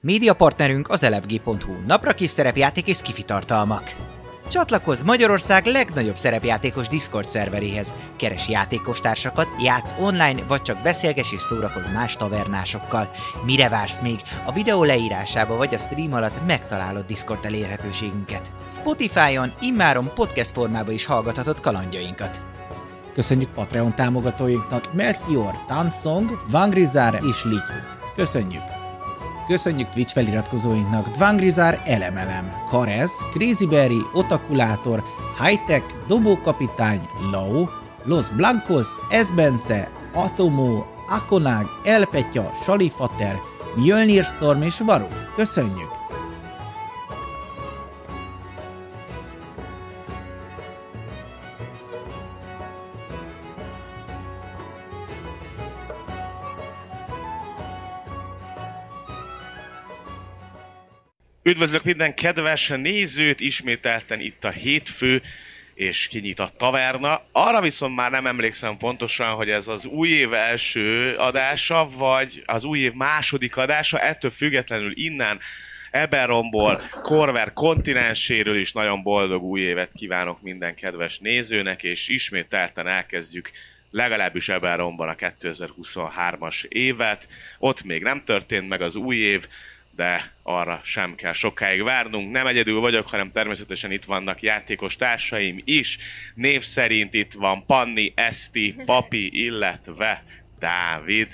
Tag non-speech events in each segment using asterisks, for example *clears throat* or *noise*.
Média partnerünk az elefg.hu, napra kis szerepjáték és kifitartalmak. Csatlakozz Magyarország legnagyobb szerepjátékos Discord szerveréhez. Keres játékostársakat, játsz online, vagy csak beszélges és szórakozz más tavernásokkal. Mire vársz még? A videó leírásába vagy a stream alatt megtalálod Discord elérhetőségünket. Spotify-on immáron podcast formában is hallgathatod kalandjainkat. Köszönjük Patreon támogatóinknak Melchior, Tansong, Vangrizár és Lityu. Köszönjük! Köszönjük Twitch feliratkozóinknak Dvangrizár, Elemelem, Karez, Crazyberry, Otakulátor, Hightech, Dobókapitány, Lao, Los Blancos, Esbence, Atomó, Akonag, Elpetya, Salifater, Mjölnir Storm és Varu. Köszönjük! Üdvözlök minden kedves nézőt, ismételten itt a hétfő, és kinyit a taverna. Arra viszont már nem emlékszem pontosan, hogy ez az új év első adása, vagy az új év második adása, ettől függetlenül innen Eberomból, Korver kontinenséről is nagyon boldog új évet kívánok minden kedves nézőnek, és ismételten elkezdjük legalábbis Eberomban a 2023-as évet. Ott még nem történt meg az új év, de arra sem kell sokáig várnunk. Nem egyedül vagyok, hanem természetesen itt vannak játékos társaim is. Név szerint itt van Panni, Eszti, Papi, illetve Dávid.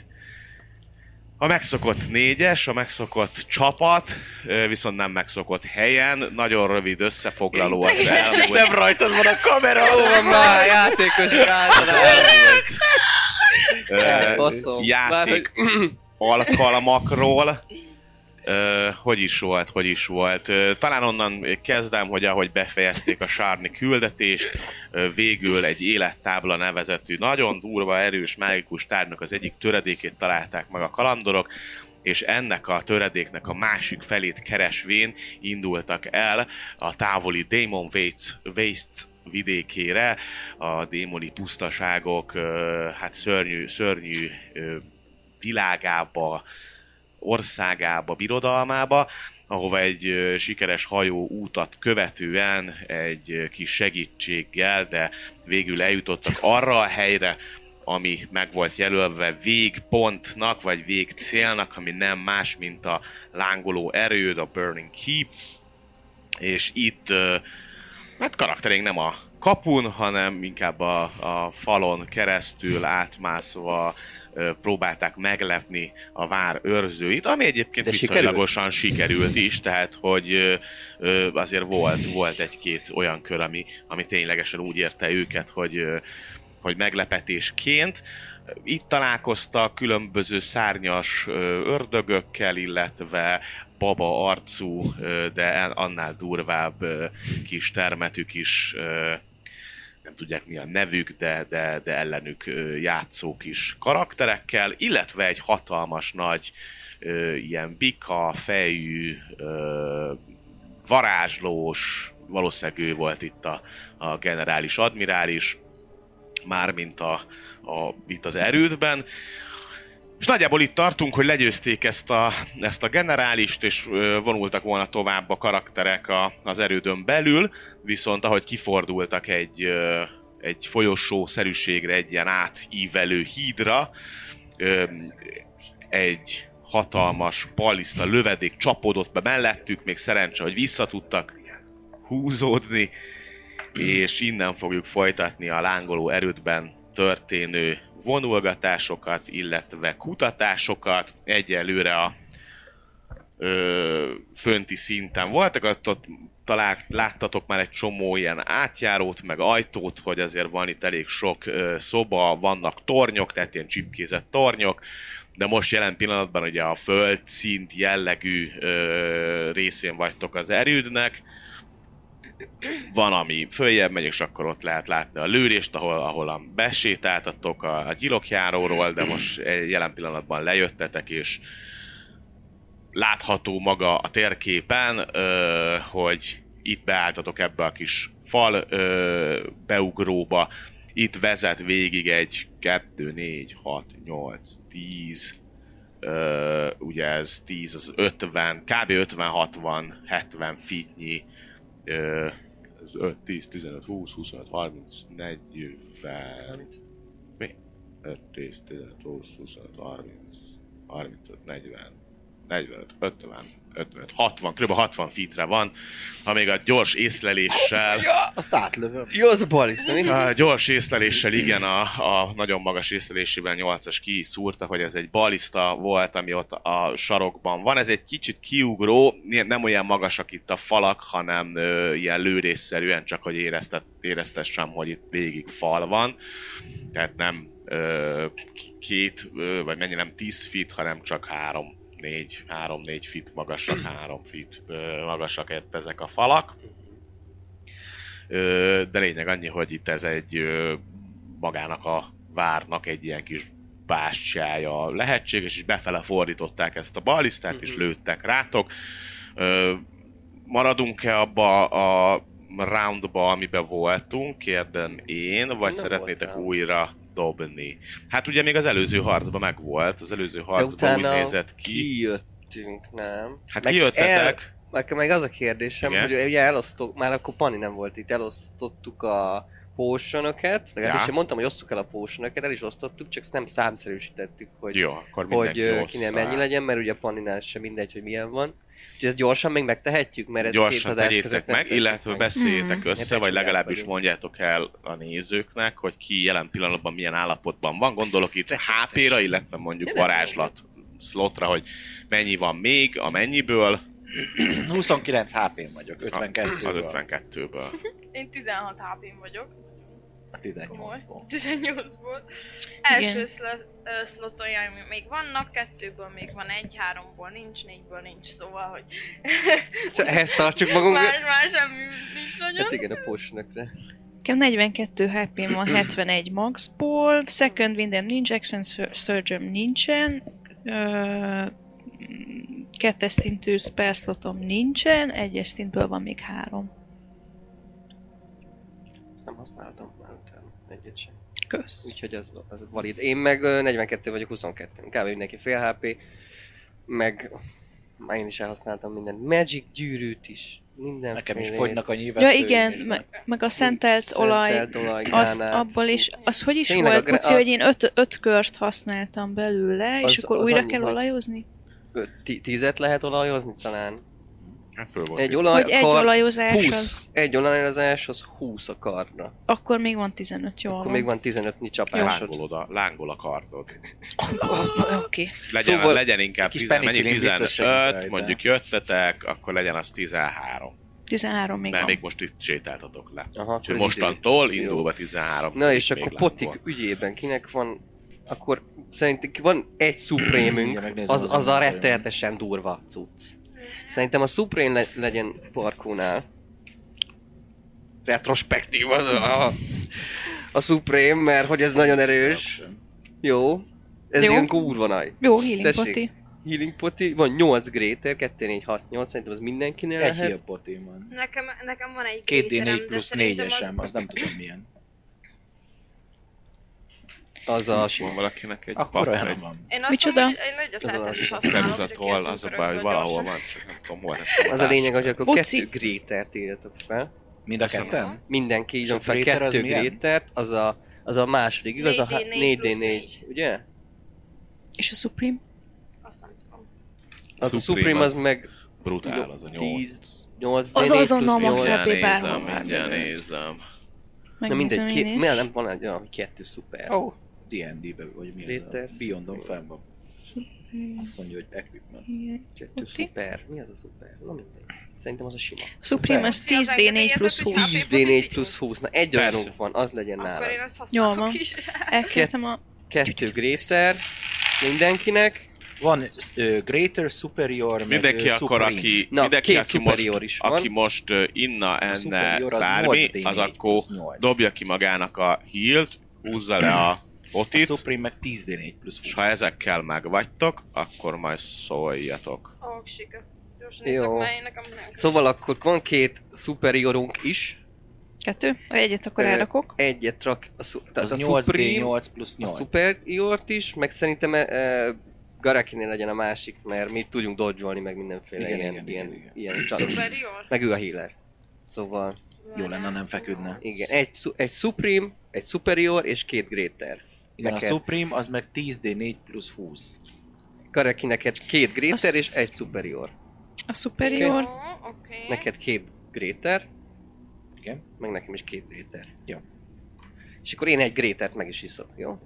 A megszokott négyes, a megszokott csapat, ö, viszont nem megszokott helyen. Nagyon rövid összefoglaló az elmúlt. Nem rajtad van a kamera, hol van már a játékos elmúlt, rád. ö, Baszom. Bár, játék hogy- alkalmakról. Ö, hogy is volt, hogy is volt. Ö, talán onnan kezdem, hogy ahogy befejezték a Sárni küldetést, ö, végül egy élettábla nevezetű, nagyon durva, erős, mágikus tárgynak az egyik töredékét találták meg a kalandorok, és ennek a töredéknek a másik felét keresvén indultak el a távoli Demon Wastes, Wastes vidékére, a démoni pusztaságok, ö, hát szörnyű, szörnyű ö, világába, országába, birodalmába, ahova egy ö, sikeres hajó útat követően egy ö, kis segítséggel, de végül eljutottak arra a helyre, ami meg volt jelölve végpontnak, vagy végcélnak, ami nem más, mint a lángoló erőd, a Burning Keep, és itt ö, hát karakterünk nem a kapun, hanem inkább a, a falon keresztül átmászva ö, próbálták meglepni a vár őrzőit, ami egyébként De De viszonylagosan sikerült. is, tehát hogy ö, ö, azért volt, volt egy-két olyan kör, ami, ami ténylegesen úgy érte őket, hogy, ö, hogy meglepetésként. Itt találkoztak különböző szárnyas ö, ördögökkel, illetve baba arcú, ö, de en- annál durvább ö, kis termetű kis ö, nem tudják mi a nevük, de, de, de ellenük ö, játszó kis karakterekkel, illetve egy hatalmas nagy ö, ilyen bika, fejű, ö, varázslós, valószínűleg ő volt itt a, a generális admirális, mármint a, a, itt az erődben, és nagyjából itt tartunk, hogy legyőzték ezt a, ezt a generálist, és ö, vonultak volna tovább a karakterek a, az erődön belül, viszont ahogy kifordultak egy, ö, egy folyosó szerűségre, egy ilyen átívelő hídra, ö, egy hatalmas paliszta lövedék csapódott be mellettük, még szerencse, hogy vissza tudtak húzódni, és innen fogjuk folytatni a lángoló erődben történő vonulgatásokat, illetve kutatásokat. Egyelőre a ö, fönti szinten voltak, ott, ott talált, láttatok már egy csomó ilyen átjárót, meg ajtót, hogy azért van itt elég sok ö, szoba, vannak tornyok, tehát ilyen csipkézett tornyok, de most jelen pillanatban ugye a földszint jellegű ö, részén vagytok az erődnek, van, ami följebb megy, és akkor ott lehet látni a lőrést, ahol, ahol a besétáltatok a, a gyilokjáróról, de most eh, jelen pillanatban lejöttetek, és látható maga a térképen, ö, hogy itt beálltatok ebbe a kis fal ö, beugróba, itt vezet végig egy 2, 4, 6, 8, 10, ö, ugye ez 10, az 50, kb. 50, 60, 70 feetnyi, ö, ez 5, 10, 15, 20, 25, 30, 40, Amit- 5, 10, 15, 20, 25, 30, 35, 40, 45, 50, 55, 60, kb. 60 feetre van, ha még a gyors észleléssel Azt átlövöm. Jó, az a baliszta, mindig. a gyors észleléssel, igen, a, a nagyon magas észlelésében 8-as ki is szúrta, hogy ez egy balista volt, ami ott a sarokban van. Ez egy kicsit kiugró, ilyen- nem olyan magasak itt a falak, hanem ö, ilyen lőrésszerűen, csak hogy éreztet, éreztessem, hogy itt végig fal van. Tehát nem ö, k- két, ö, vagy mennyi nem 10 feet, hanem csak három négy, három-négy fit magasak, három fit ö, magasak itt ezek a falak. Ö, de lényeg annyi, hogy itt ez egy ö, magának a várnak egy ilyen kis bástyája lehetséges, és befele fordították ezt a balisztát, és Mhm. lőttek rátok. Ö, Maradunk-e abba a roundba, amiben voltunk, kérdem én, vagy Nem szeretnétek volt round. újra dobni? Hát ugye még az előző harcban megvolt, az előző De harcban úgy utána nézett ki. kijöttünk, nem? Hát Meg kijöttetek, Meg, meg az a kérdésem, Igen. hogy ugye elosztok, már akkor Pani nem volt itt, elosztottuk a pósonöket, legalábbis Ja. én mondtam, hogy osztuk el a pósonöket, el is osztottuk, csak ezt nem számszerűsítettük, hogy, jó, akkor hogy mindenki ö, ossza kinek mennyi el. legyen, mert ugye a Paninál sem mindegy, hogy milyen van. Úgyhogy ezt gyorsan még megtehetjük, mert ez gyorsan két adás tegyétek között meg, illetve beszéljétek Mhm. össze, Ebben vagy legalábbis vagyunk. mondjátok el a nézőknek, hogy ki jelen pillanatban milyen állapotban van. Gondolok itt HP-ra, illetve mondjuk Tényleg jó. varázslat szlotra, hogy mennyi van még, *clears throat* amennyiből, 29 HP-n vagyok, 52 az *laughs* 52-ből. Én 16 HP-n vagyok, 18-ból. 18-ból. Első szl- ö, szlotoljaim még vannak, kettőből még van egy, háromból nincs, négyből nincs, szóval, hogy Csak ehhez tartsuk magunkat. más, más semmi nincs Hát nagyon. igen, a pósonökre. Nekem 42 hp *clears throat* van 71 maxból, second windem nincs, action sur- surgeon nincsen, ö, mm, kettes szintű spell slotom nincsen, egyes szintből van még három. Ezt nem használtam már utána. Egyet sem. Kösz. Úgyhogy az, az valid. Én meg ö, 42 vagyok, 22. Kb. mindenki fél HP. Meg már én is elhasználtam minden. Magic gyűrűt is. Minden Nekem is fogynak a Ja nyilvetőim. igen, me- meg a szentelt olaj, az abból is, az hogy is Tényleg a volt, gra- Buci, a- hogy én öt, öt kört használtam belőle, és Az- akkor az újra annyi kell volt. olajozni? Tízet lehet olajozni talán. Hát föl volt. Egy itt. Hogy egy olajkar, olajozás 20. az, egy olajozáshoz 20 a karra. akkor még van 15, jól Akkor van. még van 15 csapásod. Lángolod a, lángol a kardod. Oké. Okay. Legyen, szóval Szóval legyen inkább kis 10, mennyi penicillin biztos 15, segít rajta. mondjuk jöttetek, akkor legyen az 13. 13 még Mert van. még most itt sétáltatok le. Aha, akkor Úgyhogy ez idő. mostantól indulva 13. Na és még akkor lángol. potik ügyében kinek van, akkor szerintem van egy szuprémünk, Igen, megnézem az, az az a inventory-on. rettenetesen durva cucc. Szerintem a szuprém le- legyen parkónál. Retrospektív az a, a szuprém, mert hogy ez nagyon erős. Jó. Ez Jó. Jó. ilyen gúrvanaj. Jó, healing Tessék. poti. Healing poti, van 8 gréter, 2, 4, 6, 8, szerintem az mindenkinél Egy lehet. hill potém van. Nekem, nekem van egy 2D4 kéterem, de plusz szerintem 4 sem, az nem tudom milyen. Az a Van sima. valakinek egy Akkor papír, olyan egy van. Én azt Micsoda? Tudom, hogy én nagyot is Azon a használok. Szeruzatol, az a baj, hogy valahol van, csak nem tudom hol. nem Az a lényeg, hogy akkor Buci. kettő grétert írjatok fel. Mind a Köszönöm. ketten? Mindenki így És a van fel Gréter az kettő milyen? grétert, az a, az a második, igaz? A 4D4 4D4, plusz 4D4 ugye? És a Supreme? Azt nem tudom. Az a Supreme Supreme az, az meg Brutál az a 8. 8 Az azonnal max Mindjárt HP nézem, bárhol már mindjárt lenne. nézem. Na mindegy, Megnézem két, én miért is. nem van egy olyan, hogy kettő szuper. Ó, D&D-be, vagy mi az a Létezz. Beyondon fenn van. Azt mondja, hogy equipment. Igen. kettő Oké. szuper. Mi az a szuper? Na mindegy. Szerintem az a sima. Supreme az 10D4 plusz 20. 10D4 plusz 20. Na egy Persze. olyanunk van, az legyen Akkor én nálam. azt használok van. is. Elkértem a... Kettő gréter, mindenkinek. Van ö, Greater, Superior, meg Mindenki ö, akkor, Supreme. aki, Na, mindenki, két aki most, superior is van. aki most ö, inna, A enne, Superior az bármi, 8D4 az akkor plusz 8. dobja ki magának a healt, húzza le a A potit, Supreme meg 10D4 plusz és 20. ha ezekkel megvagytok, akkor majd szóljatok. Ó, sika. Gyorsan Jó. nézzek már, én nekem nem Szóval akkor van két szuperiorunk is. Kettő. Egyet akkor Ö, elrakok. Egyet rak a, szu- tehát Az a Supreme, 8D8 plusz a 8. Superiort is, meg szerintem e, e, Garakinél legyen a másik, mert mi tudjunk dodgyolni meg mindenféle Igen, ilyen, igen, ilyen, igen, igen. ilyen csaló. Szuper jól. Meg ő a healer. Szóval, Jó lenne, ha nem feküdne. igen, egy, su- egy Supreme, egy Superior és két Greater. Igen, a Neked. Supreme az meg 10D4 plusz 20. Garaki neked két Greater Azt- és egy Superior. A superior. Jó, Oké. Neked két Greater, Igen. meg nekem is két Greater. Jó. És akkor én egy Greatert meg is iszok, jó?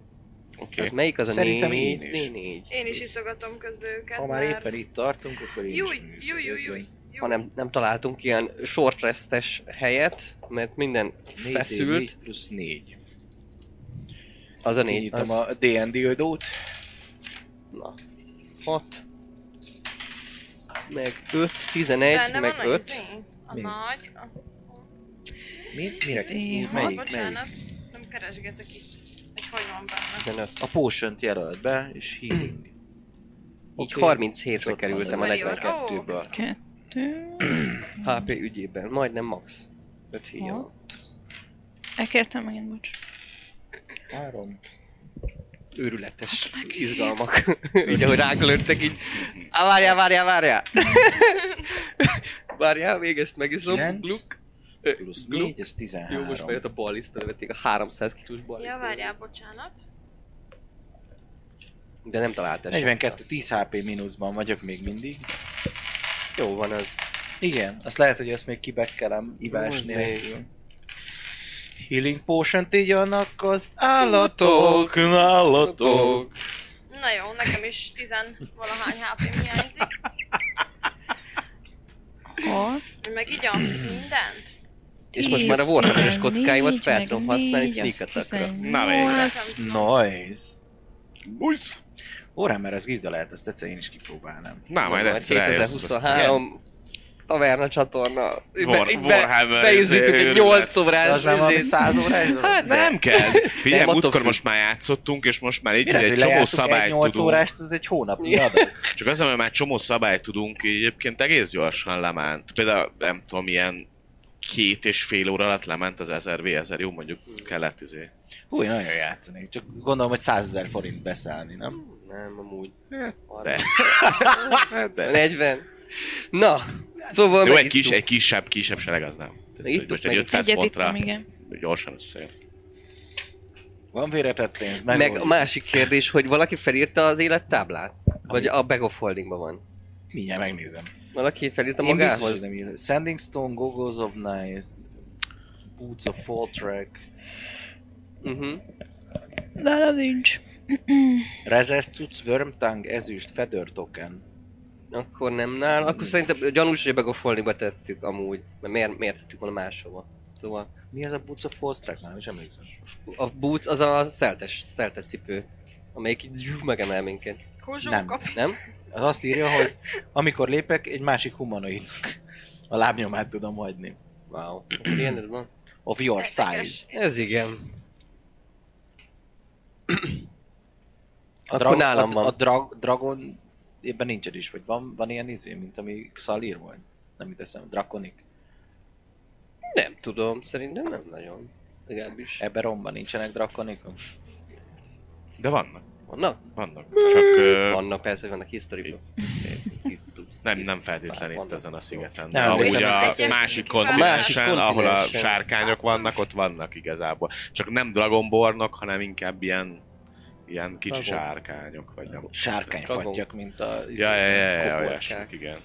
Oké. Az melyik az a Szerintem négy? én is. Négy, négy. Én is iszogatom közben őket, Ha már mert- éppen itt tartunk, akkor én Júj, is műszer- júj, júj, júj. Jó. Ha nem, nem találtunk ilyen short restes helyet, mert minden 4D4 feszült, plusz 4. az a Négy négy. nyitom Az, a D&D ödót. na, hat, meg öt, tizenegy, Benne meg van a öt. izé? A Mi? nagy... a- Mi? Mire? D6. Melyik? Melyik? Bocsánat, nem keresgetek itt, hogy hogy van benne. Tizenöt. A potion jelölt be, és healing. Hmm. Így Oké. 37-re Ott kerültem a van. Superior. 42-ből. Kettő. HP ügyében, majdnem max. 5 híja. Hat. Elkértem megint, bocs. Három. Őrületes izgalmak. *laughs* Így ahogy ránk lőttek, így... Á, várjál, várjál, *laughs* várjál! várjál, még ezt megiszom. Kilenc. Gluk. Ö, Plusz gluk. 4, ez 13. Jó, most bejött a bal lista, levették a 300 kilós bal Ja, lista. várjál, bocsánat. De nem találtál 42, semmit. 10 HP mínuszban vagyok még mindig. Jó van az. Igen, azt lehet, hogy ezt még kibekkelem ivás Az nélkül. Healing potion igyanak az állatok, állatok. Na jó, nekem is tizen valahány hp hiányzik. Hat. Meg így a mindent. És most már a Warhammer-es kockáimat fel tudom használni sneak attackra. Na, Hát, Nice. Bújsz! Warhammer, ez gizda lehet, ezt egyszer én is kipróbálnám. Na, majd Van, egyszer eljössz. aztán. 2023 taverna csatorna. War- Be- be- Warhammer, Beízzük izé, egy 8 órás, Az nem valami izét. 100 órás? Hát nem. Nem kell. Figyelj, *laughs* Nem, attól múltkor függ. most már játszottunk, és most már így Mire, egy hogy csomó lejátszunk egy szabályt 8 tudunk. órást, az egy hónapnyi Igen. adat. Csak azért, mert már csomó szabályt tudunk, így egyébként egész gyorsan lement. Például, nem tudom, ilyen két és fél óra alatt lement az 1000 V1000, jó mondjuk kellett izé. Hú, én nagyon játszanék, csak gondolom, hogy 100 ezer forint beszállni, nem? Nem, amúgy. De. Hát, Hát, de. 40. Na, szóval Jó, egy, megittuk. kis, egy kisebb, kisebb sereg az nem. Tehát, Megittuk, hogy most egy meg- 500 Egyet pontra ittam, igen. gyorsan összejön. Van véretett pénz, meg, Meg a másik kérdés, hogy valaki felírta az élettáblát? Vagy a Bag of Holdingban van. Mindjárt megnézem. Valaki felírta Én biztos, hogy magához? nem ír. Sending Stone, Goggles of Nice, Boots of Fall Track, Mhm. Nálam nincs. Resist Tuts, Worm Tongue, Ezüst, Feather Token. Akkor nem nála. Akkor szerintem gyanús, hogy a Bag of Holdingba tettük amúgy. Mert miért, miért tettük volna máshova? Szóval Mi az a Boots of Fall Track? Már nem is emlékszem. a boots az a szeltes, szeltes cipő, amelyik így zsú, megemel minket, Nem. Kozsó kap. nem? Az azt írja, hogy amikor lépek, egy másik humanoidnak a lábnyomát tudom hagyni. Wow. Akkor Ilyened van? Of your size. Érdekes. Ez igen. A Akkor nálam a- van. A, dra- Dragon... Ebben nincsen is, vagy van, van ilyen izé, mint ami Xalir volt? Nem itt eszem, Draconic. Nem tudom, szerintem nem nagyon. Legalábbis. Ebben romban nincsenek drakonikok? De vannak, Vannak? vannak. Csak ö, Vannak, persze, hogy vannak history nem, nem feltétlenül Vannak. itt ezen a szigeten. Nem, Nem, Amúgy viszont a egyes- másik A másik kontinensen, ahol a kontinensen. sárkányok vannak, ott vannak igazából. Csak nem dragonbornok, hanem inkább ilyen, ilyen kicsi Dragon. sárkányok, vagy nem. Sárkány Dragon. fagyjak, mint a... izé, Ja, ja, ja, ja, ja, Kobolykák. olyasmik, igen.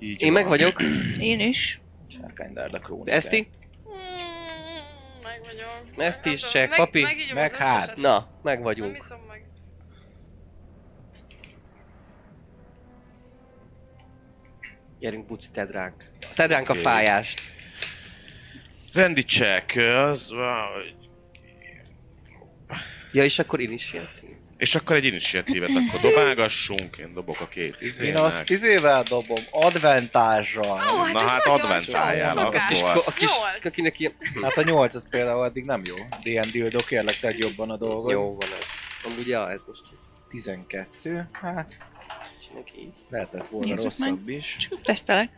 Így Én meg van. vagyok, Én is. Sárkány Darla krónikák. Eszti? Mm, Meg vagyok. Ezt Nem is tudom, check, meg- papi. megígyom Meg az hát. összeset. Na, meg Nem vagyunk. iszom meg. Gyerünk, buci, tedd ránk. Tedd ránk a Oké. fájást. Rendítsek, az... Ja, és akkor én is jöttünk. És akkor egy initiatívet akkor dobálgassunk, én dobok a két Én izének. azt izével dobom, adventással. Ó, Na ez hát nagyon adventáljál, sok szokás. akkor. Hm. A kis, Nyolc. akinek ilyen... Hát a 8 az például addig nem jó. D&D üldó, kérlek, tedd jobban a dolgot. Jó van ez. Amúgy, ja, ez most 12, hát csinálok így. lehetett volna Nézzük rosszabb is. Csak tesztelek.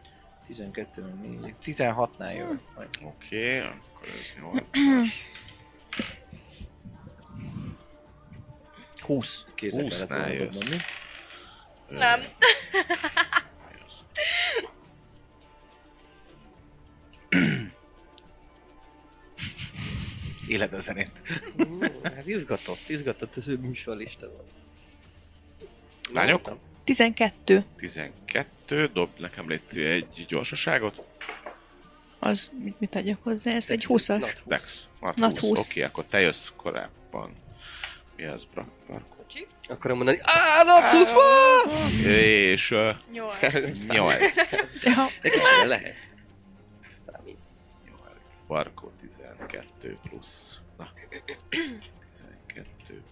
12 4 16-nál jövök majd. Oké, akkor ez 8. 20. Kézzel kellett Húsznál volna jössz. dobnom, mi? Ö, Nem. Éled a zenét. Ó, Hát izgatott, izgatott az ő műsorlista van. Lányok? 12. 12, dob nekem légy egy gyorsaságot. Az, mit, mit adjak hozzá? Ez egy 20 Dex. Nat Nat 20. 20. Oké, akkor te jössz korábban. Mi az, bra? Parkó. Kocsi. Akarom mondani, áh, Natus van! És ö, Nyolc. Nyolc. Ja, De kicsire lehet. Számít. 8, Barkó 12 plusz. Na. 12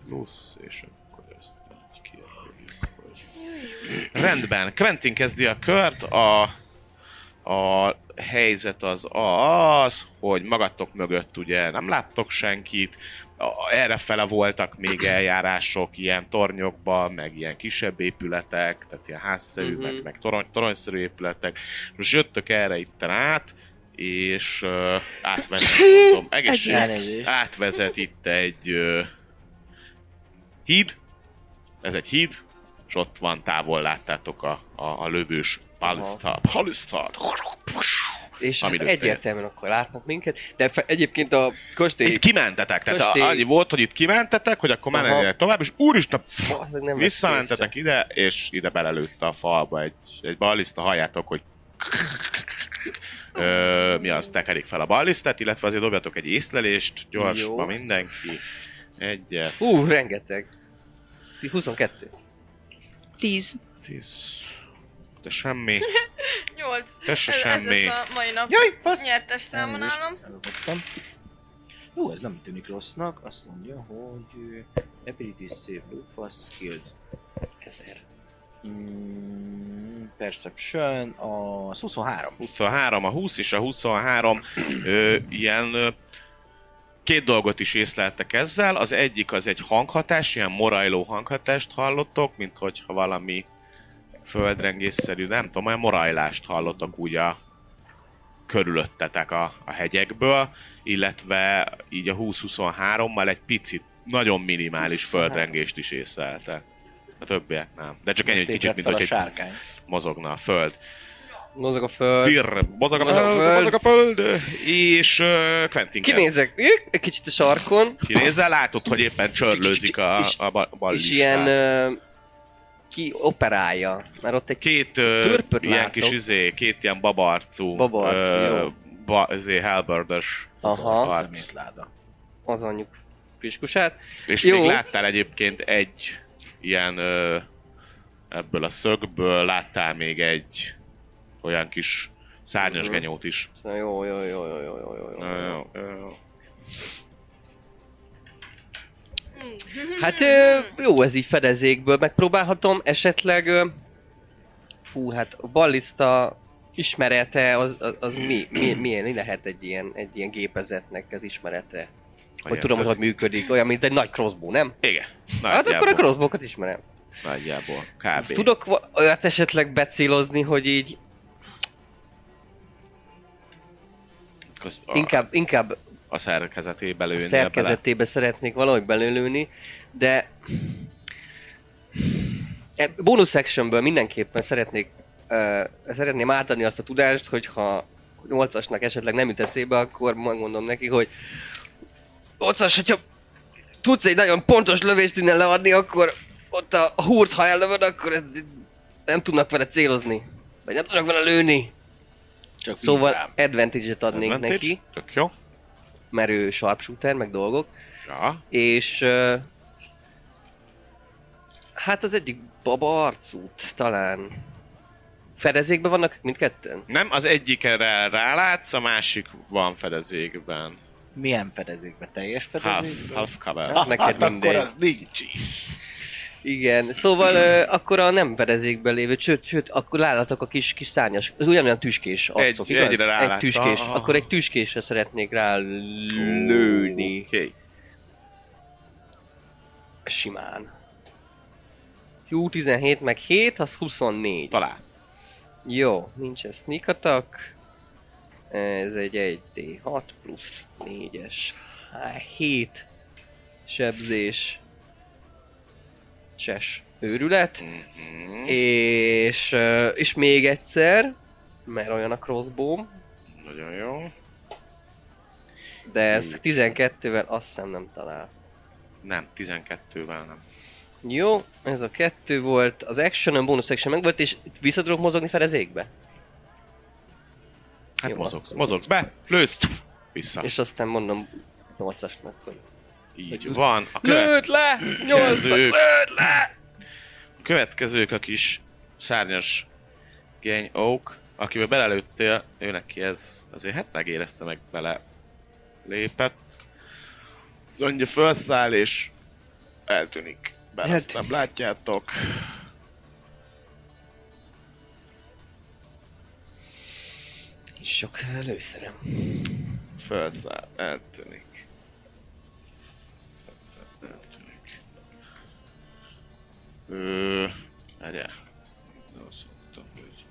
plusz, és akkor ezt így kiadjuk, hogy... Rendben, Quentin kezdi a kört, a, a helyzet az az, hogy magatok mögött ugye nem láttok senkit, A- errefele voltak még eljárások ilyen tornyokban, meg ilyen kisebb épületek, tehát ilyen házszerű, Mhm. meg, meg torony, toronyszerű épületek. Most jöttök erre itt át, és uh, átvezet, mondom, egészség, Elnézést. átvezet itt egy uh, híd, ez egy híd, és ott van távol láttátok a, a, a lövős palisztát. Palisztát! És hát Ami lőtte. egyértelműen akkor látnak minket, de fe- egyébként a Itt kastély... kimentetek, tehát Köszi. a, annyi volt, hogy itt kimentetek, hogy akkor Aha. menjenek tovább, és úristen, pff, Bazzeg, nem vesz visszamentetek ide, és ide belelőtte a falba egy, egy balliszta, halljátok, hogy Ö, mi az, tekerik fel a ballisztát, illetve azért dobjatok egy észlelést, gyorsba Jó. mindenki. Egyet, észre. Ú, rengeteg. 22. 10. tíz, de semmi, Nyolc. de se Ez, ez semmi. lesz a mai nap Jaj, fasz! nyertes számon Elnézést, nálam. elrontottam. Jó, ez nem tűnik rossznak. Azt mondja, hogy ö, Ability Save Lufa Skills. Ezer. Mm, perception, a 23. 23, a 20 és a 23 ö, ilyen ö, két dolgot is észleltek ezzel. Az egyik az egy hanghatás, ilyen morajló hanghatást hallottok, mint hogyha valami földrengésszerű, nem tudom, olyan morajlást hallottak úgy a körülöttetek a, a hegyekből, illetve így a 20-23-mal egy picit, nagyon minimális 23. földrengést is észleltek. A többiek nem. De csak ennyi, hogy kicsit, Tétedt mint fel a hogy egy sárkány. mozogna a föld. Mozog a föld. Pirr, mozog a Mozog a föld, föld. mozog a föld, és uh, Quentin kezd. Kinézek, jük, egy kicsit a sarkon, Kinézzel, látod, hogy éppen csörlőzik a, És- a bal- bal és listát. ilyen ö, ki operálja, mert ott egy Két ö, törpöt ilyen látok. kis izé, két ilyen babarcú, Babarcú, ö, jó. ba, izé, halberdes aha, Harc. Szemétláda. az anyjuk fiskusát. És Jó. még láttál egyébként egy ilyen ö, ebből a szögből láttál még egy olyan kis szárnyas Mhm. genyót is. Na, Jó, jó, jó, jó, jó, jó, jó, jó. Ö, ö, ö. Hmm. Hát ö, jó, ez így fedezékből megpróbálhatom, esetleg... ö, Fú, hát a balliszta ismerete, az, az, az mi, mi, milyen, mi lehet egy ilyen, egy ilyen gépezetnek az ismerete? Hogy Olyan tudom, hogy köz- hát, hogy működik, olyan, mint egy nagy crossbow, nem? Igen. Hát akkor a Nagyjából- crossbow-kat ismerem. Nagyjából. Kb. Tudok va- olyat esetleg becélozni, hogy így Köz- a- inkább, inkább a szerkezetébe a lőni szerkezetébe szeretnék valahogy belőlőni, de E, bonus actionből mindenképpen szeretnék, uh, szeretném átadni azt a tudást, hogyha 8-asnak esetleg nem jut eszébe, akkor megmondom neki, hogy 8-as, hogyha tudsz egy nagyon pontos lövést innen leadni, akkor ott a húrt, ha ellövöd, akkor ez, nem tudnak vele célozni. Vagy nem tudnak vele lőni. Csak Szóval advantage-et bele. adnék Advantage? neki, Tök jó. mert ő sharpshooter, meg dolgok. Ja. És... ö, Hát az egyik baba arcút talán. Fedezékben vannak ők mindketten? Nem, az egyikre rálátsz, a másik van fedezékben. Milyen fedezékbe? Teljes Half, fedezékben? half cover. Ha, Neked hát mindegy. akkor az nincs is. Igen, szóval ö, akkor a nem fedezékben lévő, sőt, sőt, akkor lállatok a kis, kis szárnyas, az ugyanolyan tüskés arcok, Egy- igaz? egyre Ah. rálátsz. egy tüskés, Aha. akkor egy tüskésre szeretnék rálőni. Oké. Okay. Simán. Jó, 17 meg 7, az 24. Talál. Jó, nincsen sneak attack. Ez egy 1D6 plusz 4-es. 7 sebzés. 2-es őrület, Mhm. és, ö, és még egyszer, mert olyan a crossbow, Nagyon jó. de ez 12-vel azt hiszem nem talál. Nem, 12-vel nem. Jó, ez a kettő volt, az action bonus action meg volt, és vissza tudok mozogni fedezékbe? Hát Jó, mozogsz, akkor. mozogsz be, lősz, vissza. És aztán mondom 8-asnak, hogy Így van. A lőd le! 8 Kezdők. lőd le! következők a kis szárnyas geny Oak, akivel belelőttél, ő neki ez azért hát megérezte meg bele lépett. Azt mondja, felszáll és eltűnik. Bár Hát- ezt nem látjátok. Sok lőszerem. Felszáll, eltűnik. Felszáll, eltűnik. Ö... Várjál. Nem azt mondtam, hogy...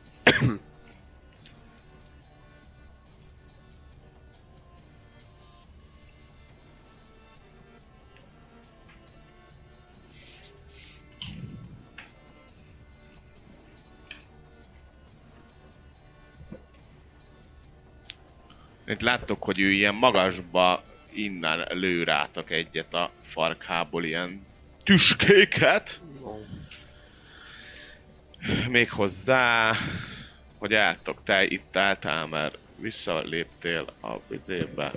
Itt láttok, hogy ő ilyen magasba innen lő rátok egyet a farkából, ilyen tüskéket. Még hozzá, hogy álltok, te itt álltál, mert visszaléptél a vizébe.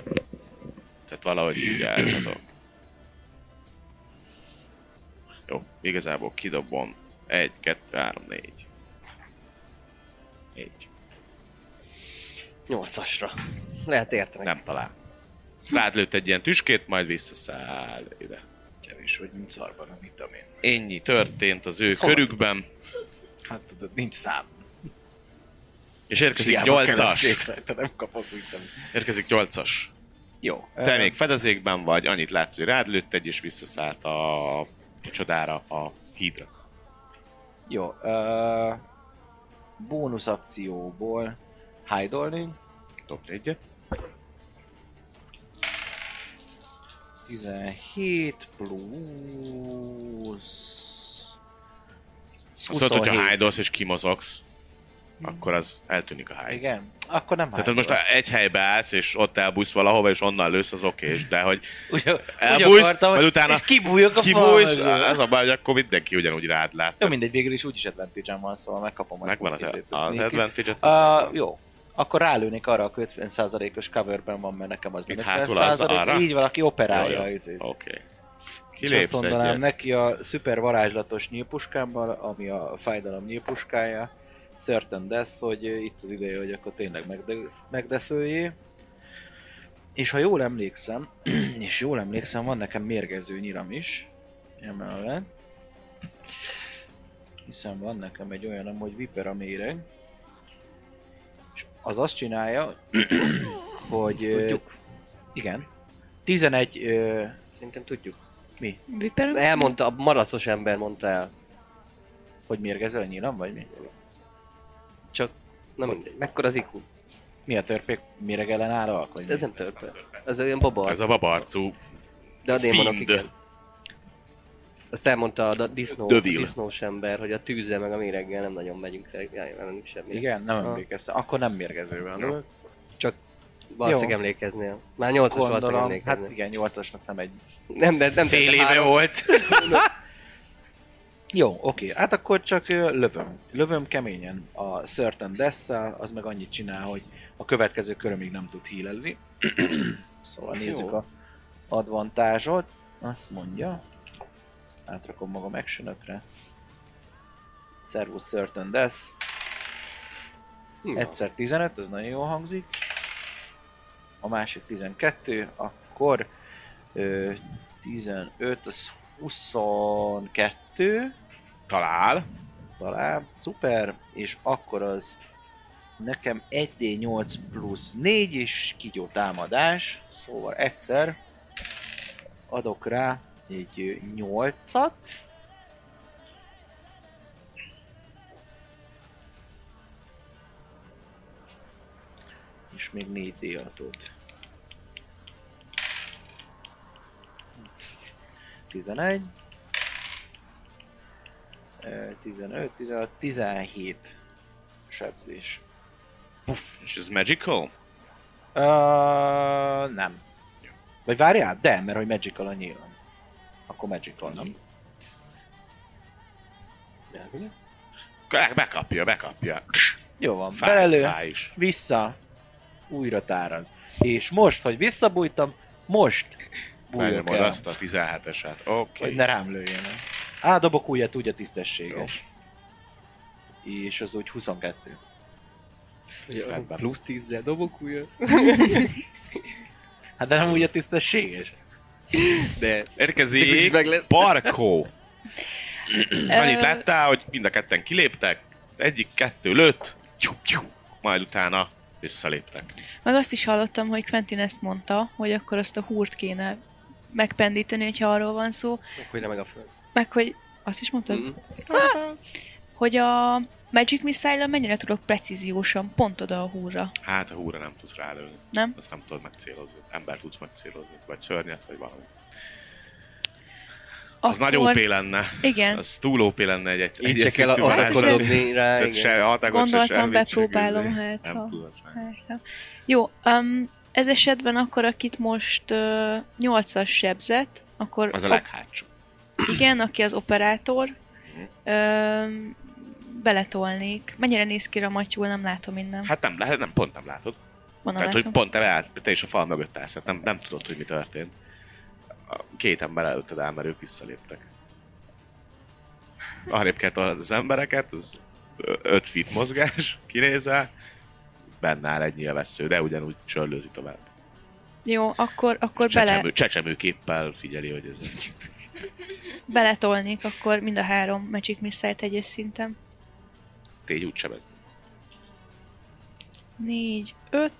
Tehát valahogy így álltatok. Jó, igazából kidobom. Egy, kettő, három, négy. Egy. 8-asra. Lehet érteni. Nem talál. Rád lőtt egy ilyen tüskét, majd visszaszáll ide. Kevés vagy, mint szarban, nem mit tudom én. Ennyi történt az ő Szóval- körükben, Hát tudod, nincs szám. és érkezik Hiába kellem 8-as. szétre, Te nem kapok, mit tudom. én. Érkezik 8-as. Jó. Te Ö, még fedezékben vagy, annyit látsz, hogy rád lőtt egy, és visszaszállt a csodára, a hídra. Jó. Uh, bónusz akcióból hide Dobd egyet. 17 plusz... Azt tudod, hogyha hide és kimozogsz, akkor az eltűnik a hide. Mhm. Igen, akkor nem Tehát most ha egy helybe állsz, és ott elbújsz valahova, és onnan lősz, az oké, és de hogy ugye, elbújsz, majd utána és kibújok a kibújsz, fal mögül. az a baj, hogy akkor mindenki ugyanúgy rád lát. Jó, mindegy, végül is úgyis advantage van, szóval megkapom azt. Megvan az, a az, izét, a az sneak-it. advantage Uh, jó. Akkor rálőnék arra a 50%-os coverben van, mert nekem az Itt 50 hátul az arra? Így valaki operálja Jó, az jó. izét. Oké. Okay. És azt Kilépsz mondanám egyet. neki a szuper varázslatos nyílpuskámmal, ami a fájdalom nyílpuskája, Certain Death, hogy ö, itt az ideje, hogy akkor tényleg megde- megdeszöljé. És ha jól emlékszem, *clears throat* és jól emlékszem, van nekem mérgező nyilam is, emellett. Hiszen van nekem egy olyanom, hogy viper a méreg. És az azt csinálja, *clears throat* hogy... ö, Tudjuk. Igen. 11 ö, Szerintem tudjuk. Viperem? Elmondta, a maracos ember mondta el. Hogy mérgező a nyílam, vagy mi? Csak, na mindegy, mekkora az IQ? Mi a törpék méreg ellen áll alkony? Ez nem törpe. Ez olyan baba. Ez a babarcú. De a démonok Find. igen. Azt elmondta a da- disznó, a Dövil. disznós ember, hogy a tűzzel meg a méreggel nem nagyon megyünk fel, nem semmi. Igen, nem Ah. emlékeztem. Akkor nem mérgezőben Jó. volt. Valószínűleg Jó. emlékeznél. Már 8-as valószínűleg Gondolom, hát emlékeznél. igen, 8-asnak nem egy. nem, de nem Fél de éve három- *laughs* volt. *laughs* Jó, oké. Hát akkor csak ö, lövöm. Lövöm keményen a Certain death az meg annyit csinál, hogy a következő körömig nem tud hílelni. *clears throat* szóval Jó. nézzük a advantázsot. Azt mondja. Átrakom magam action Servus Certain Death. Hm, Egyszer 15, az nagyon jól hangzik. A másik 12, akkor ö, 15, az 22 Talál. talán, szuper, és akkor az nekem 1d8 plusz 4 és kigyó támadás, szóval egyszer adok rá egy 8-at, és még 4 d 6 11, Ö, 15, 16, 17 sebzés. És ez magical? Ö, nem. Vagy várjál? De, mert hogy magical a nyilván. Akkor magical, nem? Be- Bekapja, bekapja. Jó van, Fáj, belelő, fáj is. vissza, újra táraz. És most, hogy visszabújtam, most bújok Megnyomod el, azt a 17-eset. Oké. hogy Okay. ne rám lőjenek. Áldobok újat, úgy a tisztességes. És az úgy 22. Rendben. Plusz 10 dobok újra. Hát de nem úgy a tisztességes. De Tök is Érkezik meg lesz. Barkó. Annyit Ö, láttál, hogy mind a ketten kiléptek, egyik kettő lőtt, tyú, tyú, majd utána visszaléptek. Meg azt is hallottam, hogy Quentin ezt mondta, hogy akkor azt a húrt kéne megpendíteni, hogyha arról van szó. Hogy nem meg a föld. Meg hogy azt is mondtad, Mhm. Mm. Ah! hogy a Magic missile mennyire tudok precíziósan pont oda a húrra. Hát a húra nem tudsz rálőni. Nem. Azt nem tudod megcélozni. Ember tudsz megcélozni. Vagy szörnyet, vagy valami. Az Akkor- nagy OP lenne. Igen, Az túl OP lenne egy egyszer. Így se kell a atakot varázsló. dobni rá, Tehát igen. se hatágot, se gondoltam, semmit, se bepróbálom, küzdeni. hát Nem ha... tudod meg. hát, ha. Jó, um, ez esetben akkor, akit most uh, 8-as sebzett, akkor Az a a- leghátsó. igen, aki az operátor, Mhm. um, beletolnék. Mennyire néz ki Ramatyul, nem látom innen. Hát nem, lehet, nem, pont nem látod. Honnan Tehát, látom? hogy pont te, beállt, te is a fal mögött állsz, tehát nem, nem tudod, hogy mi történt. A Két ember előtted áll, mert ők visszaléptek. Arrébb kell tolnod az embereket, az 5 fit mozgás, kinézel, benne áll egy nyilvessző, de ugyanúgy csörlőzi tovább. Jó, akkor, akkor bele, Csecsemő, csecsemőképpel figyeli, hogy ez egy... beletolnék akkor mind a három Magic Missile-t egyes szinten. Tégy úgy sebez. 4, 5,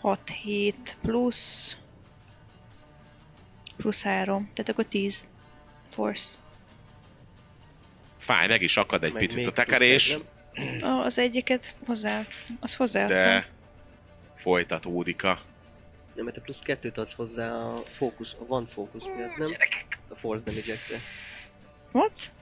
6, 7 plusz, plusz 3, tehát akkor 10. Force. Fáj, meg is akad egy Meg picit még a tekerés. plusz egy, nem? Ah, Az egyiket hozzá, az hozzáadtam. de folytatódik a... Nem, mert te plusz kettőt adsz hozzá a fókusz, a van fókusz miatt, nem? A force damage What?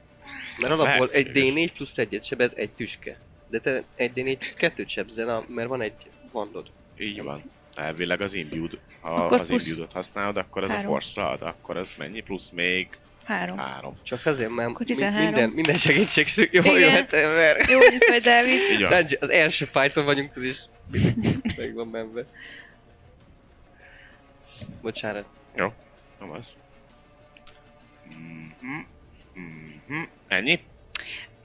Mert alapból egy Lehetséges. D4 plusz 1-et sebez egy tüske. De te egy D4 plusz 2-t sebzel, a- mert van egy vandod. Így van. Elvileg az imbued, ha Akkor az plusz- imbuedot használod, akkor az Három. a force ad, akkor az mennyi? Plusz még 3. három. Csak azért, mert Akkor mi- 13. minden, minden segítség szük, jól Igen. jöhet, mert Jó, hogy itt vagy, Dávid. Így van. Dungeon, az első fighton vagyunk, tudod is *laughs* meg van benne. Bocsánat. Nem az. Mhm. Mhm. Ennyi?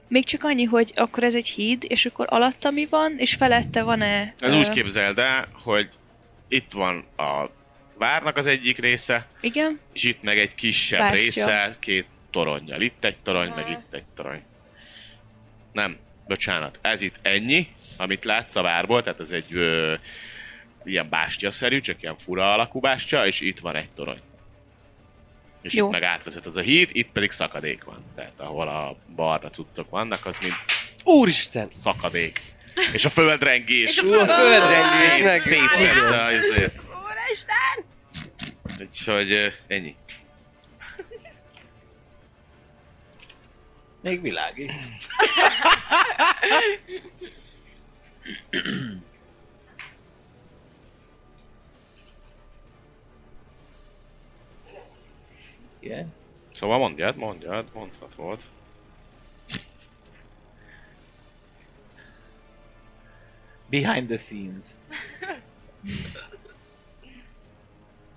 Még csak annyi, hogy akkor ez egy híd, és akkor alatta mi van, és felette van-e... Ez ö, úgy képzeld el, hogy itt van a várnak az egyik része, Igen? és itt meg egy kisebb Bástya. része, két toronnyal. Itt egy torony, meg Aha. itt egy torony. Nem, bocsánat, ez itt ennyi, amit látsz a várból, tehát ez egy ö, ilyen bástyaszerű, csak ilyen fura alakú bástya, és itt van egy torony. És Jó. itt meg átvezet az a híd, itt pedig szakadék van. Tehát ahol a barna cuccok vannak, az mind Úristen! szakadék. És a földrengés. És a Ú, a földrengés Szét- meg! Szétszedte azért. Úristen! Úgyhogy ö, ennyi. Még világít. Igen. Szóval mondjad, mondjad, mondhat volt. Behind the scenes.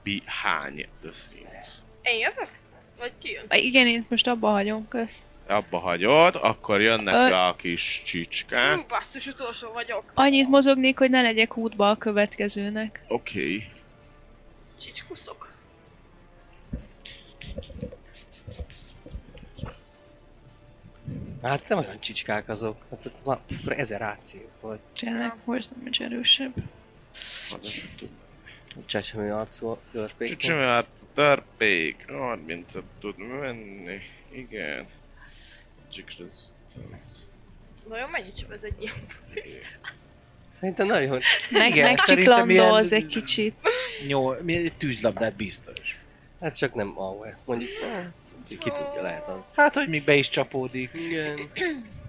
Behind the scenes. Én jövök? Vagy ki jön? Á, Igen, én most abba hagyom, kösz. Abba hagyod, akkor jönnek Ö- a kis csicskák. Hú, basszus, utolsó vagyok. Annyit mozognék, hogy ne legyek útba a következőnek. Oké. Okay. Csicskuszok. Hát nem olyan csicskák azok. Hát ott na, pff, ezer ráció vagy. Tényleg, Horse Damage erősebb. Csecsemő arcú törpék. Csicsimát, törpék, 30 tud menni. Igen. Csicsimát. Vajon mennyit sem ez egy ilyen? Szerintem nagyon. Meg, Igen, megcsiklandoz szerintem egy ilyen- kicsit. Nyol, mi- tűzlabdát biztos. Hát csak nem AOE. Mondjuk Úgyhogy ki tudja, lehet az. Hát, hogy még be is csapódik. Igen.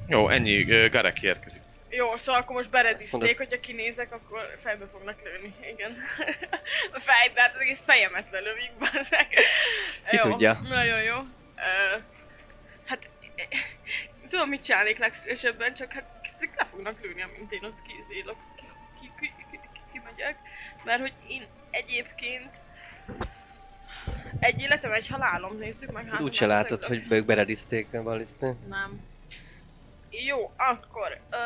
Jó, ennyi, ö, Garek érkezik. Jó, szóval akkor most mondod. beredizték, hogyha kinézek, akkor fejbe fognak lőni. Igen. *laughs* A fejbe, hát az egész fejemet *laughs* lelövik, bazzák. Ki tudja. Nagyon jó. Ö, hát, tudom, mit csinálnék legszívesebben, csak hát ezek le fognak lőni, amint én ott kizélok, ki, ki, ki, ki, ki, kimegyek. Mert hogy én egyébként egy életem, egy halálom, nézzük meg. hát, Úgy se mert látod, ezek- hogy ők beredizték, nem balisztni. nem. Jó, akkor ö,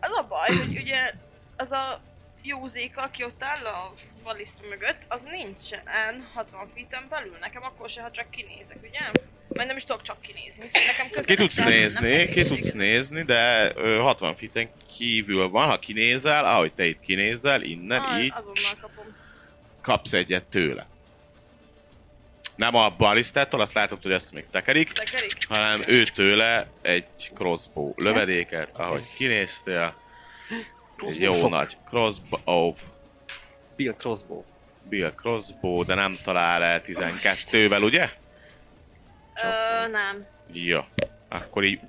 az a baj, hogy ugye az a józéka, aki ott áll a valiszta mögött, az nincsen 60 feet belül nekem, akkor se, ha csak kinézek, ugye? Mert nem is tudok csak kinézni, szóval nekem közel Ki tudsz kell, nézni, nem ki tudsz nézni, de ö, 60 fiten kívül van, ha kinézel, ahogy te itt kinézel, innen, Ah, így Azonnal kapom. kapsz egyet tőle. Nem a balisztától, azt látod, hogy ezt még tekerik, Tekerik? hanem ő tőle egy crossbow lövedéket, ahogy kinéztél. Egy jó Sok. nagy crossbow, oh, Bill Crossbow. Bill crossbow, de nem talál el 12-vel, ugye? Ö, nem. Ja. Akkor így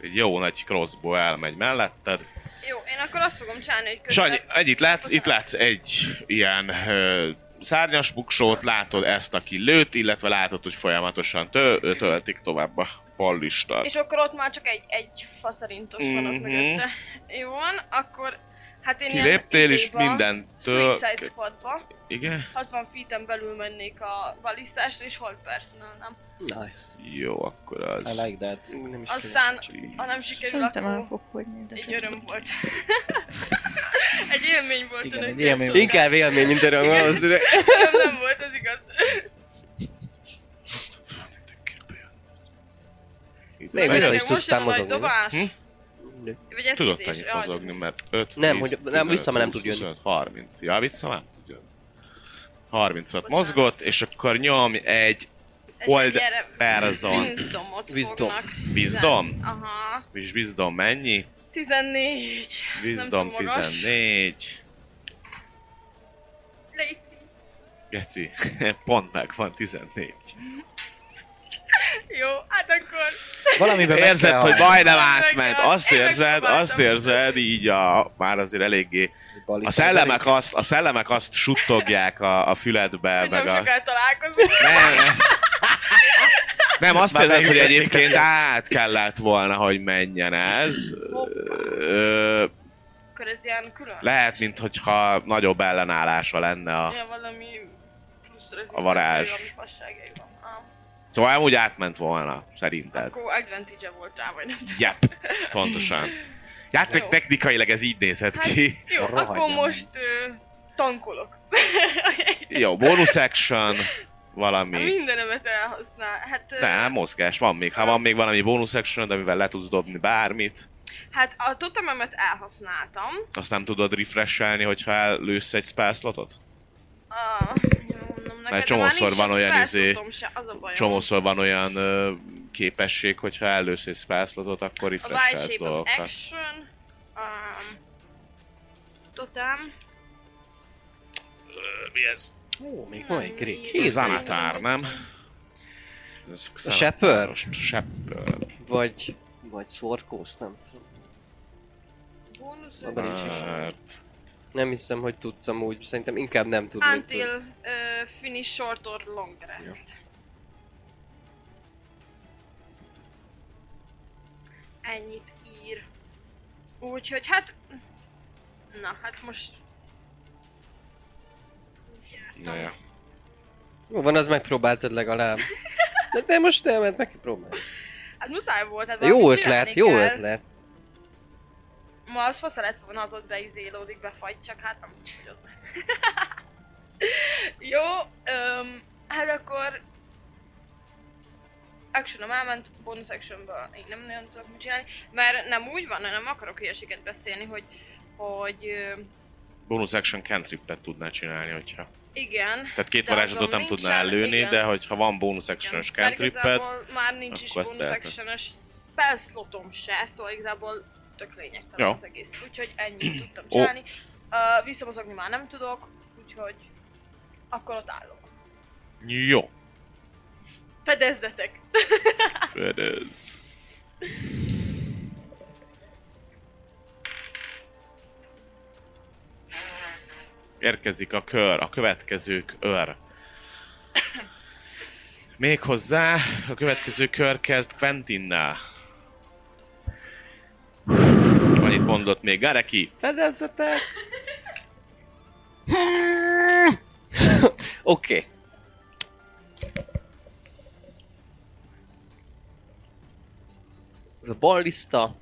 egy jó nagy crossbow elmegy melletted. Jó, én akkor azt fogom csinálni, hogy közben... Sanyi, egyit látsz, itt látsz egy ilyen ö, szárnyas buksót, látod ezt, aki lőtt, illetve látod, hogy folyamatosan tö- ö, töltik tovább a ballistát. És akkor ott már csak egy, egy faszerintos van ott Mhm. mögötte. Jó van, akkor... Hát én ilyen Kiléptél is izéba, mindentől... Suicide Squadba. Igen? 60 feet-en belül mennék a balisztásra, és hold personal, nem? Nice. Jó, akkor I az... like that. Nem is Aztán, ha nem sikerül, Szerintem el akkor fog fogyni, de egy csak- öröm volt. *laughs* egy élmény volt Igen, önök egy élmény között. volt. Inkább élmény, mint öröm, Igen. valószínűleg. Nem, nem volt, az igaz. Még vissza Nagyon- is most tudtál jön a nagy mozogni. dobás. Hm? Vagy ez Tudok tízés, annyit jaj. mozogni, mert 5, Nem, hogy- nem, vissza már nem tud jönni. 25, 30. Ja, vissza már nem tud jönni. 36 mozgott, és akkor nyom egy És Hold egy erre person. Wisdomot Wisdom. fognak. bizdom. Aha. És bizdom mennyi? 14. Bizdom tudom, magas. 14. Légy Geci, *laughs* pont meg van 14. jó, hát akkor... Valamiben meg Érzed, kell hogy halni. majdnem Meg átment, kell. azt Én érzed, megpróbáltam. azt érzed, így a, már azért eléggé A Balista- szellemek azt, a szellemek azt suttogják a, a füledbe, Hogy meg nem a... sokáig találkozunk. Nem, nem. nem, azt Már érzed, hogy beütötték egyébként át kellett volna, hogy menjen ez. Ö, Akkor ez ilyen külön. Lehet, mintha nagyobb ellenállása lenne a... Ja, valami plusz A varázs. Ami fasságai van. Ah, Szóval amúgy átment volna, szerinted. akkor advantage volt rá, vagy nem tudom. Jep, pontosan. Játék Jó. technikailag ez így nézett Hát, ki. Jó, A rohagy akkor nem. most ö, tankolok. Jó, bonus action, *laughs* Mi? valami. Mindenemet elhasznál. Hát, ö, Nem, mozgás van még. Ha van még valami bonus action, amivel le tudsz dobni bármit. hát a totememet elhasználtam. Azt nem tudod refreshelni, hogyha elősz egy spell slotot? A, mondom neked, Mert de már csomószor nincs van olyan izé- spellslotom Se, az a bajom. Csomószor van olyan ö, képesség, hogyha elősz egy spell slotot, akkor A refreshelsz Wild Shape of dolgokat. Action. Um, totem. Ö, Mi ez? Ó, még Nem, van egy mi- grék. mi- Zanatár, nem? Ez Shepherd? Most Shepherd. Vagy... Vagy Swarkóz, nem tudom. Bónusz. Abban nincs is. Nem hiszem, hogy tudsz amúgy. Szerintem inkább nem tudod. mint tud. Until ö, finish short or long rest. Ennyit ír. Úgyhogy hát... Na, hát most... Úgy jártam. Na ja. Jó van, az megpróbáltad legalább. De, de most nem, mert megpróbálj. Hát muszáj volt, hát Jó valamit ötlet, csinálni jó kell. ötlet. Ma az fasza lett volna, az ott beizélódik, befagy, csak hát nem fogyott. *laughs* Jó, öm, hát akkor... Actionom elment, bonus actionből én nem nagyon tudok mit csinálni, mert nem úgy van, hanem akarok hülyeséget beszélni, hogy... hogy ö, Bonus action cantrip-et tudnál csinálni, hogyha... igen, Tehát két De varázslatot azon nem tudnál nincsen, lőni, igen. de hogyha van bonus action-os Igen, mert cantrip-et, igazából már nincs is akkor ezt bonus teheted. action spell slotom se, szóval igazából tök lényegtelen Jó. az egész. Úgyhogy *clears throat* ennyit tudtam Ó. csinálni. Uh, visszamozogni már nem tudok, úgyhogy akkor ott állok. Jó. Fedezzetek! Fedez. Érkezik a kör, a következő kör. Méghozzá a következő kör kezd Quentinnel. Annyit mondott még Gareki. Fedezzetek! Oké. Okay. A ballista,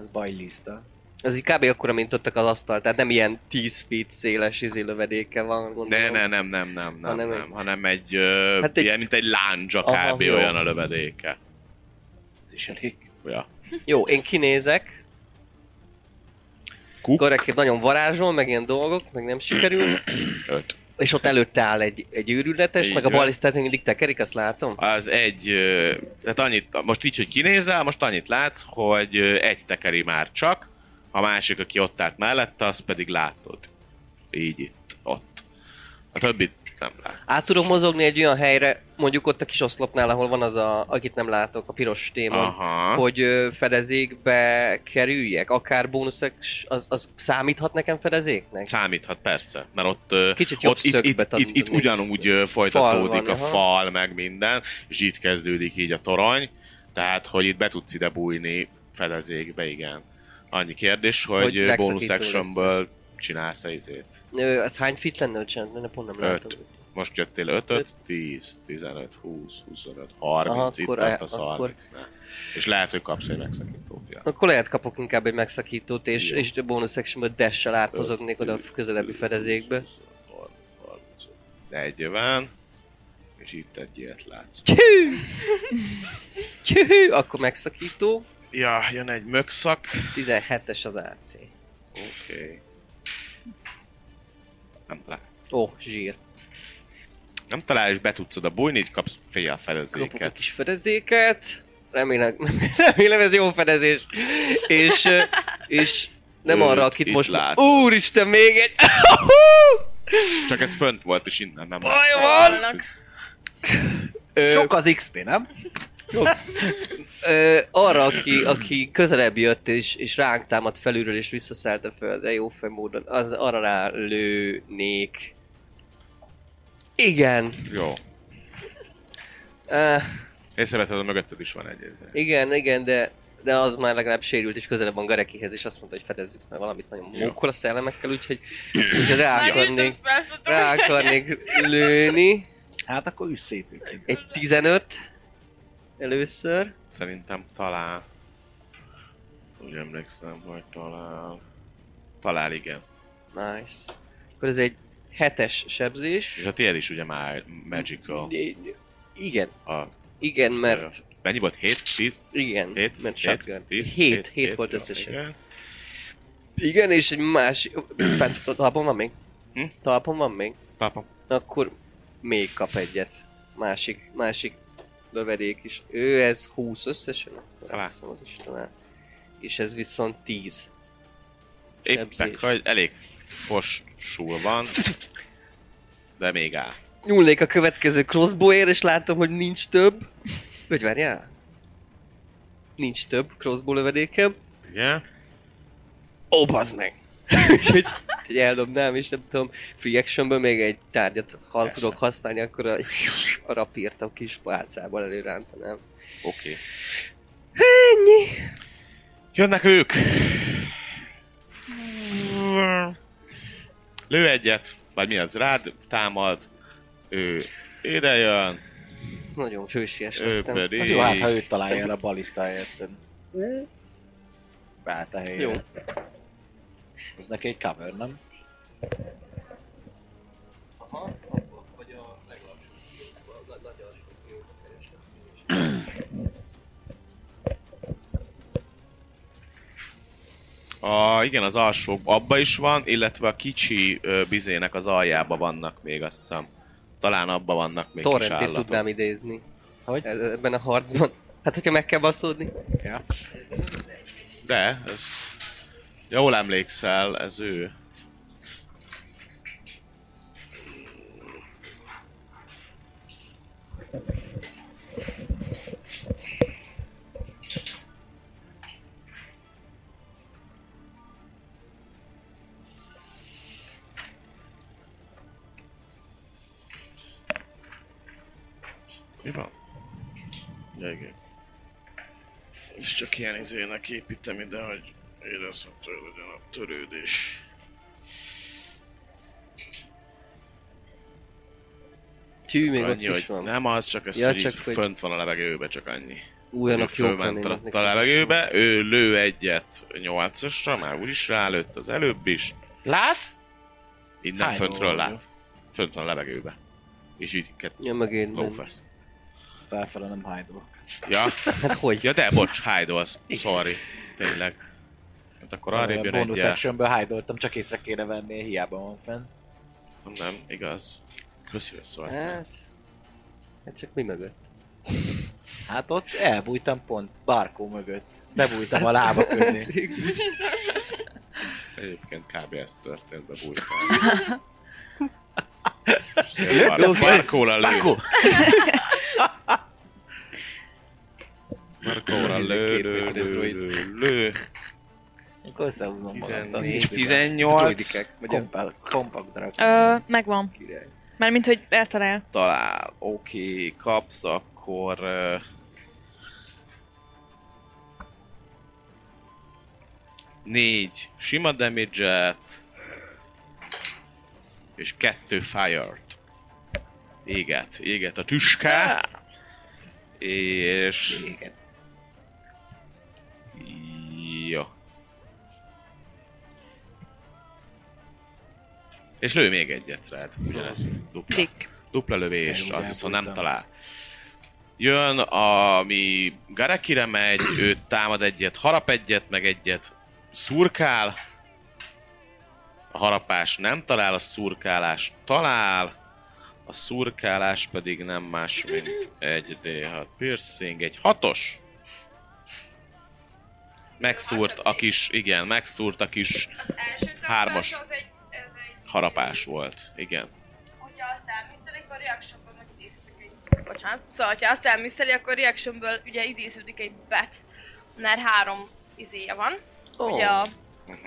Ez bajlista. az így kb. akkora, mint ott az asztal, tehát nem ilyen 10 feet széles izé lövedéke van, gondolom. Ne, ne, nem, nem, nem, nem, Hanem hanem, egy- nem, hanem egy, ö, Hát hát egy- egy, ilyen, mint egy láncsa Aha, kb. jó. olyan a lövedéke. Ez is elég. Ja. Jó, én kinézek. Kuk. Garekét nagyon varázsol, meg ilyen dolgok, meg nem *coughs* sikerül. Öt. És ott előtte áll egy, egy őrületes, Így meg a van. balisztát még mindig tekerik, azt látom. Az egy, ö, tehát annyit, most így, hogy kinézel, most annyit látsz, hogy ö, egy tekeri már csak, a másik, aki ott állt mellette, azt pedig látod. Így itt, ott. A többit nem lát. Át tudok mozogni egy olyan helyre, mondjuk ott a kis oszlopnál, ahol van az a, akit nem látok, a piros téma, Aha. hogy ö, fedezékbe kerüljek, akár bónuszek, s- az, az számíthat nekem fedezéknek? Számíthat, persze, mert ott, ö, Kicsit jobb ott itt, szögbe itt, tanulni. itt, itt ugyanúgy ö, folytatódik Fal van, a aha. fal, meg minden, és itt kezdődik így a torony, tehát, hogy itt be tudsz ide bújni fedezékbe, igen. Annyi kérdés, Hogy hogy, hogy megszakító bonus lesz. actionből csinálsz-e izét? Ö, ez hány fit lenne, hogy csinálni? Mert pont nem Öt. látom. Most jöttél 5 Öt. 5 10, 15, 20, 25, Aha, 30, itt akkor- e- tartasz akkor- 30 És lehet, hogy kapsz egy megszakítót, ja. Akkor lehet kapok inkább egy megszakítót, és, Jó. és a bónusz actionből dash-sel átmozognék oda a közelebbi fedezékbe. 40, és itt egy ilyet látsz. Tjű! Tjű! Akkor megszakító. Ja, jön egy mögszak. 17-es az AC. Oké. Nem talál. Ó, oh, zsír. Nem talál, és be tudsz oda bújni, így kapsz fél Kapok egy felezéket. kis fedezéket. Remélem, *laughs* remélem ez jó fedezés. És, ö, és nem Őt arra, akit itt most... látod. Úristen, még egy... Csak ez fönt volt, és innen nem Baj látsz. van! Ö, Sok az XP, nem? Ö, arra, aki, aki közelebb jött és, és ránk támadt felülről és visszaszállt a földre jó fej módon, az arra rá lőnék. Igen. Jó. Uh, Észrevetted, hogy mögötted is van egy. igen, igen, de, de az már legalább sérült és közelebb van Garekihez és azt mondta, hogy fedezzük meg valamit nagyon Jó. mókol a szellemekkel, úgyhogy, úgyhogy rá Már *laughs* akarnék, jöttem, felszóltam, rá hogy akarnék lőni. Hát akkor üss szép őket. Egy 15 először. Szerintem talál. Úgy emlékszem, hogy talál. Talál, igen. Nice. Akkor ez egy hetes sebzés. És a tiéd is ugye már magical. Igen, A, igen, mert mennyi volt? 7, 10, Igen, 7, mert 7, shotgun. 10, Hét, hét volt összesen. Igen, és egy *coughs* más... Fent, talpon van még? Hm? Talpon van még? Papa. Akkor még kap egyet. Másik, másik lövedék is. Ő ez 20 összesen? Talán. Azt hiszem, az is talán. És ez viszont 10. Éppen, Sebzés. hogy elég fossul *laughs* van. De még áll. Nyúlnék a következő crossbowért, és látom, hogy nincs több. Vagy várjál? Nincs több crossbow lövedékem. Ugye? Ó, bazd meg! *laughs* Úgyhogy hogy eldobnám, és nem tudom, free actionből még egy tárgyat, ha Persze. tudok használni, akkor a, a rapírt a kis pálcával előrántanám. Oké. Okay. Ennyi! Jönnek ők! Lő egyet, vagy mi az, rád támad, ő ide jön, Nagyon csősies ő lettem. pedig... Az jó, hát ha őt találja el a balisztáját. Beállt a helyére. Jó, Ez neki egy cover, nem? A, igen, az alsó abba is van, illetve a kicsi ö, bizének az aljába vannak még, azt hiszem. Talán abba vannak még kis torrentét állatok. tudnám idézni. Hogy? E- Ebben a harcban. Hát, hogyha meg kell basszódni. Ja. De, ez... Jól emlékszel, ez ő. Mi van? Ja, igen. És csak ilyen izének építem ide, hogy érezhető legyen a törődés. Tű még ott annyi, is hogy van. nem az, csak ez, Ja, ja, hogy csak csak hogy- fönt van a levegőbe, csak annyi. Újanak ő fölment a, a levegőbe, ő lő egyet 8-asra, már úgyis rálőtt az előbb is. Lát? Innen Hány föntről óra lát. Fönt van a levegőbe. És így kett... Ja, meg én nem. Lófasz. Ez Felfele nem hide Ja, Hát hogy? ja de bocs, hide az. Sorry. Tényleg. Hát akkor arrébb jön Bonus egyel. actionből hide csak észre kéne venni, hiába van fenn. Nem, igaz. Köszi, hogy szóltál. Hát... Hát csak mi mögött? Hát ott elbújtam pont Barkó mögött. Bebújtam a *laughs* lába közé. Egyébként kb. ez történt, de Jó, bújtál. Markóra lő. Markóra lő, lő, lő, lő, lő. Akkor összehúzom magam. 14, Droidikek, 18. vagy a Kompakt, kompakt darab. Ö, megvan. király. Mármint, hogy eltalál. Talál, oké, okay, kapsz, akkor... ö, Négy sima damage és kettő fire-t. Éget, éget a tüská, és... Igen. Ja. És lő még egyet rád, ugyanezt dupla. Klik. Dupla lövés, Elrúgál az viszont nem voltam. talál. Jön, ami Garekire megy, ő támad egyet, harap egyet, meg egyet szurkál. A harapás nem talál, a szurkálás talál. A szurkálás pedig nem más, mint egy D6 piercing, egy hatos. Megszúrt a kis, igen, megszúrt a kis Az *laughs* első Hármas. támadás az egy, ez egy... harapás volt. Igen. Hogyha azt elmisztelik, akkor reactionból meg idéződik egy... Bocsánat. Szóval, hogyha azt elmiszteli, akkor reactionből ugye idéződik egy bet. Mert három izéje van. Oh. Ugye a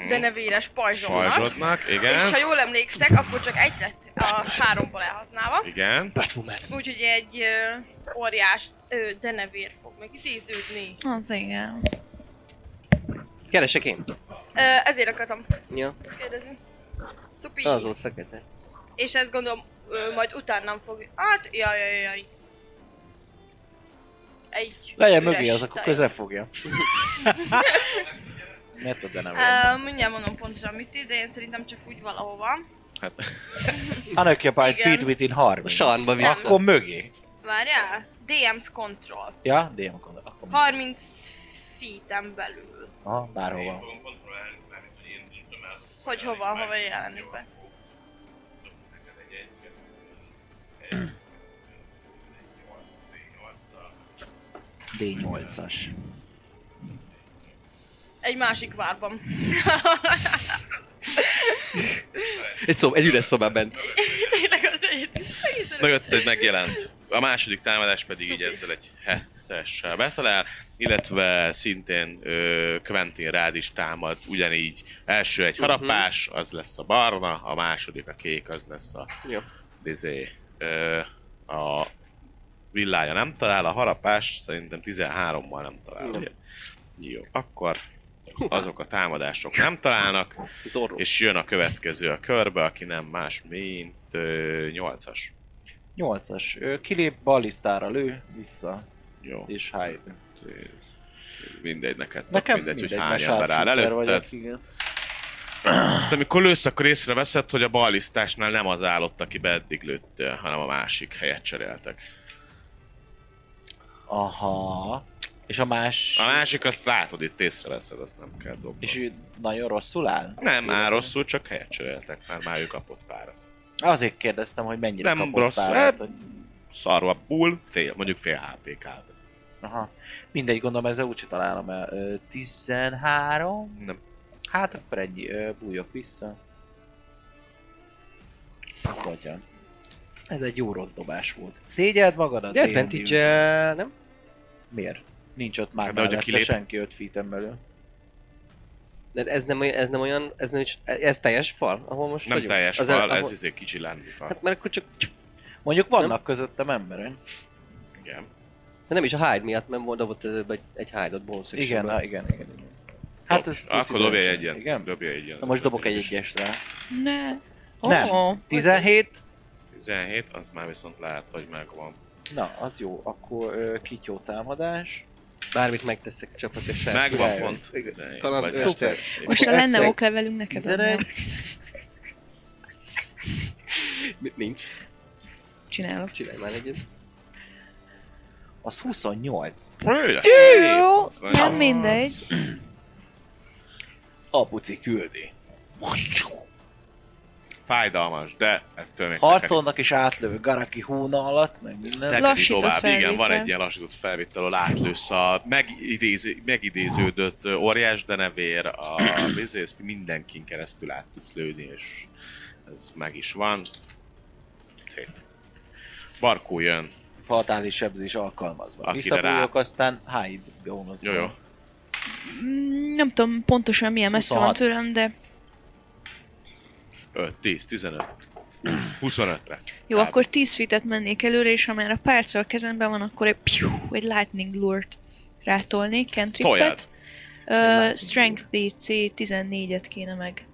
denevéres pajzsomnak. Pajzsodnak, És ha igen. jól emlékszek, akkor csak egy lett a háromból elhasználva. Igen. Batwoman. Úgyhogy egy ö, óriás ö, denevér fog meg idéződni. Az igen. Keresek én. Ö, ezért akartam Ja, kérdezni. Szupi. az volt fekete. És ezt gondolom ö, majd utánam fog... Hát, jaj, jaj, jaj. Egy Legyen üres mögé, az akkor táj. közel *laughs* fogja. Mert de nem uh, Ö, mindjárt mondom pontosan mit ír, de én szerintem csak úgy valahova. Hát, Unoccupied igen. feet within 30. A sarnba vissza. Akkor mögé. Várjál? DM's control. Ja, DM gondolom. Akkor 30 feet belül. Aha, bárhova. Hogy hova, hova jelenik be. D8-as. Egy másik várban. *laughs* Egy, szó, egy üres szobában bent. Tényleg az egyet. Mögött egy megjelent. A második támadás pedig így ezzel egy hetessel betalál, illetve szintén ö, Quentin rád is támad, ugyanígy első egy harapás, az lesz a barna, a második a kék, az lesz a Jó. dizé. Ö, a villája nem talál, a harapás szerintem 13-mal nem talál. Nem. Ugye? Jó, akkor azok a támadások nem találnak, Zorro. és jön a következő a körbe, aki nem más, mint ö, 8-as. 8-as. Ö, Kilép ballisztára lő, vissza, Jó. és hide. Mindegy neked. Nekem mindegy, mindegy, hogy mert hány ember áll sharpshooter előtted. vagyok, igen. Azt amikor lősz, akkor észreveszed, hogy a ballisztásnál nem az állott, aki be eddig lőttél, hanem a másik helyet cseréltek. Aha. És a más... A másik azt látod, itt észreveszed, azt nem kell dobni. És ő nagyon rosszul áll? Nem, már rosszul, csak helyet cseréltek, mert már ő kapott párat. Azért kérdeztem, hogy mennyire Nem kapott rossz, párat, hát- hogy... Szarva bull, fél, mondjuk fél hp -kád. Aha. Mindegy, gondolom ezzel úgyse találom el. Ö, 13? Nem. Hát akkor ennyi. Ö, bújok vissza. Hogyan? Hát, Ez egy jó rossz dobás volt. Szégyeld magadat? De hát D&D advantage eh, nem? Miért? Nincs ott már Hát, de de hogyha mellette kilép- senki 5 feet belül. De ez nem, olyan- ez nem olyan, ez nem is, ez teljes fal, ahol most Nem vagyunk? teljes Az el- fal, ez ahol- izé kicsi lángfal. Hát mert akkor csak, Mondjuk vannak közöttem emberek. Igen. de nem is a hide miatt, mert mondom, ott előbb egy, egy hide-ot bonus Igen, na, igen, igen, igen. Hát ez Akkor pici dobj döntség, egy ilyen. Igen? Dobj egy ilyen. Na most dobok egy egyest rá. Ne. Nem. Oh, 17? 17, az már viszont lehet, hogy megvan. Na, az jó. Akkor ö, kityó támadás. Bármit megteszek, csak hogy a srác. Megvan király. pont. Igen. 17, Talán vagy szuper. 17. most ha Akkor lenne egyszer- oklevelünk neked adnám. 11. Mi- Nincs, Csinálok. csinálj már egyet. Az 28. Hű, de- Jó, nem Nagyon- mindegy. Apuci küldi. Fájdalmas, de ettől még Harcolnak és átlövő Garaki hóna alatt, meg tekeri- minden. tekeri Lassított tovább. Igen, van felvétel. egy ilyen lassított felvétel, ahol átlősz a megidéző, megidéződött ö, óriás denevér, *coughs* a vizész, mindenkin keresztül át tudsz lőni, és ez meg is van. Szép. Barkó jön. Fatális sebzés alkalmazva. Akire Visszabújok, aztán hide bónusz. Jó, jó. Mm, Nem tudom pontosan milyen messze van 26. tőlem, de 5, 10, 15, 25-re. jó, akkor 10 fitet mennék előre, és ha már a párca a kezemben van, akkor egy, piu, egy lightning lure-t rátolnék, Tojád. cantrippet. Uh, strength DC 14-et kéne meg.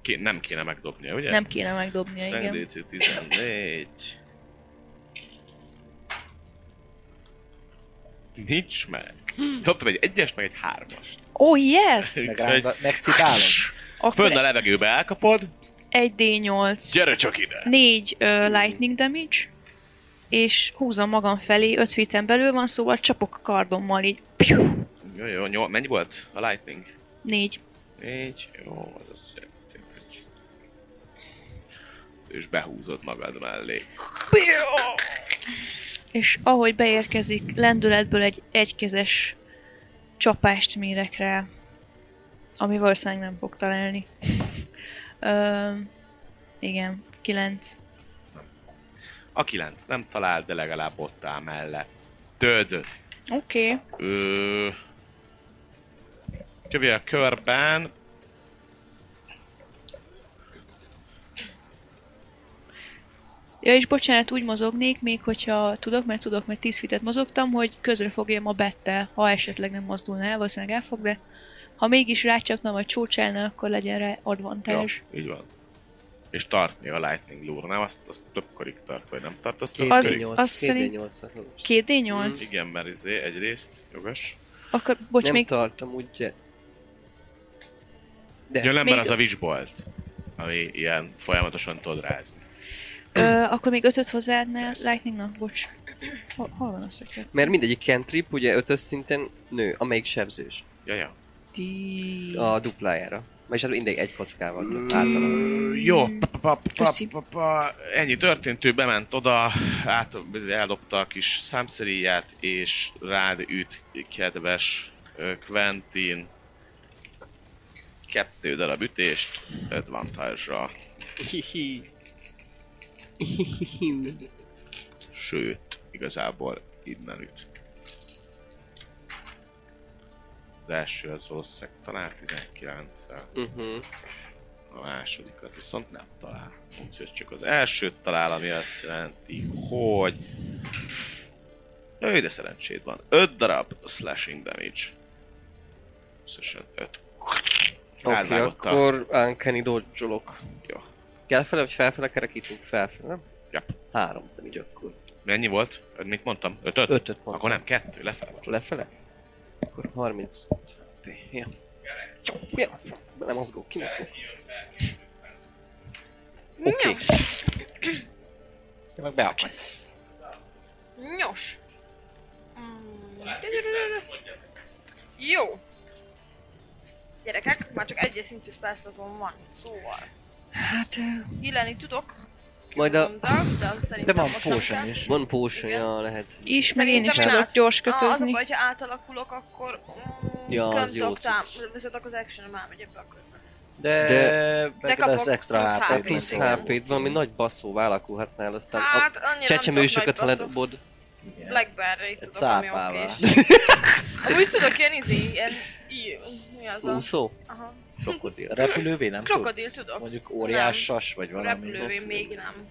Ké- nem kéne megdobnia, ugye? Nem kéne megdobnia, Strength igen. DC 14. Nincs meg. Dobtam egy egyes, meg egy hármas. Oh *laughs* yes! Úgyhogy Megrángat, megcitálom. Fönn a Akkor levegőbe elkapod, 1d8. gyere csak ide! 4 uh, lightning damage, és húzom magam felé, 5 feet belül van, szóval csapok a kardommal így. Jó, jó, jó, mennyi volt a lightning? 4. Négy, jó, az azt jelenti, hogy... És behúzod magad mellé. És ahogy beérkezik, lendületből egy egykezes csapást mérek rá, ami valószínűleg nem fog találni. Ö, igen, 9. A kilenc nem talál, de legalább ott áll mellé. Töd. Oké. Okay. Ö... Kövi a körben. Ja, és bocsánat, úgy mozognék, még hogyha tudok, mert tudok, mert 10 fitet mozogtam, hogy közre fogjam a bettel, ha esetleg nem mozdulna el, valószínűleg el fog, de ha mégis rácsapnám a csócsálna, akkor legyen rá Jó, advantage. így van. És tartni a lightning lure, nem? Azt, azt több korig tart, vagy nem tart, azt több Az- korig? azt szerint- 8 2d8? Igen, mert izé egyrészt, jogos. Akkor, bocs, Nem még... tartom úgy, de... Jön ember még- az a visbolt, ami ilyen folyamatosan tud rázni. Ö, Hm. akkor még ötöt hozzáadnál Persze. Lightningnak, bocs. Hol, hol van a szöke? Mert mindegyik cantrip ugye ötös szinten nő, amelyik sebzős. Ja, ja. Ti... A duplájára. Vagyis hát mindegy egy kockával. de Mm. Általában. Jó, pa, pa, pa, Köszi. pa, pa. ennyi történt, ő bement oda, át, eldobta a kis számszeríját, és rád üt, kedves ö, Quentin. Kettő darab ütést, advantage-ra, Hihi. sőt, igazából innen üt. Az első az valószínűleg talán 19 -el. Mhm. A második az viszont nem talál. Úgyhogy csak az elsőt talál, ami azt jelenti, hogy... Jaj, de szerencséd van. 5 darab slashing damage. Összesen 5. Oké, okay, Rádvágotta. akkor uncanny dodge-olok. Jó. Kell fel, vagy felfele kerekítünk? Felfele, nem? Ja. Három, de így akkor. Mennyi volt? Öt, Mit mondtam? 5 5? Ötöt mondtam. Akkor nem, 2, lefelé. Lefele? Akkor 30. Ja. Ja. Bele mozgok, ki mozgok. Oké. Okay. Te meg beapatsz. Nyos. Mm. Jó. Gyerekek, már csak egyes szintű spászlatom van, szóval. Hát... Hílelni tudok. Majd a... mondom, De, az De szerintem van most nem potion kell. is. Van potion, Igen. ja, lehet. Is, meg én is Szerintem én tudok át- gyors Ah, az a kötözni. baj, hogyha átalakulok, akkor... Mm, Ja, az nem jó tudok tám- cucc. viszont akkor az action már megy ebbe a körbe. De, De- de megad az kapok extra plusz hp HP-t, plusz igen. HP-t, valami nagy basszóvá alakulhatnál, aztán a Hát annyira csecsemősöket, ha nem tudok nagy ledobod. basszok. Blackberry tudok, ami cápával. okés. Amúgy tudok ilyen izé, ilyen... i- Mi az a... Úszó? Aha. Krokodil. Repülővé nem Krokodil tudsz? tudok. Mondjuk óriás sas, vagy valami. Repülővé még nem.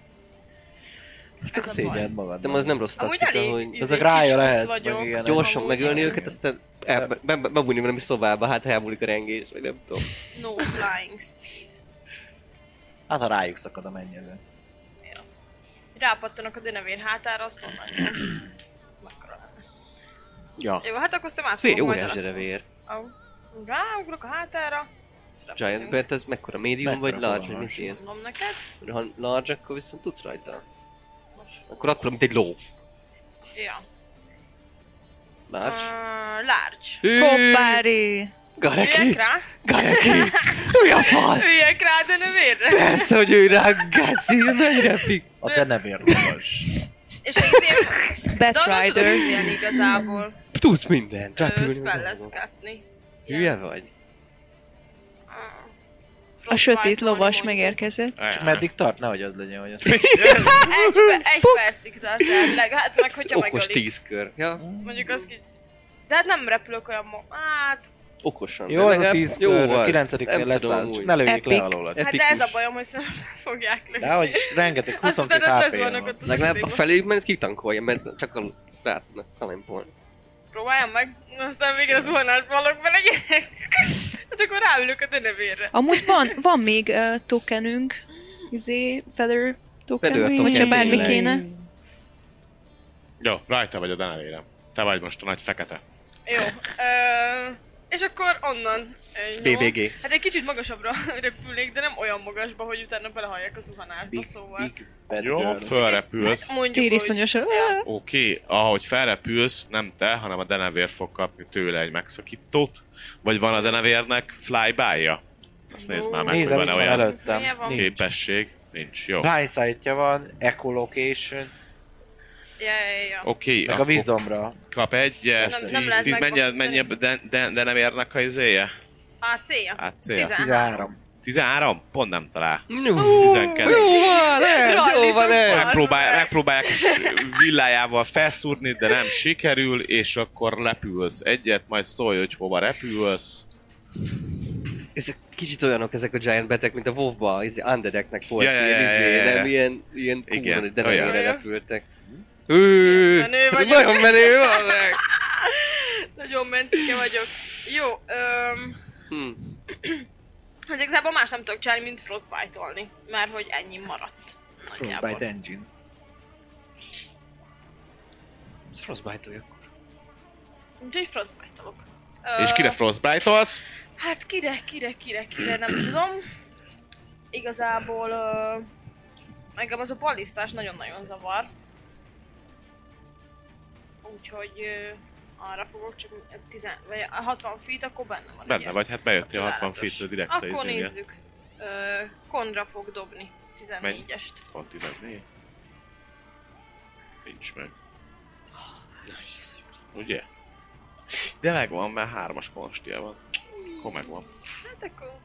Hát akkor Ez a baj. szégyeld magad. De az nem rossz Amúgy taktika, elég hogy Ezek izé, rája csicsusz lehet, meg vagyok. ilyenek. gyorsan Amúgy megölni igen. őket, aztán el- be- be- bebújni valami szobába, hát ha elmúlik a rengés, vagy nem tudom. No flying speed. Hát ha rájuk szakad a mennyező. Rápattanak a denevér hátára, azt onnan jön. Mekkora lenne. Ja. Jó, hát akkor aztán már Fél fogom majd órás a- zserevér. Au. Ráugrok a hátára. Giant Bat, ez mekkora médium vagy Mekkora large, vagy hatalmas. mit ilyen? Mondom neked. Ha large, akkor viszont tudsz rajta. Akkor akkor, mint egy ló. Ja. Large. Uh, large. Hű, Hoppári! Üljek Gareki! rá? Gareki! Mi a fasz? Üljek rá a denevérre? Persze, hogy ő rá gáci, megrepik! A denevér lovas. És az én... Bat Dalon tudok Rider. ilyen igazából. Tudsz mindent, Ö, repülni. dolgok. spellezketni. Hülye vagy? A sötét lovas megérkezett. Csak meddig tart, nehogy az legyen, hogy azt Egy, per- egy percig tart elvileg, hát meg hogyha Okos megölik. tíz kör. Ja, Mondjuk az kicsit. De hát nem repülök olyan mo- hát, okosan. Jó, az a Legalább 10 jó kör, az. a 9 Nem lesz tudom az, úgy. csak ne lőjék le Epic. alólad. hát de ez a Epikus. bajom, hogy szerintem nem *laughs* fogják lőni. De hogy rengeteg Aztán 22 ott ez HP vannak van. ott Legalább a az felé ment kitankolja, mert csak a rá tudnak kalimpolni. Próbáljam meg, aztán végre az vonás valak vele gyerek. Hát akkor ráülök a denevérre. Amúgy van, van még uh, tokenünk. Izé, feather Feather tokenünk, token, hogyha bármi tényleg. kéne. Jó, rajta vagy a denevérem. Te vagy most a nagy fekete. Jó. Ö, és akkor onnan ö, nyom. BBG. Hát egy kicsit magasabbra *laughs* repülnék, de nem olyan magasba, hogy utána belehalljak a zuhanásba, Big, szóval. Hát big bad Jó, girl. fölrepülsz. Mondjuk, hogy... Tériszonyos. Ja. Oké, ahogy felrepülsz, nem te, hanem a denevér fog kapni tőle egy megszakítót. Vagy van a denevérnek flyby-ja? Azt nézd már meg, Nézem, hogy itt van-e van olyan Milyen van? előttem. Nincs. képesség. Nincs, jó. Blindsight-ja van, echolocation, Ja, ja, ja. Oké, meg a akkor wisdomra. kap egyet, Nem- nem tíz, lehet tíz, mennyi, megfogni. mennyi de, de, de nem érnek a izéje? A célja. AC-je? 13. 13? Pont nem talál. Jó 12. van, ez, jó van, ez. Megpróbál, megpróbálják villájával felszúrni, de nem sikerül, és akkor repülsz egyet, majd szólj, hogy hova repülsz. Ezek kicsit olyanok ezek a giant betek, mint a WoW-ba, izé, undeadeknek volt Ja, ja, ilyen, ja, izé, ja, ja. nem ilyen, ilyen Igen, kúrni, de nem olyan. ilyen repültek. Hű, Hát, Menő vagyok. nagyon menő valószínűleg. Nagyon mentike vagyok. Jó, öm, Hm. hát igazából más nem tudok csinálni, mint frostbite-olni. Mert hogy ennyi maradt. Nagyjából. Frostbite engine. Frostbite-olj akkor. Úgyhogy frostbite-olok. És kire frostbite-olsz? Hát kire, kire, kire, kire, *clears throat* nem tudom. Igazából ö, engem az a balisztás nagyon-nagyon zavar. Úgyhogy ö, arra fogok csak egy 10, vagy a 60 feet, akkor benne van. Benne vagy, hát bejöttél Akkor 60 látos. feet direkt a Akkor izéje. nézzük. Ö, konra fog dobni 14-est. Pont ideg. Nincs meg. Ugye? De megvan, mert hármas konstia van. Akkor megvan. Hát akkor...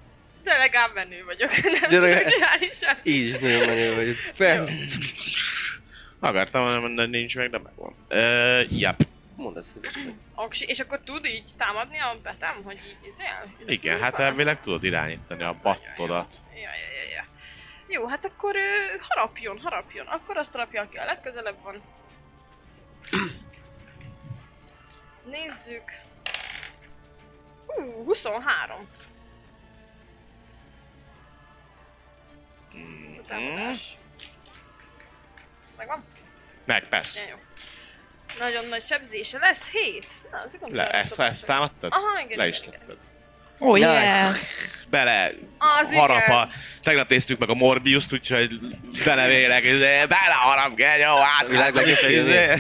De legalább menő vagyok, *laughs* nem De tudok legalább- csinálni semmit. Így is nagyon menő vagyok. Persze. Akartam volna mondani, hogy nincs meg, de megvan. Ö, jep. Mondd ezt, hogy Oksi, és akkor tud így támadni a betem, hogy így izél? Igen, hát elvileg tudod irányítani a battodat. Ja, ja, ja, ja. Jó, hát akkor ő, harapjon, harapjon. Akkor azt harapja, aki a legközelebb van. Nézzük. Ú, 23. Mhm. Támadás. Megvan? Meg, persze. Nagyon jó. Nagyon nagy sebzése lesz, 7. Na, az igazán Le, ezt, ezt támadtad? Aha, igen. Le igen, is igen. tetted. Oh, Nice. yeah. Bele Az harap igen. a... Tegnap néztük meg a Morbius-t, úgyhogy belevélek, izé, beleharap, genyó, hát, Világ legjobb izé.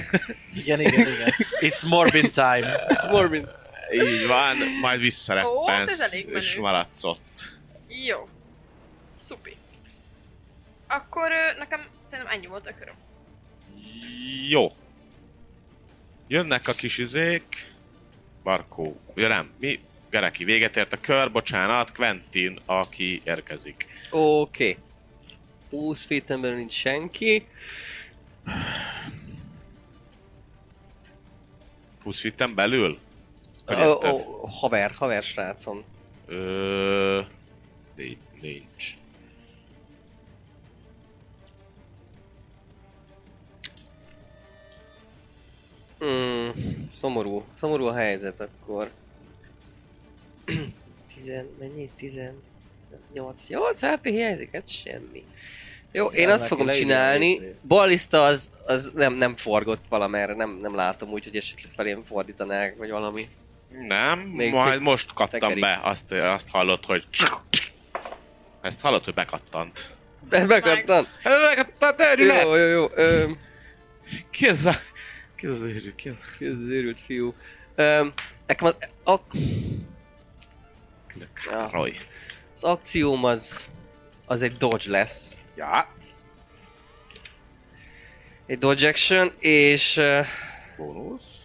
Igen, igen, *laughs* igen. It's Morbin time. It's Morbin. Így van, majd Ó, hát ez visszareppensz, elég menő. és maradsz ott. Jó. Szupi. Akkor ö, nekem szerintem ennyi volt a köröm. Jó. Jönnek a kis izék. Barkó. Ja nem, mi? Garaki véget ért a kör, bocsánat, Quentin, aki érkezik. Oké. 20 féten belül nincs senki. 20 fitten belül? Vagy Ö, etted? ó, haver, haver srácon. Ö, ni- nincs. Mm, szomorú. Szomorú a helyzet akkor. *clears throat* Tizen... mennyi? Tizen... 8. 8 HP hiányzik? Hát semmi. Jó, én Nem, azt neki fogom leírja a csinálni. izét. Ballista az, az nem, nem forgott valamerre, nem, nem látom úgy, hogy esetleg felém fordítanák, vagy valami. Nem, Még majd te- most kaptam tekerik. be, azt, azt hallod, hogy... Ezt hallod, hogy bekattant. Ez megkaptam? Ez bekattant, őrület! Jó, jó, jó. Öm, Ki ez a... Ki ez az őrül? Ki ez, Ez az őrült fiú. Öm, nekem az, ak- ki ez a Károly? az akcióm az, az egy dodge lesz. Ja, Egy dodge action, és ö, bónusz.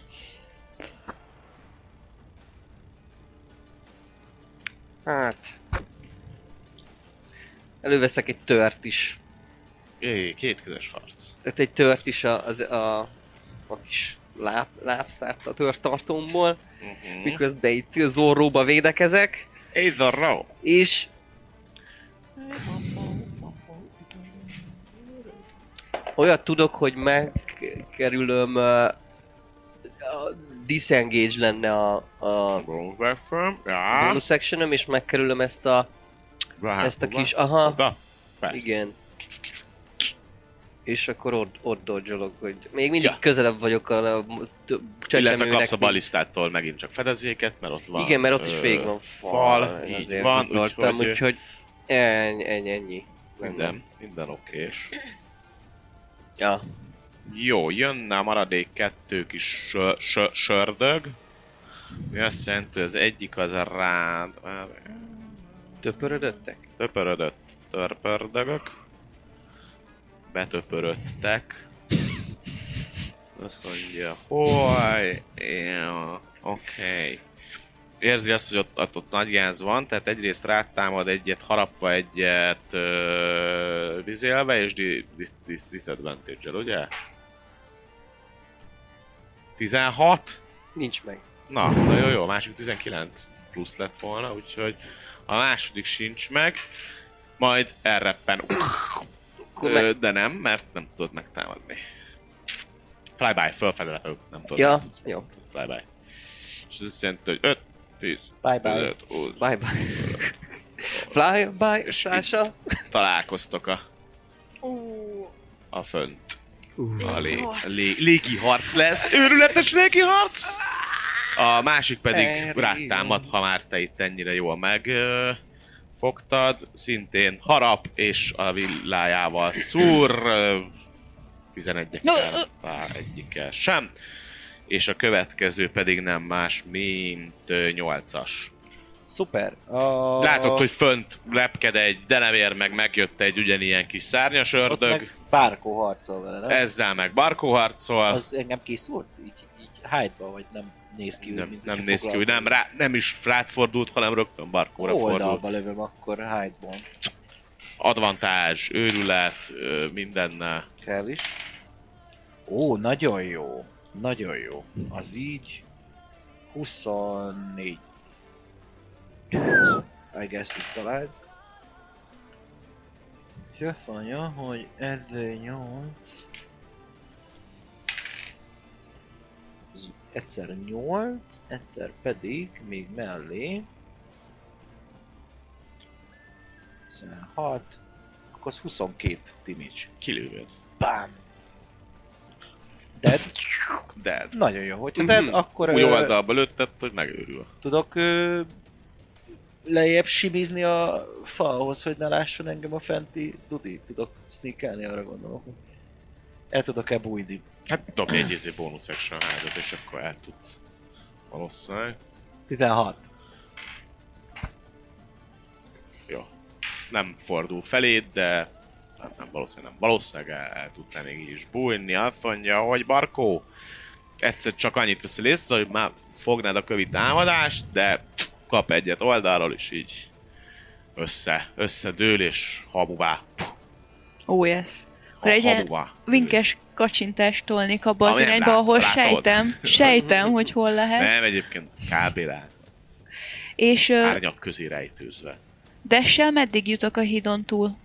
hát... Előveszek egy tört is. Jé, két közös harc. Tehát egy tört is a, az, a, a kis láb, lábszárt a törtartomból, Mhm. miközben itt zorróba védekezek, Ez a ró. és olyat tudok, hogy megkerülöm ö, a disengage lenne a, a Bonus weapon. Ja. bonus actionöm, és megkerülöm ezt a, Rá, ezt a hova? kis, aha, Oda? Persze. igen. És akkor ott, ott dodgyolok, hogy még mindig Ja. közelebb vagyok a, a t- Illetve csecsemőnek. kapsz a balisztától megint csak fedezéket, mert ott van. Igen, mert ott is ö, végig van fal, fal. én így azért van, gondoltam, úgyhogy- úgyhogy ennyi, ennyi, ennyi. Minden, minden okés. Ja. Jó, jönne a maradék kettő kis sö, sö, sördög. Mi azt jelenti, hogy az egyik az a rád... Töpörödöttek? Töpörödött törpördögök. Betöpörödtek. Azt mondja, hoj, ja, oké. Érzi azt, hogy ott, ott, ott nagy gáz van, tehát egyrészt rátámad egyet, harapva egyet ö, vizélve, és di, di, di, disadvantage-el, ugye? 16? Nincs meg. Na, na jó, jó, a másik 19 plusz lett volna, úgyhogy a második sincs meg, majd elreppen, Akkor meg... Ö, de nem, mert nem tudod megtámadni. Flyby, fölfele, ö, nem tudod. Ja, nem tudsz. jó. Flyby. És ez azt jelenti, hogy 5, 10, Bye bye. 15, 20, Bye bye. Fly, bye, És Sasha. találkoztok a, Ú, a fönt. A lé, Harc. lé, légi harc lesz, őrületes légi harc! A másik pedig Erről. rátámad, ha már te itt ennyire jól meg ö, fogtad, szintén harap, és a villájával szúr, 11 No, ö. ekkel egyikkel sem, és a következő pedig nem más, mint 8-as. Szuper. A... Látod, hogy fönt repked egy denevér, meg megjött egy ugyanilyen kis szárnyas Ott ördög, meg Párkó harcol vele, nem? ezzel meg Barkó harcol. Az engem kiszúrt? Így, így hide vagy nem néz ki úgy, nem, mint nem hogyha néz ki, úgy, foglalkozik. nem, rá, nem is rád fordult, hanem rögtön Barkóra fordult. Oldalba lövöm akkor hide-ban. Advantage, őrület, ö, mindennel. Kell is. Ó, nagyon jó. Nagyon jó. Az így... 24. I guess itt talált. És azt mondja, hogy ez 8... Egyszer 8, egyszer pedig még mellé 16, akkor az 22 damage. Kilővöd. Bám! Dead. Dead. Nagyon jó, hogyha dead, Mhm. akkor Úgy ö, oldalba lőtted, hogy megőrül. tudok ö, lejjebb simizni a falhoz, hogy ne lásson engem a fenti dudi. Tudok sneakelni, arra gondolok. El tudok-e bújni? Hát dobj egy izé bónusz action házat, és akkor el tudsz. Valószínűleg. 16. Jó. Nem fordul feléd, de nem, nem valószínűleg nem. Valószínűleg el, el tudtál még így is bújni. Azt mondja, hogy Barkó, egyszer csak annyit veszel észre, hogy már fognád a kövi támadást, de kap egyet oldalról, és így össze, összedől, és hamuvá. Puh, Oh yes. Akkor ha- egy ilyen hamuvá. vinkes kacsintást tolnék abba az Amilyen irányba, lát- ahol látod. sejtem, sejtem, hogy hol lehet. Nem, egyébként kb. rá. És Hát, ö, Árnyak közé rejtőzve. dessel meddig jutok a hídon túl?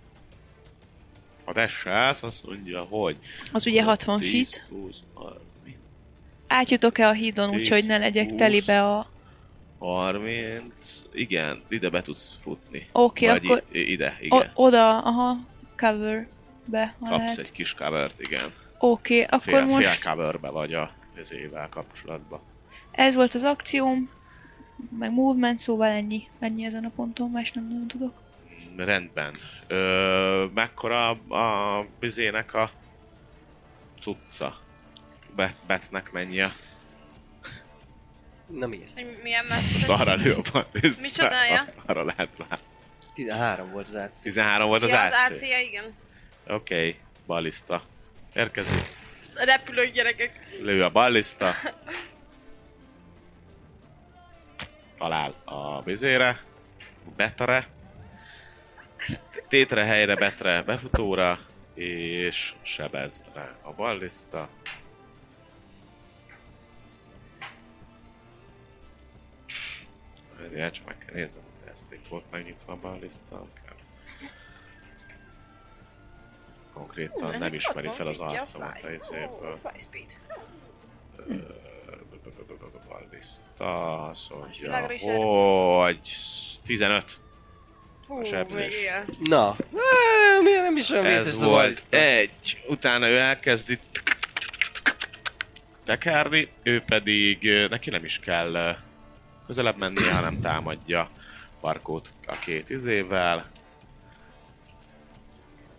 Ha dessász, azt mondja, hogy... Az ugye 60 10, feet. 20, 30, Átjutok-e a hídon úgy, 10, hogy ne legyek 20. telibe a... 30... Igen, ide be tudsz futni. Oké, Vagy akkor i- ide, o- igen. oda, aha, coverbe ha Kapsz lehet. egy kis covert, igen. Oké, akkor Fél, most... most fél coverbe vagy a közével kapcsolatban. ez volt az akcióm, meg movement, szóval ennyi. Ennyi ezen a ponton, más nem nagyon tudok. Rendben. Ö, mekkora a, a bizének a cucca? Be, betnek mennyi a Na miért? Hogy milyen messze. arra lő a nézd, Mi csodája? Azt arra lehet látni. 13 volt az AC. 13 volt az ja, az AC. ac Oké, -ja, igen. okay. baliszta. Érkezik. A repülő gyerekek. Lő a baliszta. Talál a bizére. Betere. Tétre, helyre, betre, befutóra. És sebez rá a baliszta. Várjál, csak meg kell néznem, hogy ezt itt volt megnyitva a baliszta. akár. Ú, Konkrétan nem ennek ismeri ott fel az van, így arcomat a fly. izéből. Ó, fly speed. Balvista, azt mondja, Világra is hogy 15. Hú, sebzés. még ilyen. Na. Eee, miért nem is olyan vészes Ez szóval volt egy. Utána ő elkezdi tekárni, ő pedig ö, neki nem is kell ö, közelebb mennie, hanem támadja Parkót a két izével.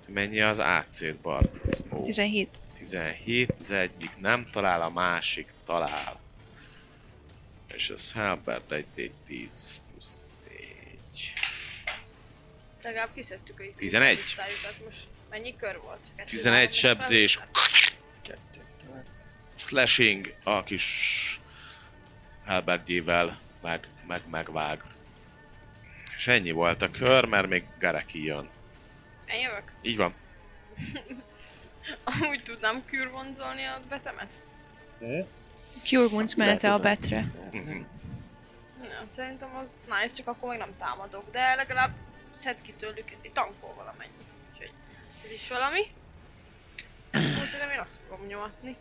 Mennyi az AC-t, Barkó? 17. 17, az egyik nem talál, a másik talál. És ez Halbert 1 10 plusz 4. Legalább kiszedtük a 11. listájukat most. Mennyi kör volt? Kettő, 11 három, öt, sebzés. öt. Slashing a kis Halbertjével meg, meg, megvág. És ennyi volt a kör, mert még Gareki jön. Én jövök. *laughs* Így van. Amúgy tudnám kürvonzolni a betemet? Cure Wounds menete a Látod, betre. Mhm. Ja, szerintem az nice, csak akkor meg nem támadok, de legalább szed ki tőlük, egy tankol valamennyit. Úgyhogy ez is valami. Akkor szerintem én azt fogom nyomatni.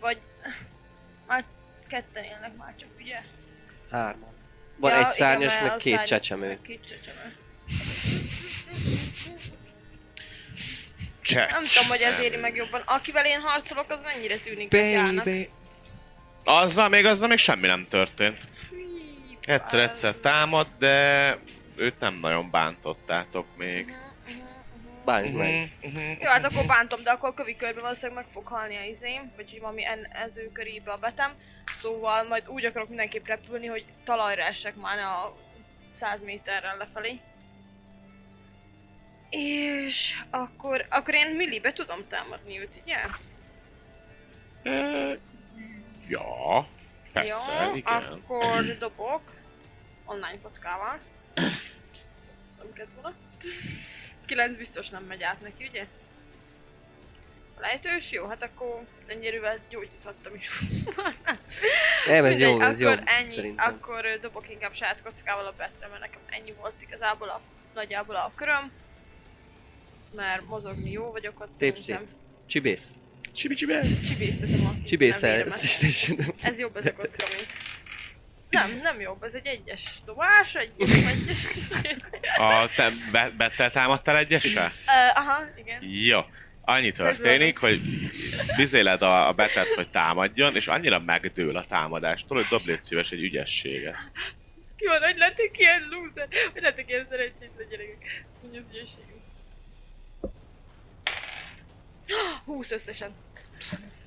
Vagy... Már ketten élnek már csak, ugye? Hárman. Van Ja, egy szárnyas, igen, mert meg a két szárnyas- csecsemő. Két csecsemő. Cseh. Nem tudom, hogy ez éri meg jobban. Akivel én harcolok, az mennyire tűnik Baby. Baby. Azzal még, azzal még semmi nem történt. Egyszer-egyszer támad, de őt nem nagyon bántottátok Mhm, még. Bánj meg. Mhm. Jó, hát akkor bántom, de akkor a kövi körben valószínűleg meg fog halni a izém, vagy hogy valami en, ező körébe a betem. Szóval majd úgy akarok mindenképp repülni, hogy talajra esek már ne a 100 méterrel lefelé. És akkor, akkor én millibe tudom támadni őt, ugye? Ö, Ja, persze, Jó, igen. akkor dobok online kockával. Nem kezd volna. 9 biztos nem megy át neki, ugye? A lejtős? Jó, hát akkor ennyirűvel gyógyíthattam is. *laughs* Nem, ez Mindegy, jó, ez jó. akkor ennyi, Szerintem. akkor ö, dobok inkább saját kockával a betre, mert nekem ennyi volt igazából a, nagyjából a köröm. Mert mozogni jó vagyok ott Tépszét. szerintem. Csibész. Csibicsibe. Csibésztetem a nem Csibészel. bírom ezt ezt. is tesszük. Ez jobb ez a kocka, mint... Nem, nem jobb, ez egy egyes dobás, egyes, egyes. *laughs* A te be, be, te támadtál egyesre? Uh, aha, igen. Jó. Annyi történik, hogy bizéled a, a betet, hogy támadjon, és annyira megdől a támadástól, hogy dob légy szíves egy ügyességet. Ez ki van, hogy lettek ilyen loser, hogy lettek ilyen szerencsétlen gyerekek. Mondj az ügyességünk. 20 összesen.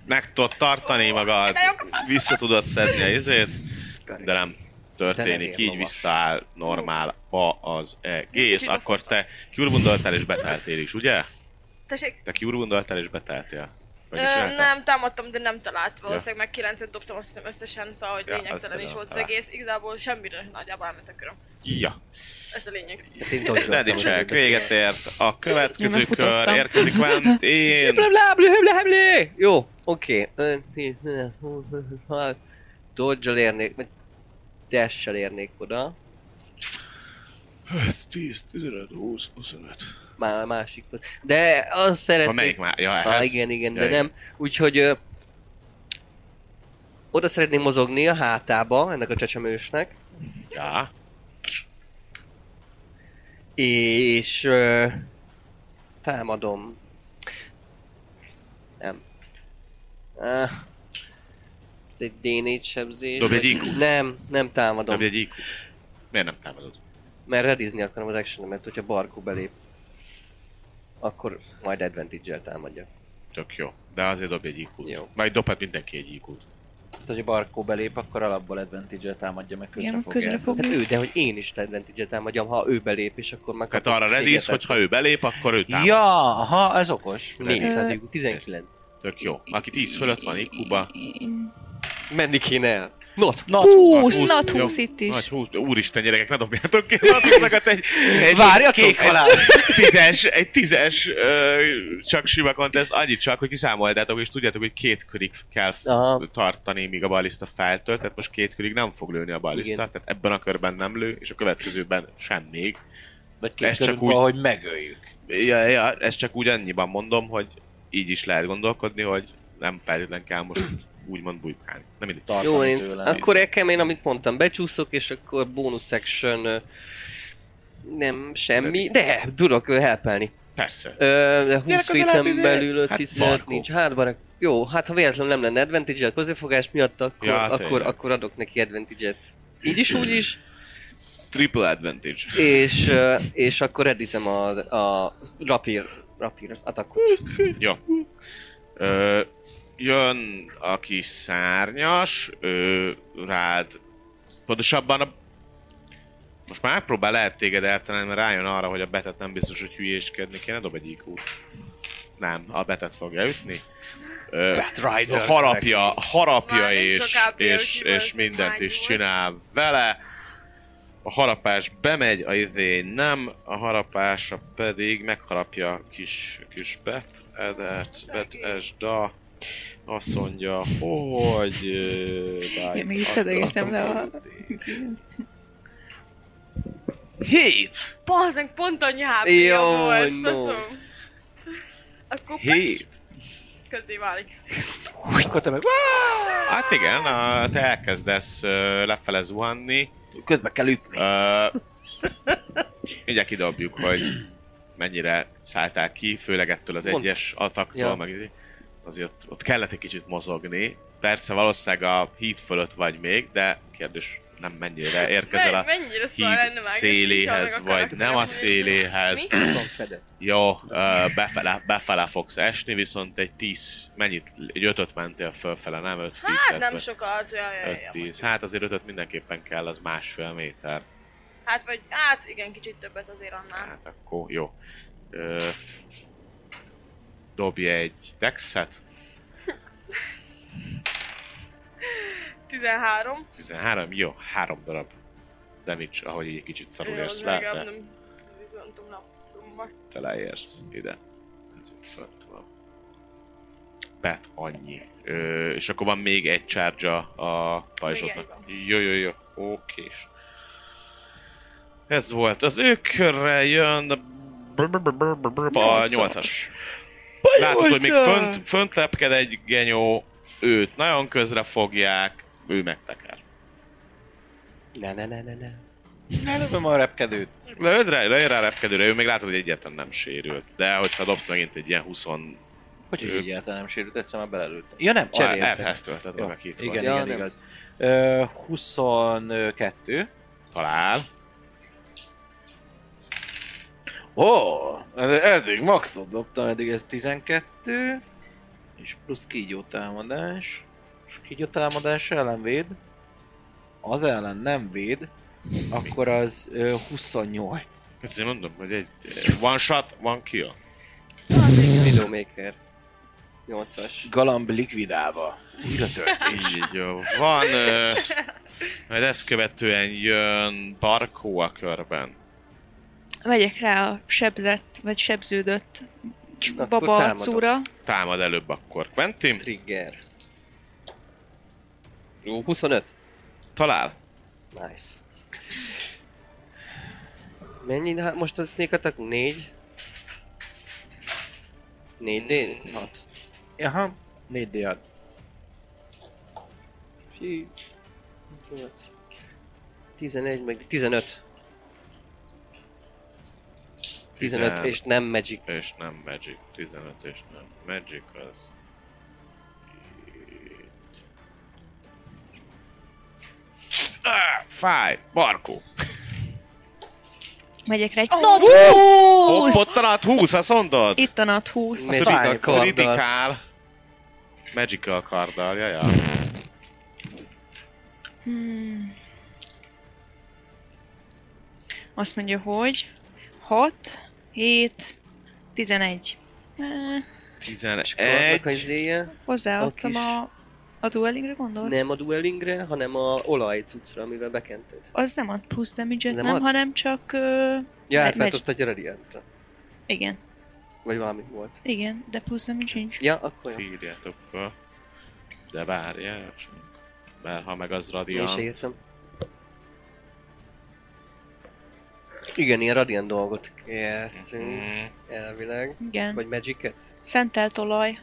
Meg tudod tartani magad, vissza tudod szedni a izét, de nem történik, így visszaáll normál a az egész, akkor te kiurbundoltál és beteltél is, ugye? Tessék, Te kiurbundoltál és beteltél. Meg is Ö, csináltál? nem, támadtam, de nem talált. Valószínűleg meg 9 dobtam, azt hiszem összesen, szóval hogy Ja, lényegtelen azt is volt az talált. egész. Igazából semmire nagyjából elment a köröm. Ja. Ez a lényeg. Hát én Ready check, véget ért. A Én következő nem kör futottam. *laughs* érkezik van. Én... Blablablablé! Jó, oké. Ö, tíz, ö, hú, hú, hú, hú. Dodge-al érnék, vagy dash-sel érnék oda. 10, 15, 20, 25. Már a másikhoz. De azt Ha szeretnék... melyik már? Ja, Ah, ehhez? igen, igen, Ja, de igen. nem. Úgyhogy ö, oda szeretném mozogni a hátába ennek a csecsemősnek, Ja. és ö, támadom. Nem. Ah, egy D4 sebzés. Dobj egy vagy- IQ-t. Nem, nem támadom. Dobj egy iq Miért nem támadod? Mert redizni akarom az actionemet, hogyha Barkó belép. Akkor majd advantage-el támadja. Tök jó. De azért dobj egy iq Jó. Majd dobhat mindenki egy iq Tehát, hogy a Barkó belép, akkor alapból advantage támadja, meg közre Igen, fog közre járni. fog Hát jönni. ő, de hogy én is advantage-el támadjam, ha ő belép, és akkor meg... Tehát Hát arra redísz, hogyha ő belép, akkor ő támad. Ja, aha, ez okos. 400 IQ, 19. Tök jó. Aki 10 fölött van IQ-ba. Menni kéne el. Not. Na, 20, húsz, nat jó. 20 itt Nagy is. hú, úristen gyerekek, ne dobjátok ki *laughs* Matiznak egy, egy... Várja, kék halál! Egy tízes, egy tízes ö, csak sima contest, annyit csak, hogy kiszámoltátok, és tudjátok, hogy két körig kell Aha. tartani, míg a balista feltölt, tehát most két körig nem fog lőni a balista, Igen. tehát ebben a körben nem lő, és a következőben sem még. Vagy két Ez csak körünk úgy- van, hogy megöljük. Ja, ja, ezt csak úgy annyiban mondom, hogy így is lehet gondolkodni, hogy nem feltétlenül kell most úgymond bujkálni. Nem mindegy. Tartani Jó, én, tőle. akkor nekem én, amit mondtam, becsúszok, és akkor bonus section... ö, Nem, semmi. De, tudok ö, helpelni. Persze. Ö, de 20 Gyerek, az feet-en elebb izé. belül öt Hát, 15 Barkó. nincs. Hát, barek. Jó, hát ha véletlenül nem lenne advantage a közéfogás miatt, akkor, Ja, akkor, tényleg. akkor adok neki advantage-et. Így is, úgy is. Triple advantage. És, ö, és akkor redizem a, a rapír, rapír hát attackot. Jó. Ö, jön a kis szárnyas, ö, rád. Pontosabban a... Most már próbál lehet téged eltalálni, mert rájön arra, hogy a betet nem biztos, hogy hülyéskedni kéne, dob egy iq Nem, a betet fogja ütni. Ö, Batrider. harapja, harapja Már nincs és, sok április, és, mivel és ez mindent máj is volt. csinál vele. A harapás bemegy, a izé nem, a harapása pedig megharapja a kis, kis bet, edet, bet esda. Azt mondja, hogy... ö, Én még is szedegetem le a... Hét! Bazen, pont annyi hp Jó, volt, no. faszom. Akkor Hét! közé válik. Akkor te meg Hát igen, a, te elkezdesz ö, lefele zuhanni, közbe kell ütni. Ö, mindjárt kidobjuk, hogy mennyire szálltál ki, főleg ettől az Mond. egyes ataktól, Ja. meg így- azért ott kellett egy kicsit mozogni. Persze valószínűleg a híd fölött vagy még, de kérdés nem mennyire érkezel a Men- mennyire szar lenne híd vágni, széléhez, kicsalnak a vagy nem a karakterem. széléhez. Mi? Van fedett. Jó, ö, befele, befele fogsz esni, viszont egy 10, mennyit, egy 5 mentél fölfele, nem 5 Hát nem sokat, jaj, jaj, jaj. 5-10. Hát azért 5 mindenképpen kell, az másfél méter. Hát vagy, hát igen, kicsit többet azért annál. Hát akkor jó. Ö, dobj egy dexet. 13. 13, jó, három darab damage, ahogy így egy kicsit szarul Jó, érsz az le, legalább de nem- viszont tudom, tudom, vagy- te leérsz ide. Ez itt fönt van. Bet annyi. Ö, és akkor van még egy charge a pajzsodnak. Jó, jó, jó. Okés. Ez volt az ő körre jön a a nyolcas. Látod, hogy még fönt, fönt lepked egy genyó, őt nagyon közre fogják, ő megteker. Ne, ne, ne, ne, ne. Előbb a repkedőt. Lőd rá, lőj rá a repkedőre, ő még látod, hogy egyáltalán nem sérült. De hogyha dobsz megint egy ilyen 20... Hogy Ő- hogy egyáltalán nem sérült, egyszer már belelőttem. Ja nem, Ah, cseréltek. Erhez töltöd Jó, meg itt igen, volt. igen, Ja, nem. igaz. Ö, 22. Talál. Ó, oh, eddig maxot dobtam, eddig ez 12. És plusz kígyó támadás. És kígyó támadás ellen véd. Az ellen nem véd. Akkor az ö, 28. Ezt én eh, mondom, hogy egy one shot, one kill. Widowmaker. 8-as. Galamb likvidálva. Így jó. Van, ö, majd ezt követően jön Barkó a körben. Megyek rá a sebzett, vagy sebződött Akkor baba támadok. arcúra. Támad előbb akkor Quentin. Trigger. Jó, 25. Talál. Nice. Mennyi? Hát most a sneak attackunk? 4. 4 d 6. Aha, 4 d 6 8. 11, meg 15. 15 és nem magic. és nem Magic. 15 és nem Magic az... Így. Ah, fáj! Barkó! Megyek rá egy Oh. nat Hopp, 20! ott talált 20, azt mondod? Itt a nat 20. Mit? Szüri- Fáj, karddal. Kritikál. Magical karddal, jaja. Hmm. Azt mondja, hogy 6, 7, 11. Eh, Egy. Az 11. éje, A kis- Hozzáadtam a... A duelingre gondolsz? nem a duelingre, hanem a olaj cuccra, amivel bekented. Az nem ad plusz damage nem, Nem nem ad? hanem csak... Ö, Ja, hát Meg- mert ott a radiantra. igen, Vagy valami volt. igen, de plusz damage nincs. Ja, akkor jó. Írjátok fel. De várjál csak. Mert ha meg az Én se radiant. írtam. Igen, ilyen radiant dolgot kértünk, Mm. elvileg. Igen. Vagy Magic-et? Szentelt olaj.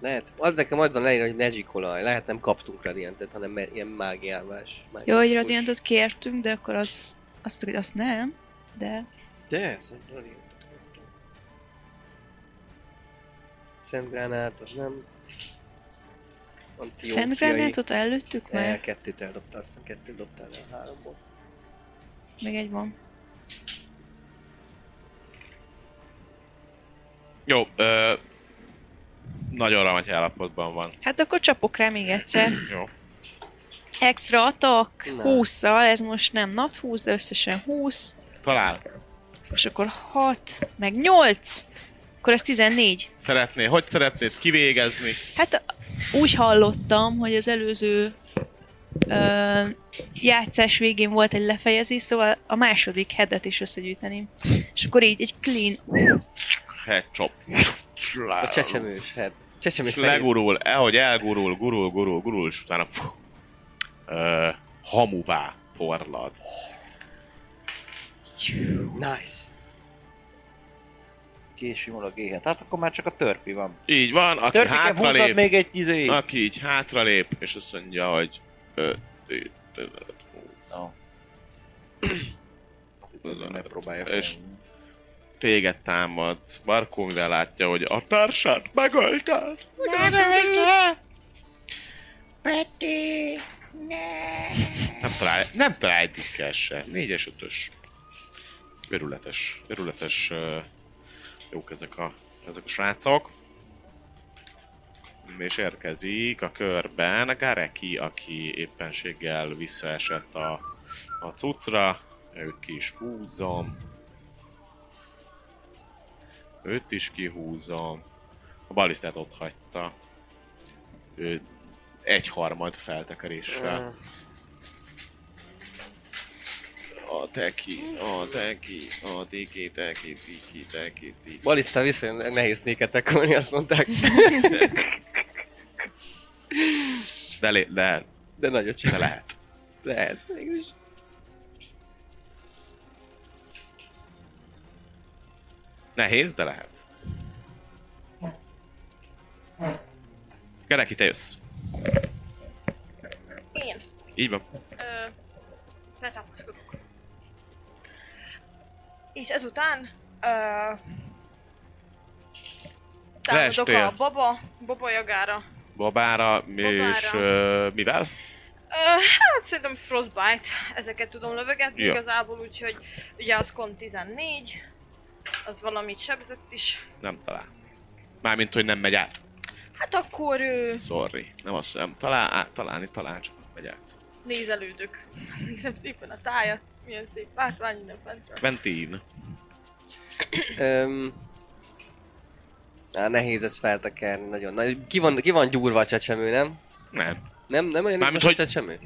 Lehet. Az nekem majd van leírva, hogy Magic olaj. Lehet nem kaptunk Radiantet, hanem me- ilyen mágiávás. Jó, hogy radiantot kértünk, de akkor az... Azt mondtuk, hogy azt nem. De... De, szerintem Radiantot kaptunk. Szentgránát, az nem. Antiókiai. Szentgránátot előttük El, már? kettőt eldobtál, azt hiszem kettőt dobtál el háromból. Még egy van. Jó, ö, nagyon ramagy állapotban van. Hát akkor csapok rá még egyszer. Jó. Extra attack, Na. 20-szal, ez most nem nat 20, de összesen 20. Talál. És akkor 6, meg 8! Akkor ez 14. Szeretné, hogy szeretnéd kivégezni? Hát úgy hallottam, hogy az előző ö, játszás végén volt egy lefejezés, szóval a második headet is összegyűjteném. És akkor így egy clean... Headchop. A csecsemős hát, head. Csecsemős Hát, És fejét. legurul, ahogy elgurul, gurul, gurul, gurul, és utána fú, ö, hamuvá porlad. Nice. Késimul a géhen. Tehát akkor már csak a törpi van. Így van, aki Törpikem húzod hátralép, még egy izé. aki így hátralép, és azt mondja, hogy ö, ö, ö, No. megpróbálja És- téged támad. Barkó, mivel látja, hogy a társát megölted. Peti, ne. Nem talál, nem talál egyikkel se. Négyes, ötös. Örületes, örületes ö, jók ezek a, ezek a srácok. És érkezik a körben Gareki, aki éppenséggel visszaesett a, a cuccra. Őt ki is húzom. Őt is kihúzom. A balisztát ott hagyta. Ő egyharmad feltekeréssel. Mm. A teki, a teki, a tiki, teki, tiki, teki, tiki. Balisztán viszonylag nehéz néket tekolni, azt mondták. De, lé, de, De nagyot de csinál. lehet. Lehet. mégis. Nehéz, de lehet. Gereki, te jössz. Én. Így van. Ö, letápaszkodok. És ezután ö, támadok Leestél. a baba, baba jagára. Babára, Babára. és ö, mivel? Ö, hát szerintem Frostbite, ezeket tudom lövegetni Ja. ja. igazából, úgyhogy ugye az kon 14, az valamit sebzett is. Nem talál. Mármint, hogy nem megy át. Hát akkor ö, Sorry. Nem azt nem talál, át, találni talál, csak nem megy át. nézelődök. *laughs* Nézem szépen a tájat, milyen szép látvány minden fentről. Quentin. Öm, Á, nehéz ezt feltekerni, nagyon nagy. Ki van, ki van gyúrva a csecsemő, nem? Nem. Nem, nem olyan Mármint, izmos a hogy- csecsemő?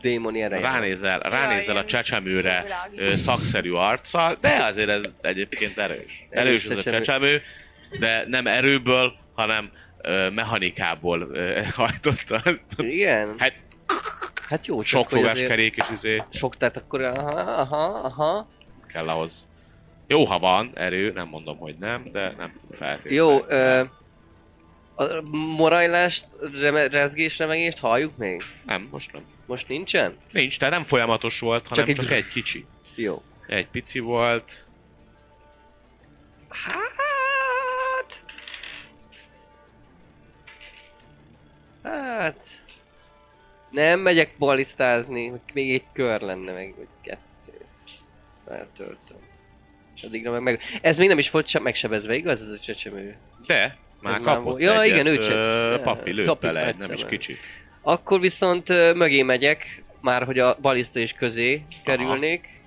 Démoni ereje. Ránézel, ránézel a ilyen csecsemőre világít. ö, szakszerű arccal, de azért ez egyébként erős. Erős ez a csecsemő. csecsemő, de nem erőből, hanem ö, mechanikából ö, hajtotta. van. Igen? Hát- Hát jó, csak Sok hogy azért fogáskerék is izé Sok, tehát akkor aha, aha, aha. kell ahhoz. Jó, ha van erő, nem mondom, hogy nem, de nem feltétlenül. Jó, ö, a morajlást, reme, rezgés, remegést halljuk még? Nem, most nem. Most nincsen? Nincs, tehát nem folyamatos volt, hanem egy- csak, egy kicsi. Jó. Egy pici volt. Hát... Hát... Nem megyek balisztázni, hogy még egy kör lenne, meg vagy kettő. Már töltöm. Addigra meg, meg... Ez még nem is volt sem megsebezve, igaz ez a csecsemő? De, már már kapott volt. Ja, egyet, igen, ő csak- ö, Papi Ja, lőtt kapik bele, egy, egyszer nem is már. kicsit. Akkor viszont ö, mögé megyek, már hogy a baliszta is közé kerülnék.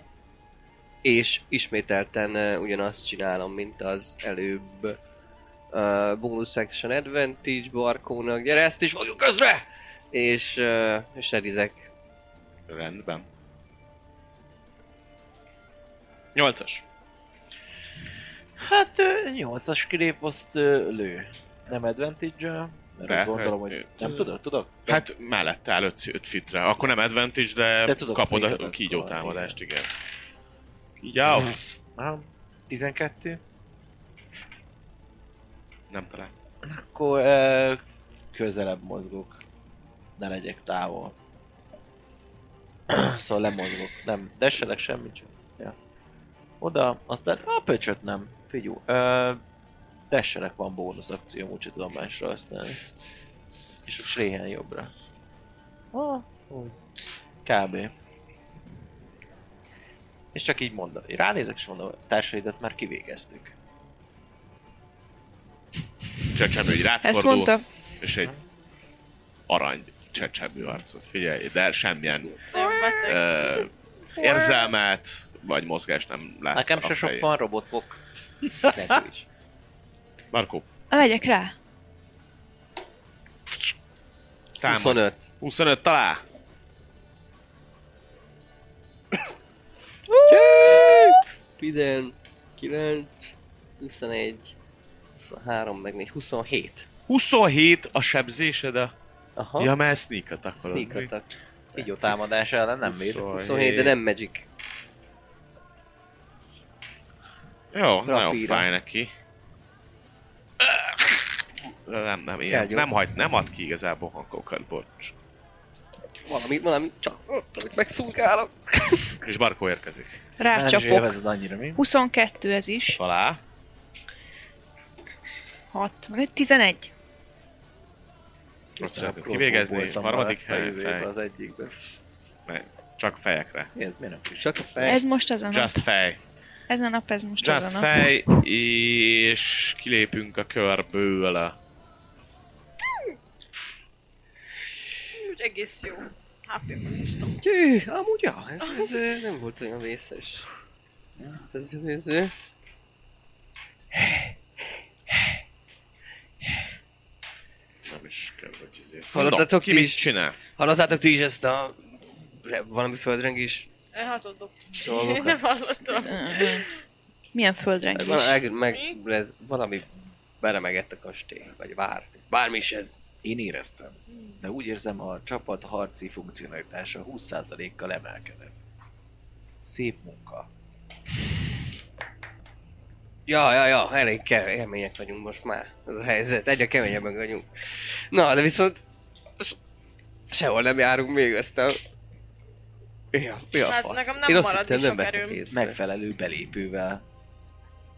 És ismételten ö, ugyanazt csinálom, mint az előbb ö, bonus action advantage barkónak. Gyere, ezt is fogjuk közre! És uh, serizek. Rendben. Nyolcas. Hát ö, 8-as kilép azt ö, lő. Nem advantage De, mert úgy gondolom, ö, hogy ö, nem tudod, tudok? Hát mellette áll 5 fitre. Akkor nem advantage, de, De tudok kapod sneak a attack-kal, kígyó támadást, igen. Kígyó? Aha, 12. Nem talán. Akkor ö, közelebb mozgok. Ne legyek távol. *clears throat* szóval lemozgok. Nem, desselek semmit csak. Ja. Oda, aztán a pöcsöt nem. Figyú. Ö, desselek van bónusz akció, úgyse tudom másra használni. És most réhen jobbra. Ah, úgy. Kb. És csak így mondom, Én ránézek és mondom, társaidat már kivégeztük. Csecsemő így rád Ezt fordul, mondta. és egy arany csecsemő arcot. Figyelj, de semmilyen Nagyon beteg. ö, érzelmet vagy mozgás nem látsz Nekem a se sok fején. van robotbok. Neki is. Markó, Megyek rá. támad. 25. 25 talál! Piden, 9, 21, 23, meg még 27. 27 a sebzésed a... Aha, Ja, ja, mert sneak attack sneak attack. Így támadás ellen nem véd. 27, de nem magic. Jó, nagyon Rapíra. fáj neki. De Nem, nem, Kell ilyen. gyógy. nem, hagy, nem ad ki igazából hangokat, bocs. Valami, valami csak ott, amit megszúrgálok. És Barkó érkezik. Nem is Rácsapok. élvezed annyira, mi? 22 ez is. Talál. 65, 11. Ott szeretném Akkor kivégezni, voltam harmadik már hely, az fej. Az egyikben. Csak fejekre. Mi ez? Miért nem kicsit? Csak a fej. Ez most az a nap. Just fej. Ez a nap, ez most az Just a nap. fej, és kilépünk a körből. Úgy egész jó. HP-ban is tudom. Gyű, amúgy ja, ez, ez ö, nem volt olyan vészes. Hát Ez előző. Nem is kell, hogy izé. Hallottatok Na, ki ti mit is? csinál? Hallottátok ti is ezt a... re- valami földrengés? Én hatot dob. Dolgokat. hát *laughs* Nem hallottam. Mhm. Milyen földrengés? Van, meg, meg ez valami beremegett a kastély, vagy vár. Bármi is ez. Én éreztem. De úgy érzem, a csapat harci funkcionalitása 20%-kal emelkedett. Szép munka. Ja, ja, ja, elég ke- kemények vagyunk most már. Ez a helyzet, egyre keményebbek vagyunk. Na, de viszont... s- Sehol nem járunk még aztán... Mi a, mi a Hát fasz? nekem nem Én azt maradt hittem, is nem sok vettek erőm. észre. Megfelelő belépővel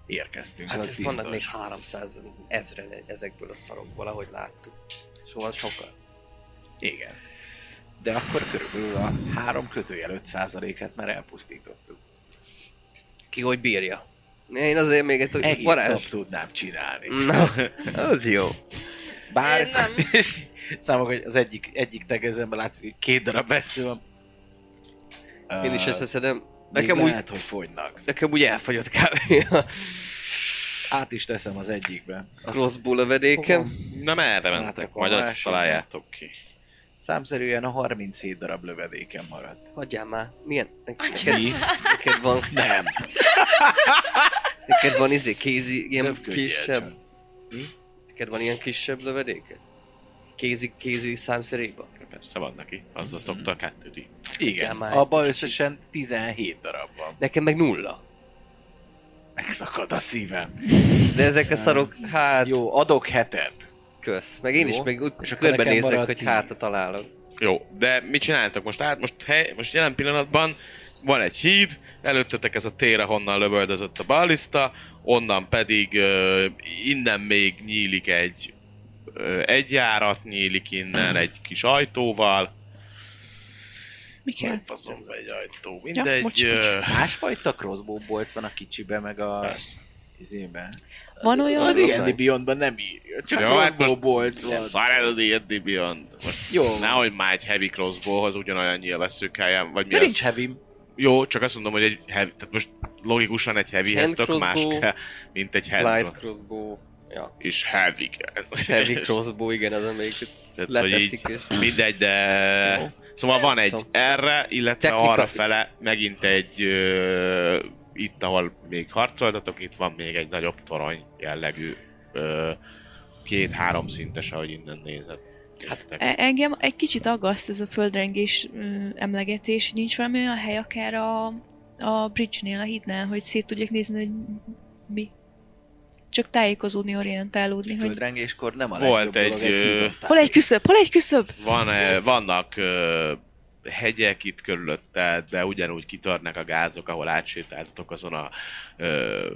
érkeztünk. Hát az ez vannak biztos. még 300 ezeren egy- ezekből a szarokból, ahogy láttuk. Szóval sokan. Igen. De akkor körülbelül a három kötőjel 5%-et már elpusztítottuk. Ki hogy bírja. Én azért még egy Egész varázs... nap tudnám csinálni. Na, az jó. Bár, Én nem. *laughs* és számok, hogy az egyik, egyik tegezemben látszik, hogy két darab vesző van. Én is Ö, összeszedem. még Nekem úgy, Lehet, hogy fogynak. nekem úgy elfogyott kb. Át is teszem az egyikbe. Crossbow lövedékem. Na merre Hát mentek? akkor Majd a azt másik. találjátok ki. Számszerűen a 37 darab lövedéken maradt. Hagyjál már. Milyen? Neked, Atyám. neked van... Nem. Neked van izé kézi, ilyen Több könnyed kisebb... Hm? csak. Neked van ilyen kisebb lövedéket? Kézi, kézi számszeréba? Persze van neki. Azzal szokta a kettőt így. Igen, már abban egy összesen 17 darab van. Nekem meg nulla. Megszakad a szívem. De ezek a szarok, hát... Jó, adok hetet. Kösz. Meg én Jó. is meg úgy És akkor körben nekem nézek, marad hogy tíz. hátra találok. Jó, de mit csináltok most? Hát most, hely, most jelen pillanatban van egy híd, előttetek ez a tér, honnan lövöldözött a baliszta, onnan pedig ö, innen még nyílik egy ö, egy járat nyílik innen egy kis ajtóval. Mi kell? Faszom egy ajtó, Ja, mindegy. bocs, ö, bocs. Másfajta crossbow bolt van a kicsibe, meg a... persze. Izébe. Van A olyan? D&D Beyondban nem így. Csak Jó, hát crossbow bolt van. Szar el az Eddi Beyond. Most Jó. nehogy már egy heavy crossbowhoz ugyanolyan veszük helyen, vagy mi De az? nincs heavy. Jó, csak azt mondom, hogy egy heavy, tehát most logikusan egy heavyhez Hand tök más crossbow. kell, mint egy heavy. Light crossbow. Ja. És heavy. *laughs* Heavy crossbow, igen, az amelyik *laughs* Tehát, hogy így, leteszik és... mindegy, de... e, Jó. Szóval van egy Tudom. erre, illetve Technika- arra fele megint egy... Ö, itt, ahol még harcoltatok, itt van még egy nagyobb torony jellegű ö, két-három szintes, ahogy innen nézed. Néztek. E- Engem egy kicsit aggaszt ez a földrengés ö, emlegetés. Nincs valami olyan hely akár a, a bridge-nél, a hídnál, hogy szét tudjak nézni, hogy mi. Csak tájékozódni, orientálódni, hogy Földrengéskor nem a Volt legjobb dolog egy, ö, hídon hol egy küszöb, hol egy küszöb! Van, ö, vannak ö, hegyek itt körülötted, de ugyanúgy kitörnek a gázok, ahol átsétáltatok azon a ö,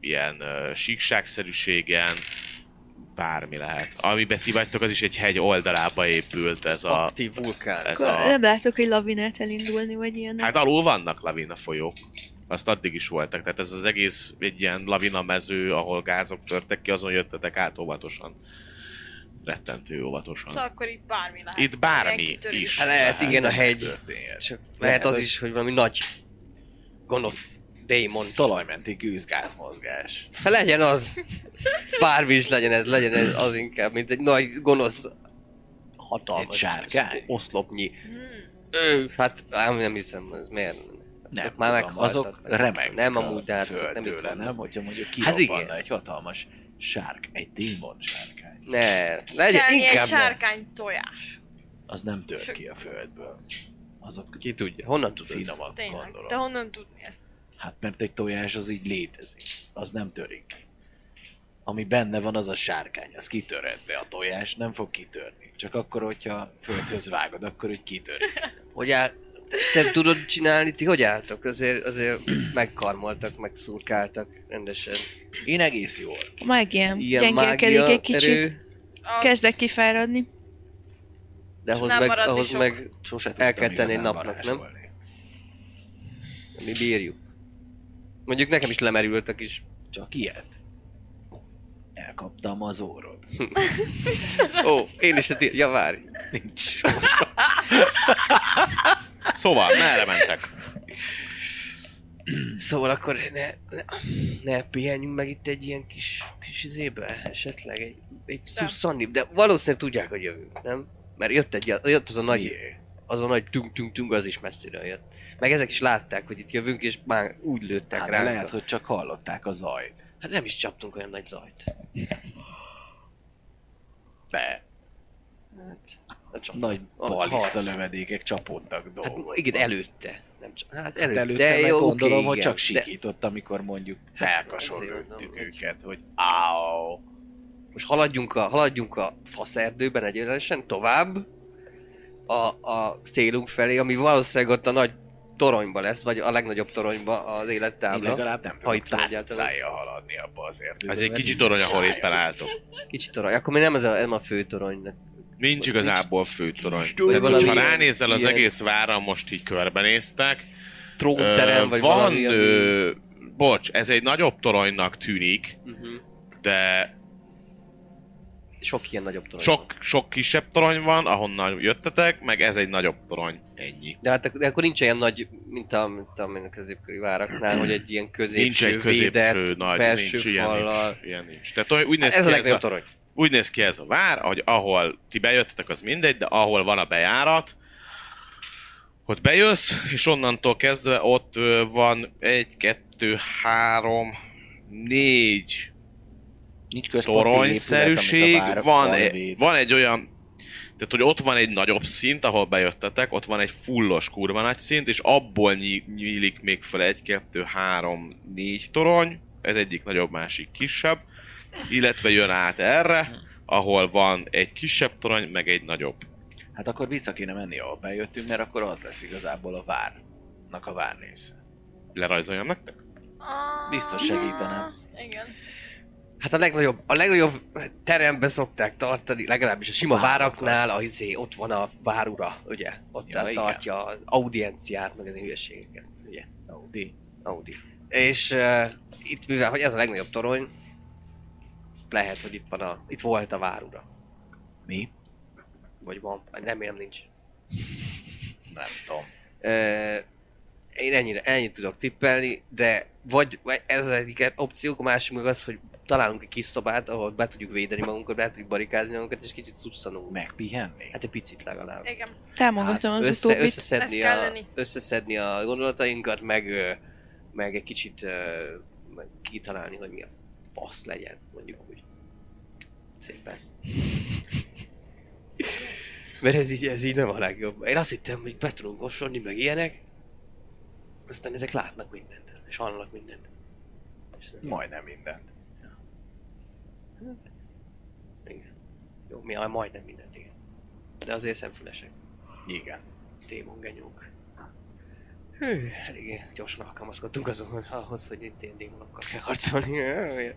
ilyen ö, síkságszerűségen, bármi lehet. Amiben ti vagytok, az is egy hegy oldalába épült ez a... Aktív vulkán. e, Ez Akkor a nem látok egy lavinát elindulni, vagy ilyen. hát alul vannak lavina folyók. Azt addig is voltak. Tehát ez az egész egy ilyen lavina mező, ahol gázok törtek ki, azon jöttetek át óvatosan. Rettentő óvatosan. Szóval akkor itt bármi lehet. Itt bármi Ilyen kitörés. is. Hát lehet, igen, a hegy. történhet. Csak lehet az is, hogy valami nagy gonosz démon. Talajmenti gőzgázmozgás. Hát legyen *laughs* az. Bármi is legyen ez, legyen ez az inkább, mint egy nagy gonosz hatalmas. Egy sárkány? Oszlopnyi. Hmm. Ő, hát ám nem hiszem, ez miért lenne. Nem Azok már tudom, meghaltak, azok meg- remek. Nem a amúgy, de hát azok nem földtől, itt vannak. nem, hogyha mondjuk Hát igen. kirobbanna egy hatalmas sárk, egy démon sárkány. Ne, legyen Kelni egy inkább nem. sárkány tojás. Az nem tör ki a földből. Azok Ki tudja, honnan tudod? finomak, Tényleg. De gondolom. honnan tudni ezt? Hát mert egy tojás az így létezik. Az nem törik ki. Ami benne van, az a sárkány, az kitörhet, de a tojás nem fog kitörni. Csak akkor, hogyha földhöz vágod, akkor úgy kitörik. Hogy áll... Te tudod csinálni, ti hogy álltok? Azért, azért megkarmoltak, megszurkáltak rendesen. Én egész jól. A mágiám Ilyen gyengélkedik mágia egy kicsit. erő, A... Kezdek kifáradni. de ahhoz Nem meg, maradni ahhoz sok. meg Sose tudtam El kell tenni igazán napnak, nem? varázsolni. mi bírjuk. Mondjuk nekem is lemerült a kis Csak ilyet. Elkaptam az órod. Ó, én is a ti... Ja, várj. Nincs. Szóval, merre mentek? Szóval akkor ne, ne, ne pihenjünk meg itt egy ilyen kis, kis izébe, esetleg egy, egy Nem. szusszanni, de valószínűleg tudják, hogy jövünk, nem? Mert jött, egy, jött az a nagy, az a nagy tung tung tung, az is messziről jött. Meg ezek is látták, hogy itt jövünk, és már úgy lőttek Hát, ránk. lehet, hogy csak hallották a zajt. Hát nem is csaptunk olyan nagy zajt. De Hát, Nem csaptunk. nagy A baliszta harc. lövedékek csapódtak Hát, dolgok. igen, előtte. Nem csak, hát előtte, Előtte meg jó, gondolom, oké, hogy igen, csak sikított, amikor mondjuk Hát, melkason azért lőttük mondom, őket, hogy áó. most haladjunk a, haladjunk a faszerdőben egyenesen tovább a, a célunk felé, ami valószínűleg ott a nagy toronyba lesz, vagy a legnagyobb toronyba az Én élettábla. legalább nem Ha tudok itt van egyáltalán. tárcája haladni abba az erdőbe. Ez egy mert kicsi nincs torony, ahol szája. éppen álltok. Kicsi torony. Akkor még nem ez a, nem a fő torony. Nincs igazából főtorony. Vagy Vagy valami ha ilyen- ránézel, az ilyen- egész vára most így körbenéztek. Trónterem, Ö, vagy Van, valami. ö, bocs, ez egy nagyobb toronynak tűnik, Uh-huh. de Mhm. sok ilyen nagyobb torony. van. Sok, sok kisebb torony van, ahonnan jöttetek, meg ez egy nagyobb torony. Ennyi. De hát ak- de akkor nincs olyan nagy, mint a, mint a, mint a középkori váraknál, hogy egy ilyen középső, Nincs egy középső védett, nagy, belső nincs, ilyen fallal. nincs, ilyen nincs. Tehát olyan- úgy néz, Hát ez a ki ez legnagyobb a, torony. úgy néz ki ez a vár, hogy ahol ti bejöttetek, az mindegy, de ahol van a bejárat, ott bejössz, és onnantól kezdve ott ö, van egy, kettő, három, négy Nincs központi épület, toronyszerűség, amit a várak van, eh? falvéd. egy, van egy olyan, tehát hogy ott van egy nagyobb szint, ahol bejöttetek, ott van egy fullos kurva nagy szint, és abból nyí- nyílik még fel egy, kettő, három, négy torony, ez egyik nagyobb, másik kisebb, illetve jön át erre, ahol van egy kisebb torony, meg egy nagyobb. Hát akkor vissza kéne menni, ahol bejöttünk, mert akkor az lesz igazából a várnak a várnésze. Lerajzoljam nektek? Ah, Biztos segítene. Igen. Hát a legnagyobb, a legnagyobb teremben szokták tartani, legalábbis a sima váraknál, a, izé, ott van a várura, ugye? Ott Ja, ja, igen. tartja az audienciát, meg az ilyen hülyeségeket, ugye? Audi. Audi. És uh, itt mivel, hogy ez a legnagyobb torony, lehet, hogy itt van a, itt volt a várura. Mi? Vagy van, remélem nincs. Nem tudom. Ö, én ennyire, ennyit tudok tippelni, de vagy vagy ez az egyik opció, a másik meg az, hogy találunk egy kis szobát, ahol be tudjuk védeni magunkat, be tudjuk barikázni magunkat, és kicsit szusszanunk. Megpihenni? Hát egy picit legalább. Igen. Támogatom az Hát össze, utóbbit. összeszedni, Ezt a, kell lenni. összeszedni a gondolatainkat, meg, ö, meg egy kicsit ö, meg kitalálni, hogy mi a fasz legyen, mondjuk úgy. Szépen. Mert ez így, ez így nem a legjobb. Én azt hittem, hogy be tudunk osorni, meg ilyenek. Aztán ezek látnak mindent, és hallanak mindent. És ez nem jó. Majdnem mindent. Igen. Jó, mi a majdnem mindent, igen. De azért szemfülesek. Igen. démongenyók. Hű, eléggé gyorsan alkalmazkodtunk azon, ahhoz, hogy itt ilyen démonokkal kell harcolni. Jaj,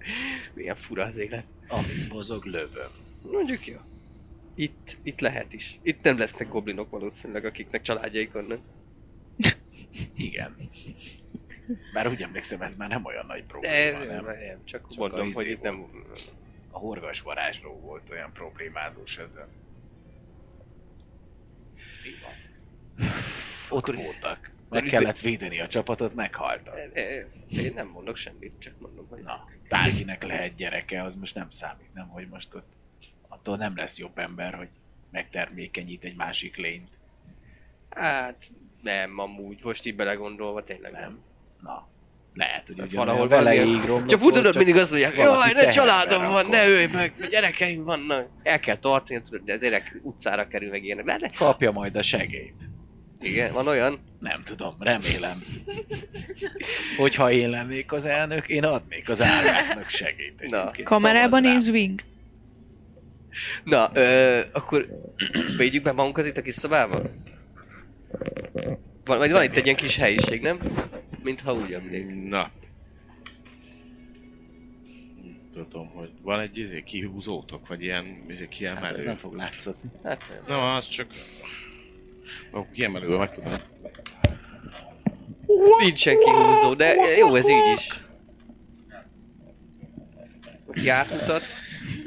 Milyen fura az élet. Amit mozog, lövöm. Mondjuk jó. Itt, itt lehet is. Itt nem lesznek goblinok valószínűleg, akiknek családjaik vannak. Igen. Bár úgy emlékszem, ez már nem olyan De nagy probléma, nem, nem? nem, csak, Csak a mondom, izé hogy itt nem... A horgas varázsló volt olyan problémázós ezen. Mi van? Ott Akkor- voltak. Meg akkor- kellett védeni a csapatot, meghaltak. Eh, eh, Én nem mondok semmit, csak mondom, hogy... Na, bárkinek lehet gyereke, az most nem számít, nem, hogy most ott attól nem lesz jobb ember, hogy megtermékenyít egy másik lényt. Hát, nem amúgy, most így belegondolva tényleg nem. Nem? Na, lehet, hogy Tehát ugyanolyan valahol Hát veleig valamilyen- romlott Csak volt, Budanon mindig azt mondják, valaki jaj, ne teherben családom van, rakott." ne ölj meg, mert gyerekeim vannak. El kell tartani, tudod, de direkt utcára kerül meg ilyenek. De, de, Kapja majd a segélyt. igen, van olyan. Nem tudom, remélem. Hogyha én lennék az elnök, én adnék az állatnak segélyt. Na. egyébként, Kamerában szavaznám. néz Wing. Na, ö, akkor védjük be magunkat itt a kis szobába? Van, vagy van itt egy ilyen kis helyiség, nem? Mintha úgy emlék. Na. Nem Tudom, hogy van egy izé, kihúzótok, vagy ilyen izé, Hát ez kiemelő. nem fog látszódni. Hát, Na, az csak... Ó, kiemelőből meg tudom. nincsen kihúzó, de jó, ez így is. Aki átmutat,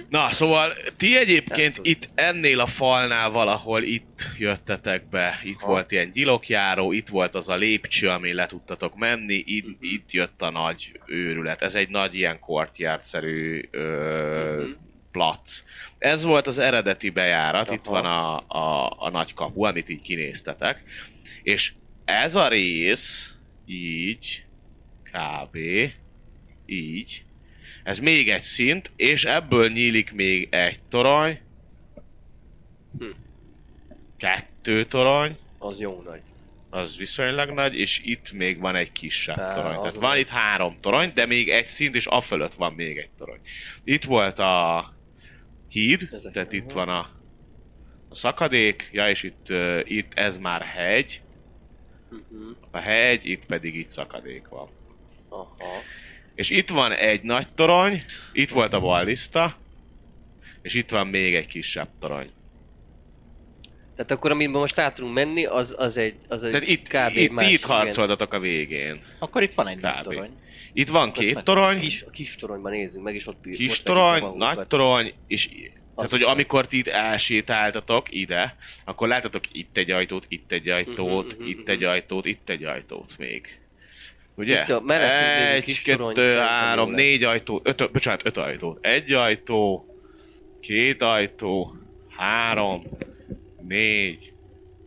Na, szóval ti egyébként Látszódik. itt ennél a falnál valahol itt jöttetek be. Itt Aha. volt ilyen gyilokjáró, itt volt az a lépcső, amin le tudtatok menni, itt, itt jött a nagy őrület. Ez egy nagy ilyen kortjárszerű ö, Mhm. plac. Ez volt az eredeti bejárat, itt Aha. van a, a, a nagy kapu, amit így kinéztetek. És ez a rész, így, kb. Így. Ez még egy szint, és ebből nyílik még egy torony. Hm. Kettő torony, az jó nagy. az viszonylag nagy, és itt még van egy kisebb Á, torony. Tehát az van nagy. itt három torony, de még egy szint, és a fölött van még egy torony. Itt volt a híd, Ezek tehát itt van. van a, a szakadék, ja, és itt, ö, itt ez már hegy, Mhm. a hegy, itt pedig itt szakadék van. Aha. És itt van egy nagy torony, itt volt a ballista, és itt van még egy kisebb torony. Tehát akkor, amit most át tudunk menni, az, az egy, az egy Tehát itt, kb. itt, más, itt igen. harcoltatok a végén. Akkor itt van egy nagy Kb. torony. Itt van Akkor azt két meg- torony, Kis, a kis toronyban nézünk, meg is ott pír. kis torony, nagy torony, és Tehát, hogy amikor ti itt elsétáltatok ide, akkor láttatok itt egy ajtót, itt egy ajtót, Mhm, mhm, itt mhm. egy ajtót, itt egy ajtót még. Ugye? Itt a mellett lévő egy, kis torony kettő, szerintem három, jó lesz. négy ajtó, öt, bocsánat, öt ajtó. Egy ajtó, két ajtó, három, négy,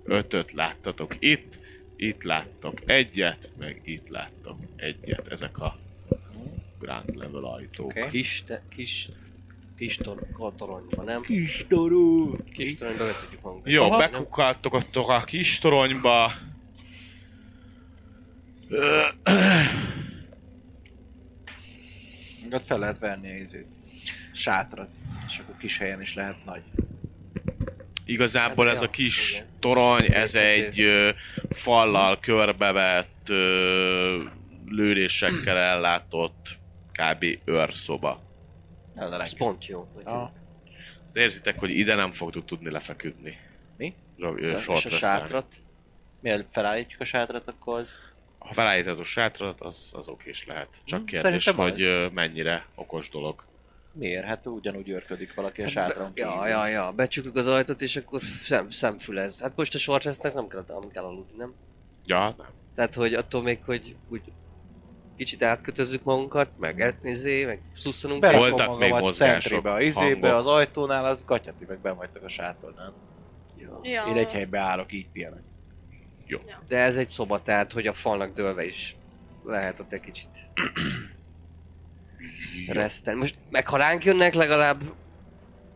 ötöt láttatok itt, itt láttok egyet, meg itt láttok egyet. Ezek a grand level ajtók. Oké. Kis, te, kis, kis tor- kor- toronyba, nem? Kis torú! Kis toronyba be tudjuk magunkat. Jó, Aha. bekukkantogattok a kis toronyba. Ö, Ott fel lehet venni a izét. Sátrat. És akkor kis helyen is lehet nagy. Igazából Hát, ez ja, a kis igen. torony, ez Nézd, egy ö, fallal körbevett, ö, lőrésekkel ellátott kb. őrszoba. Ez pont jó. hogy- Ah. Érzitek, hogy ide nem fogtok tudni lefeküdni. Mi? Ro- ö, És sort a veszelni. sátrat. Mielőtt felállítjuk a sátrat, akkor az... Ha felállítod a sátrat, az, az oké is lehet. Csak Mm, Hm, kérdés, szerintem hogy ö, mennyire okos dolog. Miért? Hát ugyanúgy örködik valaki a Hát sátron be- Ja, ja, ja, becsukjuk az ajtót, és akkor szem, szemfülez. Hát most a sortesznek nem kell, nem kell aludni, nem? Ja, nem. Tehát, hogy attól még, hogy úgy kicsit átkötözzük magunkat, meg etnézé, meg szusszanunk. Berakom Voltak magamat még mozgások, centribe, a izébe, hangok. az ajtónál, az gatyati meg ben vagytok a sátornál. Ja. Én egy helybe állok, így pihenek. De ez egy szoba, tehát, hogy a falnak dőlve is lehet ott egy kicsit reszten. Most meg ha ránk jönnek, legalább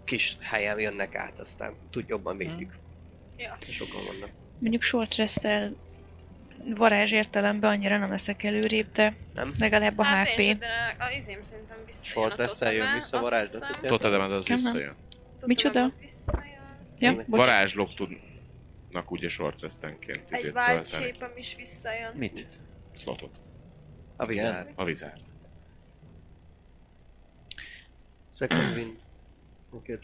kis helyen jönnek át, aztán tud jobban Mhm. védjük. Ja. Sokan vannak. Mondjuk short resttel varázs értelemben annyira nem leszek előrébb, de Nem? legalább a Hát HP. én sem, de a izém szerintem visszajön Sort lesz, eljön vissza varázslat. Azt hiszem, Totedemed az Nem, nem. visszajön. Totem Micsoda? az visszajön. Ja, Tényleg. bocs. Varázslók tudnak ugye short restenként Egy izét wild tölteni. shape is visszajön. Mit? Slotot. A vizár. A vizár. Second win. Neked.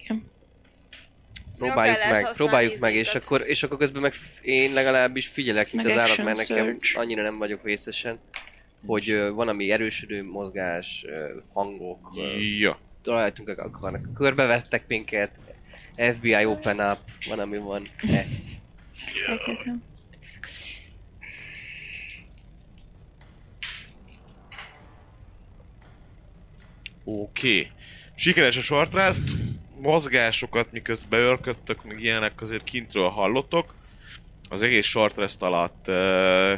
Igen. Próbáljuk kell meg, elhasználni próbáljuk meg, és izéket. akkor, és akkor közben meg f- én legalábbis figyelek mint Meg az állat, action mert nekem surge. annyira nem vagyok vészesen, hogy ö, van ami erősödő mozgás, ö, hangok, ö, Ja. találtunk akarnak. Körbevettek minket, FBI open up, van ami van. E. Elkezdem. Oké. Sikeres a short rest. Mozgásokat miközben örködtök, meg ilyenek azért kintről hallottok. Az egész short rest alatt ö,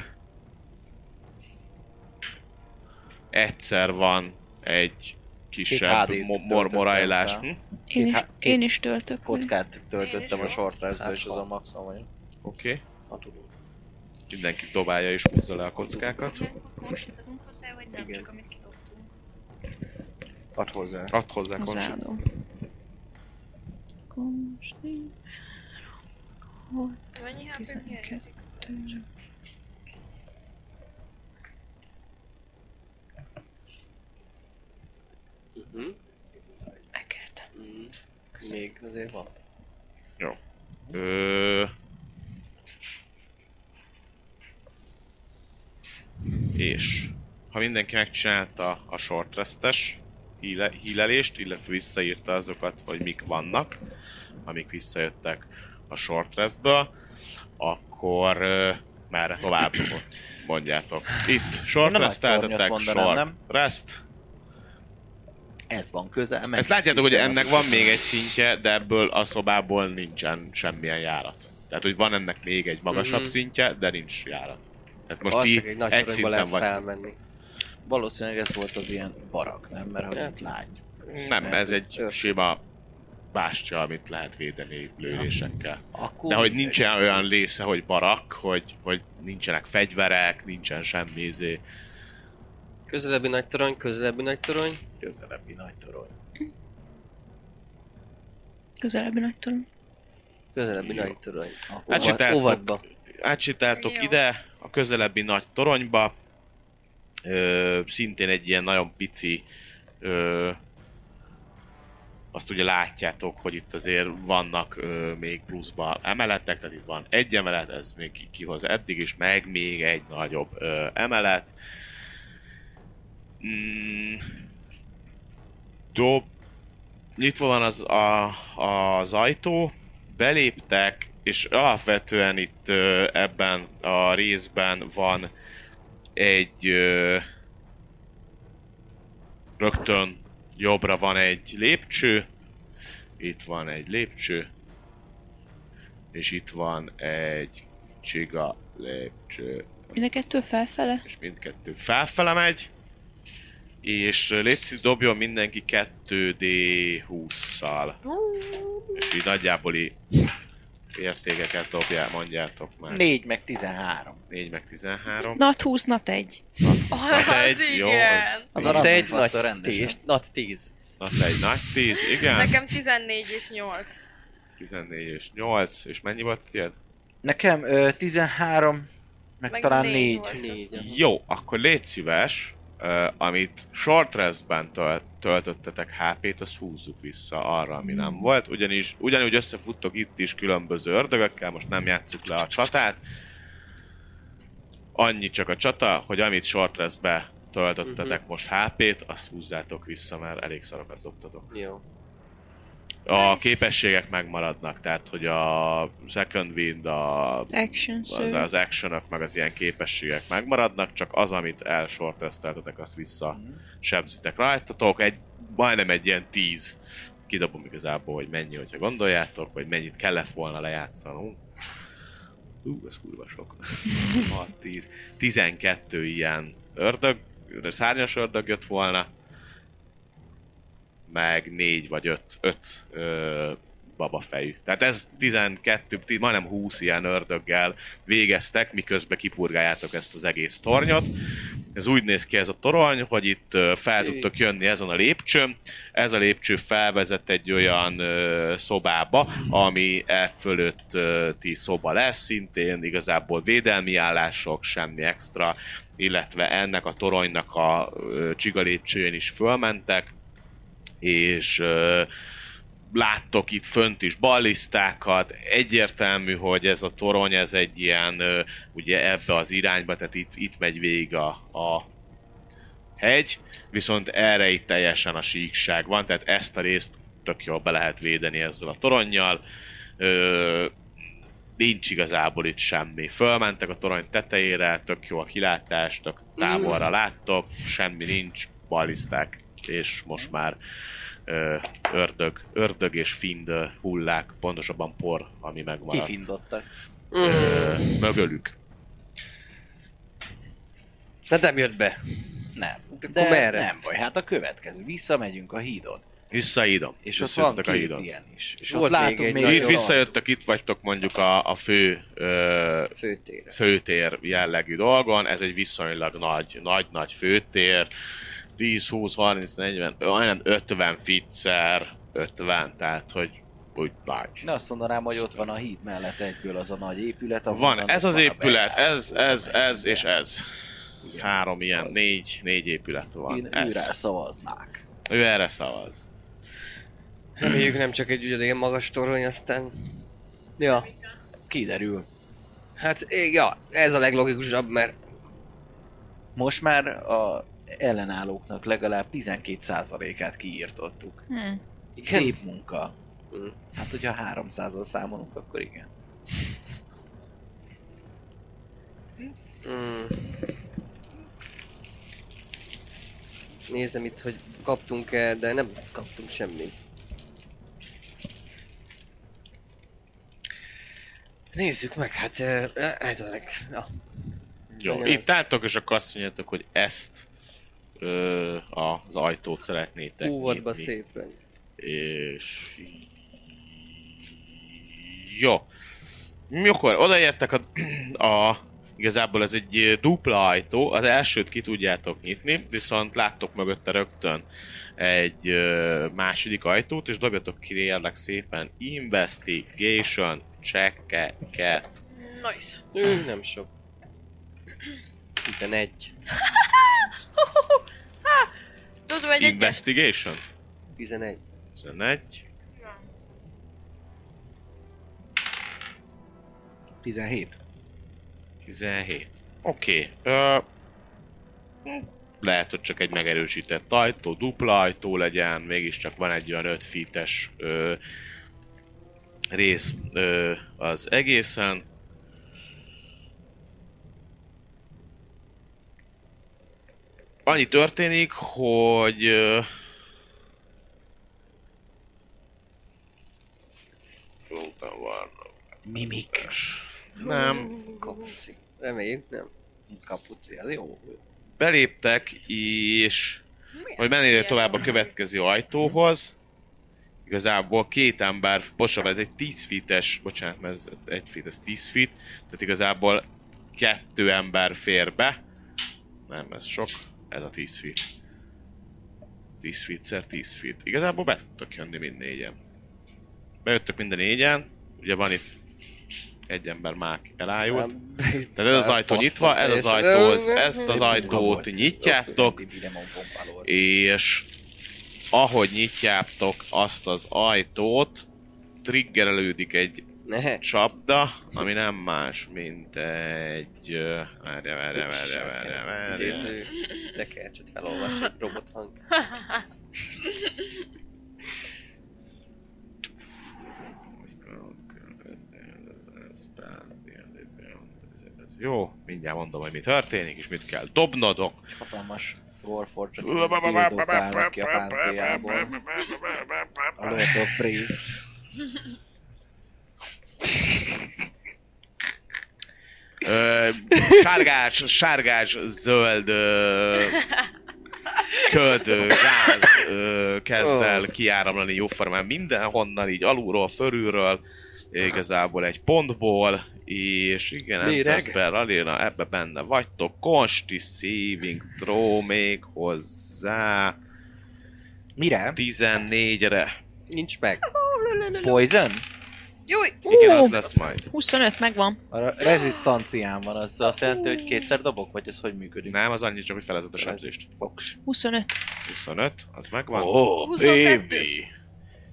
egyszer van egy kisebb mo- HD-t mor- töltöttem morajlás. fel. Hm? Én is, há- két én is töltök. Kockát töltöttem Én a is short restbe, Hát, és ha. azon maximum vagyok. Oké. Ha tudod. Mindenki dobálja és húzza le a kockákat. Most adunk hozzá, vagy nem, Igen. csak amit kidobtunk. Add hozzá. Add hozzá koncsit. Hozzáadom. Konsti. Mennyi HP Tizenkettő. hiányzik? Mhm. Elkertem. Mhm. Még azért van. Ö... És ha mindenki megcsinálta a short restes híle, hílelést, illetve visszaírta azokat, hogy mik vannak, amik visszajöttek a short restből, akkor ö, merre tovább *clears throat* mondjátok. Itt short Én a rest nagy tornyot eltettek, mondanám, short nem? rest, Ez van közel. ezt látjátok, hogy ennek van még egy szintje, de ebből a szobából nincsen semmilyen járat. Tehát, hogy van ennek még egy magasabb Mhm. szintje, de nincs járat. Tehát most Valószínűleg ti egy nagy egy toronyba szinten lehet vagy. felmenni. Valószínűleg ez volt az ilyen barak, nem? Mert hogy Hát. itt lány. Nem, ez egy Őr. sima bástya, amit lehet védeni lőrésekkel. Akkor De hogy mindegy. nincsen olyan része, hogy barak, hogy, hogy nincsenek fegyverek, nincsen semmi izé. Közelebbi nagy torony, közelebbi nagy torony. közelebbi nagy torony. Közelebbi nagy torony. Közelebbi Jó. nagy torony. Akkor Hát Óvat, sétáltok. óvatba. Átsétáltok Jó. ide, a közelebbi nagy toronyba. Ö, szintén egy ilyen nagyon pici... Ö, azt ugye látjátok, hogy itt azért vannak ö, még pluszba emeletek, tehát itt van egy emelet, ez még ki- kihoz eddig is, meg még egy nagyobb ö, emelet. Mm, dob... nyitva van az, a, az ajtó, beléptek, és alapvetően itt ö, ebben a részben van egy ö, rögtön jobbra van egy lépcső, itt van egy lépcső, és itt van egy csiga lépcső, Mind a kettő felfele? és mindkettő felfele megy, és ö, légy szíves, dobjon mindenki 2D20-szal. És így nagyjából í- értékeket dobjál, mondjátok már. 4 meg 13. 4 meg 13. Nat 20, nat 1. Ah, Na, te egy, jó, igen. Az Az arab- Nat Hát, egy, Abban fatta nagy rendesen. tíz, nagy tíz. Na te egy nagy 10, igen. Nekem 14 és 8. 14 és 8, és mennyi volt tiéd? Nekem ö, 13, meg, Meg talán négy 4. volt. Négy. aha. Jó, akkor légy szíves, ö, amit short restben tölt, töltöttetek HP-t, azt húzzuk vissza arra, ami nem volt, ugyanis ugyanúgy összefuttok itt is különböző ördögökkel, most nem játsszuk le a csatát. Annyi csak a csata, hogy amit short restbe töltöttetek most HP-t, azt húzzátok vissza, mert elég szarokat dobtatok. Jó. A Nice. képességek megmaradnak, tehát hogy a second wind, a Action az, surge. az actionok, meg az ilyen képességek megmaradnak, csak az, amit elsorteszteltetek, azt vissza sebzitek rajtatok. Egy, majdnem egy ilyen 10. Kidobom igazából, hogy mennyi, hogyha gondoljátok, vagy mennyit kellett volna lejátszanunk. Ú, ez kurva sok. 6, 10, 12 ilyen ördög, szárnyas ördög jött volna, meg 4 vagy 5, 5 ö, babafejű. Tehát ez 12, ti- majdnem 20 ilyen ördöggel végeztek, miközben kipurgáljátok ezt az egész tornyot. Ez úgy néz ki ez a torony, hogy itt ö, fel tudtok jönni ezen a lépcsőn. Ez a lépcső felvezet egy olyan ö, szobába, ami e fölött ö, ti szoba lesz, szintén igazából védelmi állások, semmi extra, illetve ennek a toronynak a ö, csiga lépcsőjén is fölmentek, és ö, láttok itt fönt is ballisztákat, egyértelmű, hogy ez a torony, ez egy ilyen, ö, ugye ebbe az irányba, tehát itt, itt megy végig a, a hegy, viszont erre itt teljesen a síkság van, tehát ezt a részt tök jól be lehet védeni ezzel a toronnyal, Ö, nincs igazából itt semmi. Fölmentek a torony tetejére, tök jó a kilátás, tök távolra láttok, semmi nincs, balliszták, és most már ö, ördög, ördög és find ö, hullák, pontosabban por, ami megmaradt Kifindottak. ö, mögölük. Na nem jött be. Nem. De, De akkor merre? nem baj, hát a következő. Visszamegyünk a hídon. Visszaidom. És ott van a két hídon. ilyen is. És Volt ott még látunk egy még... nagyon Itt jó. visszajöttök, itt vagytok mondjuk a, a fő ö, Főtére. főtér jellegű dolgon, ez egy viszonylag nagy, nagy-nagy főtér, 10, 20, 30, 40, ö, majdnem 50 fitszer, 50, tehát hogy úgy nagy. Ne azt mondanám, hogy ott van a híd mellett egyből az a nagy épület. ahol Van, annak ez az a épület, bejárat. ez, ez, ez és ez. Igen. Három ilyen, Az. négy, négy épület Én van. őrel Ez. szavaznák. Ő erre szavaz. Reméljük nem csak egy ugyanilyen magas torony, aztán... Ja, Kiderül. hát é- ja, ez a leglogikusabb, mert Most már a ellenállóknak legalább 12%-át kiírtottuk. Hm. Igen. Szép munka. Mm. Hát, hogyha 300-al számolunk, akkor igen. Mm. Nézem itt, hogy kaptunk-e, de nem kaptunk semmit. Nézzük meg, hát ö, ez a leg... Ja. Jó, Igen. itt álltok, és akkor azt mondjátok, hogy ezt ö, az ajtót szeretnétek Óvatba nyitni. szépen. És... Jó. Mikor odaértek a, a... Igazából ez egy dupla ajtó, az elsőt ki tudjátok nyitni, viszont láttok mögötte rögtön egy ö, második ajtót, és dobjatok ki kérlek szépen Investigation checkeket. Nice. Ő, nem sok. 11. Tudom, egy egyes. Investigation? 11. 11. 17. 17. Oké. Okay. lehet, hogy csak egy megerősített ajtó, dupla ajtó legyen, mégiscsak van egy olyan 5 feet-es ö, rész ö, az egészen. Annyi történik, hogy ö, Lóban vannak. Mimik. Nem. Kapuci. Reméljük nem. Kapuci, ez jó. Beléptek, és Miért hogy mennél ilyen? tovább a következő ajtóhoz. Igazából két ember posaba, ez egy 10 feet-es, bocsánat, mert ez egy feet, ez 10 feet. Tehát igazából kettő ember fér be. Nem, ez sok. Ez a 10 feet. 10 feet-szer 10 feet. Igazából be tudtok jönni mind négyen. Bejöttök mind a négyen. Ugye van itt egy ember már elájult. Tehát ez az ajtó nyitva, ez az ajtó, ez- ezt az ajtót nyitjátok, és ahogy nyitjátok azt az ajtót, triggerelődik egy *laughs* Ne, csapda, ami nem más, mint egy... ö, Várja, várja, várja, várja, várja. idéző tekercset felolvas egy robot hang. Ez Jó, mindjárt mondom, hogy mi történik, és mit kell dobnodok. Hatalmas Warforge, aki ki a páncéljából. A Lord of Breeze. Ö, sárgás, sárgás, zöld ö, köd, ö, gáz ö, kezd Oh. el kiáramlani jóformán mindenhonnan, így alulról, fölülről, igazából egy pontból, és igen, Méreg? Entesper Arena, ebbe benne vagytok, Consti Saving Throw még hozzá Mire? 14-re. Nincs meg. Poison? Júj! Igen, az Ú, lesz majd. 25 megvan. A rezisztancián van, az azt jelenti, hogy kétszer dobok, vagy ez hogy működik? Nem, az annyi csak, hogy felezed a sebzést. Boks. 25. 25, az megvan. Ó, 22.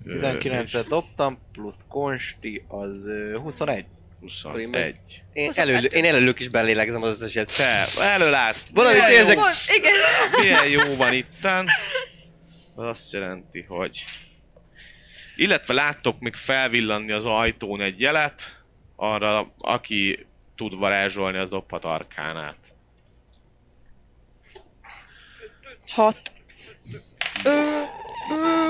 Ö, 19-et dobtam, plusz konsti, az ö, 21. 21. Én, 22. elő, én előlök is belélegzem az összeset. Te, előlász. Valamit Milyen jó- érzek. Mond, igen! Milyen jó van itten. Az azt jelenti, hogy... Illetve láttok még felvillanni az ajtón egy jelet, arra aki tud varázsolni, az dobhat arkánát. 6. Ö,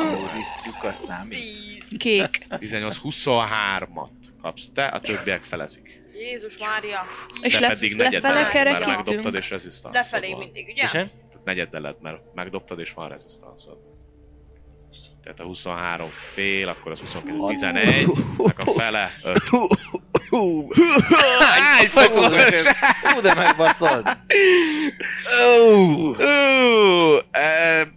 Mózis lyukas számít. Tíz. kék. 18-23-at kapsz te, a többiek felezik. Jézus Mária. És te le, pedig negyeddel, lefele negyedben, mert megdobtad kerekítünk. és rezisztanszod Lefelé van. mindig, ugye? Tehát negyeddel lett, mert megdobtad és van rezisztanszod. Tehát a 23 fél, akkor az 22, 11, meg a fele, öt. Hány Fokos! Hú, de megbaszod! Ö, e,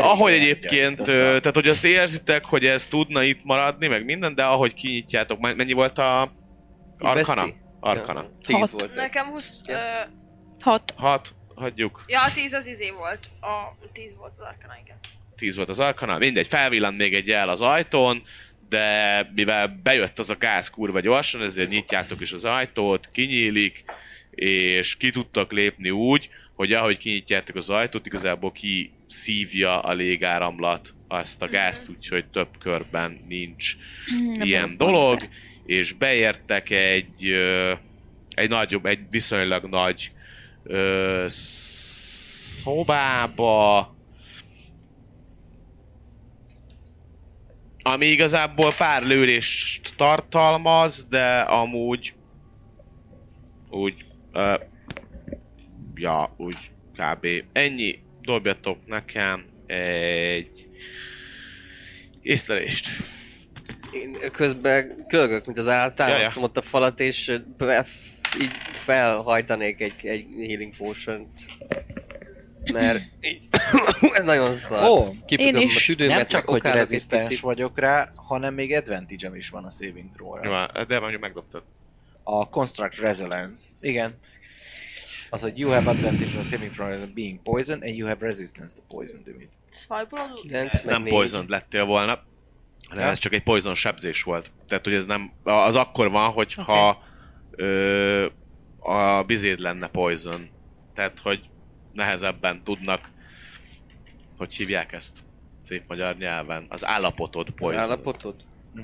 ahogy egyébként, ö, Össze- tehát hogy azt érzitek, hogy ez tudna itt maradni, meg minden, de ahogy kinyitjátok, men- mennyi volt a Arkana? Veszti? Arkana. Tíz Hat. volt. Nekem 20... Ö, 6. Hat, hagyjuk. ja, a 10 az izé volt. A 10 volt az arkana, igen. 10 volt az Arkana, mindegy, felvillant még egy jel az ajtón, de mivel bejött az a gáz kurva gyorsan, ezért nyitjátok is az ajtót, kinyílik, és ki tudtak lépni úgy, hogy ahogy kinyitjátok az ajtót, igazából ki szívja a légáramlat azt a gázt, úgyhogy több körben nincs ilyen dolog, és beértek egy, ö, egy nagyobb, egy viszonylag nagy ö, szobába, ami igazából pár lőrést tartalmaz, de amúgy úgy, ö, ja, úgy kb. Ennyi, dobjatok nekem egy észlelést. Én közben kölgök, mint az állat, támasztom ott a falat, és ö, be- így felhajtanék egy, egy healing potion Mert így- *coughs* ez nagyon szar. Ó, Kipüköm Én is. a tüdőmet, nem csak, meg hogy okádok egy rezisztens picit. vagyok rá, hanem még advantage is van a saving throw Jó, de mondjuk megdobtad. A Construct Resonance. Igen. Az, hogy you have advantage on a saving throw as being poison, and you have resistance to poison damage. Szfajbolod? Kilenc, meg nem négy. poison lettél volna, hanem Ja. ez csak egy poison sebzés volt. Tehát, hogy ez nem... Az akkor van, hogyha ö, a bizéd lenne poison. Tehát, hogy nehezebben tudnak, hogy hívják ezt szép magyar nyelven, az állapotod Az poison. állapotod?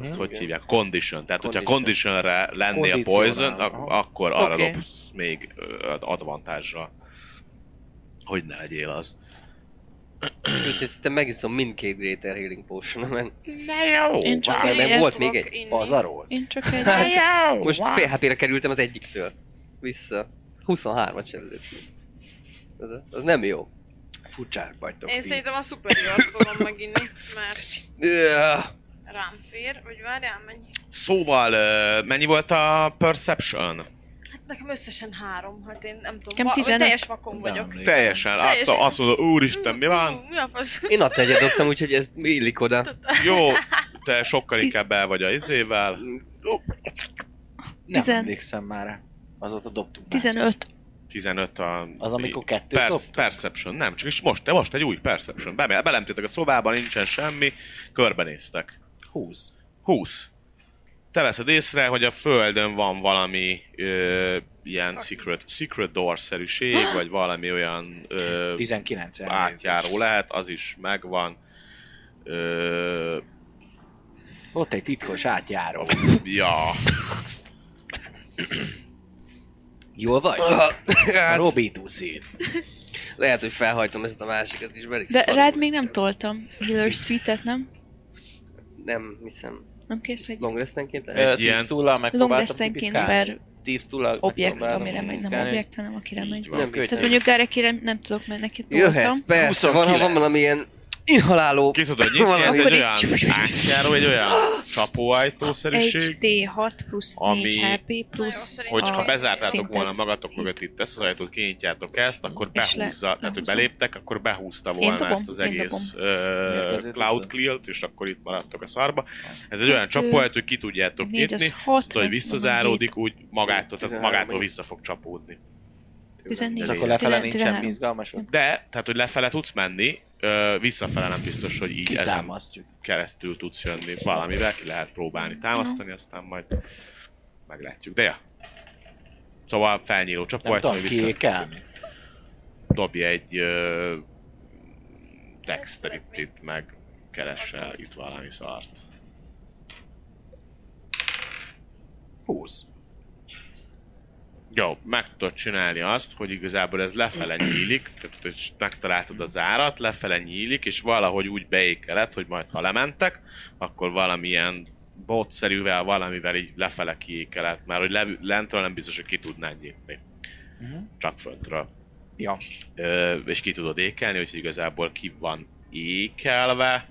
Ezt Mhm. hogy Igen. hívják? Condition. Tehát, hogyha Condition. conditionre lennél Kondícióra, poison, aha. ak- akkor arra Oké. dobsz még ö, ad- advantage-ra. Hogy ne legyél az. Úgyhogy szerintem megiszom mindkét Greater Healing potion mert Na jó, Én csak Várj, egy... mert egy- volt még egy. Inni. Pazarolsz? Én csak egy... na jó, Most wow. fél HP-re kerültem az egyiktől. Vissza. 23-at sebzett. Az, az nem jó. Furcsák vagytok. Én ti. szerintem a superior fogom meginni, mert Öööö. rám fér, vagy várjál, mennyi? Szóval, ö, mennyi volt a perception? Hát nekem összesen három, hát én nem tudom, Nekem va- 15. teljes vakon Nem vagyok. emlékszem. Teljesen látta, Teljesen. azt mondod, úristen, mi van? Mi a fasz? Én a egyet dobtam, úgyhogy ez illik oda. Jó, te sokkal inkább el vagy a izével. Nem Tizen- emlékszem már. rá. Azóta dobtuk már. 15. 15 a... Az, amikor kettőt Persz, dobtuk? perception, nem, csak is most, de most egy új perception. Bemel, belemtétek a szobában, nincsen semmi, körbenéztek. 20. 20. Te veszed észre, hogy a földön van valami ö, ilyen secret, secret door-szerűség, vagy valami olyan ö, 19 elnézést. átjáró lehet, az is megvan. Ö, Ott egy titkos átjáró. *laughs* ja, Jól vagy? Hát, Robituszi. lehet, hogy felhajtom ezt a másikat is, pedig De szarul. rád még nem toltam. Healer Suite-et, nem? Nem, hiszem. Nem kész egy Long restenként lehet? Ö, Ilyen... ilyen- Thieves Tool-lal long megpróbáltam restenként kipiszkálni. per Thieves Tool-lal objekt, megpróbáltam amire megy, nem kipiszkálni. objekt, hanem akire Így megy. van. Nem Tehát hiszem. mondjuk Gárekére nem tudok, mert neki toltam. Jöhet, persze, van, ha van 29. valamilyen inhaláló. ki tudod nyitni, ez Amikor egy így- olyan átjáró, egy olyan Egy csapóajtószerűség, D6 plusz Ami- 4 HP plusz szerintem- a hogyha bezártátok szinted. volna magatok mögött itt ezt az ajtót, kinyitjátok ezt, akkor És le- behúzza, tehát hogy lehúzom. beléptek, akkor behúzta volna dobom, ezt az én egész Gyerkező ö, Cloud tudtad. Clear-t, és akkor itt maradtok a szarba. Ez egy olyan csapóajtó, hogy ki tudjátok Négy, az nyitni, hat, tudod, hogy meg visszazáródik, úgy magától, tehát Tizenhárom, magától igen. vissza fog csapódni. 14. És Elég. akkor lefele nincs 13. semmi izgalmas. ott De, tehát hogy lefele tudsz menni, ö, visszafele nem biztos, hogy így ezen Kitámasztjuk. keresztül tudsz jönni valamivel, ki lehet próbálni támasztani, aztán majd meglátjuk. De ja. Szóval felnyíló Nem csapóajtó, tudom, ami vissza kék ám. dobj egy ö, dexteritit, meg keresse itt valami szart. 20. Jó, meg tudod csinálni azt, hogy igazából ez lefele nyílik, tehát hogy megtaláltad az árat, lefele nyílik, és valahogy úgy beékeled, hogy majd ha lementek, akkor valamilyen botszerűvel, valamivel így lefele kiékeled, mert hogy le, lentről nem biztos, hogy ki tudnád nyitni. Mhm. Csak föntről. Ja. Ö, és ki tudod ékelni, úgyhogy igazából ki van ékelve,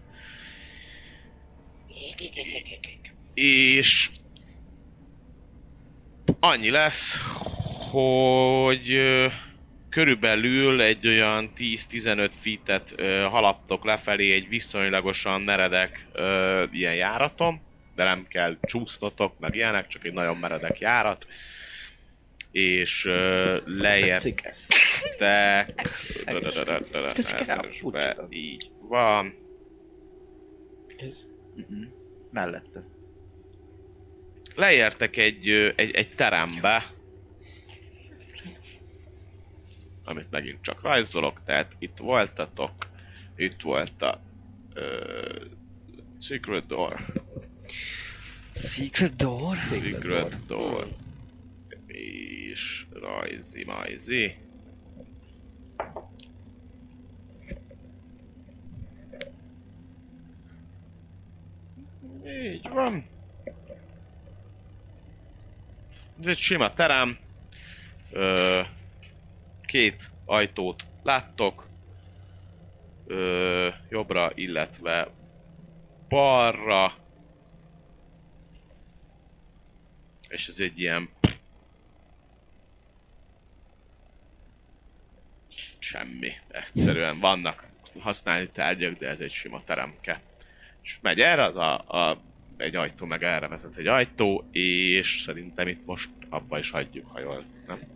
és annyi lesz, hogy ö, körülbelül egy olyan 10-15 fitet halaptok lefelé egy viszonylagosan meredek ö, ilyen járaton, de nem kell csúsznotok, meg ilyenek, csak egy nagyon meredek járat, és ö, leért Tetszik ez. tek. Úgy tudom. Így van. Mhm. Mellette. Leértek egy, ö, egy, egy terembe, amit megint csak rajzolok, tehát itt voltatok, itt volt a ö, Secret Door, Secret door? Secret Door, és rajzi majzi. Így van. Ez egy sima terem. Ö, két ajtót láttok. Ö, jobbra, illetve balra. És ez egy ilyen... Semmi. Egyszerűen vannak használni tárgyak, de ez egy sima teremke. És megy erre, az a, a, egy ajtó, meg erre vezet egy ajtó, és szerintem itt most abba is hagyjuk, ha jól, nem?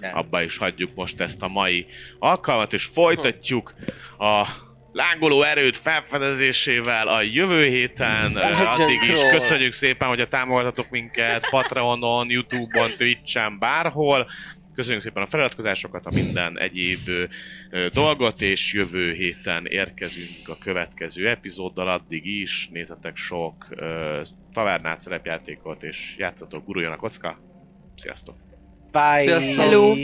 De abba is hagyjuk most ezt a mai alkalmat, és folytatjuk a lángoló erőt felfedezésével a jövő héten. Ö, Legend Addig is Roll. köszönjük szépen, hogy a támogatok minket Patreonon, Youtube-on, Twitch-en, bárhol. Köszönjük szépen a feliratkozásokat, a minden egyéb ö, ö, dolgot, és jövő héten érkezünk a következő epizóddal, addig is nézzetek sok ö, tavernát, szerepjátékot, és játszatok, guruljon a kocka. Sziasztok! Bye! Sziasztok. Hello.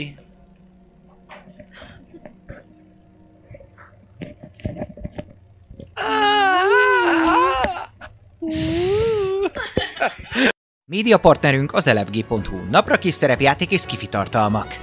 Média partnerünk az elefg.hu, napra kis szerepjáték és skifi tartalmak.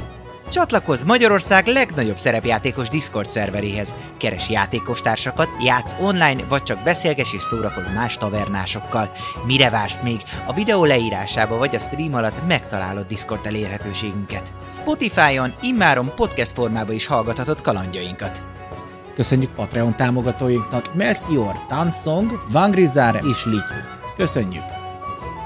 Csatlakozz Magyarország legnagyobb szerepjátékos Discord szerveréhez. Keres játékostársakat, játsz online, vagy csak beszélges és szórakozz más tavernásokkal. Mire vársz még? A videó leírásába vagy a stream alatt megtalálod Discord elérhetőségünket. Spotify-on immáron podcast formába is hallgathatod kalandjainkat. Köszönjük Patreon támogatóinknak Melchior, Tansong, Vangrizar és Lityu. Köszönjük!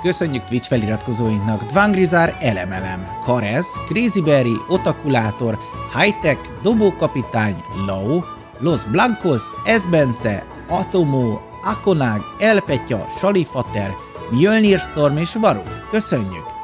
Köszönjük Twitch feliratkozóinknak Dvangrizar, Elemelem, Karez, Crazyberry, Otakulátor, Hightech, Dobókapitány, Lao, Los Blancos, Esbence, Atomó, Akonag, Elpetya, Salifater, Mjölnir Storm és Varó. Köszönjük!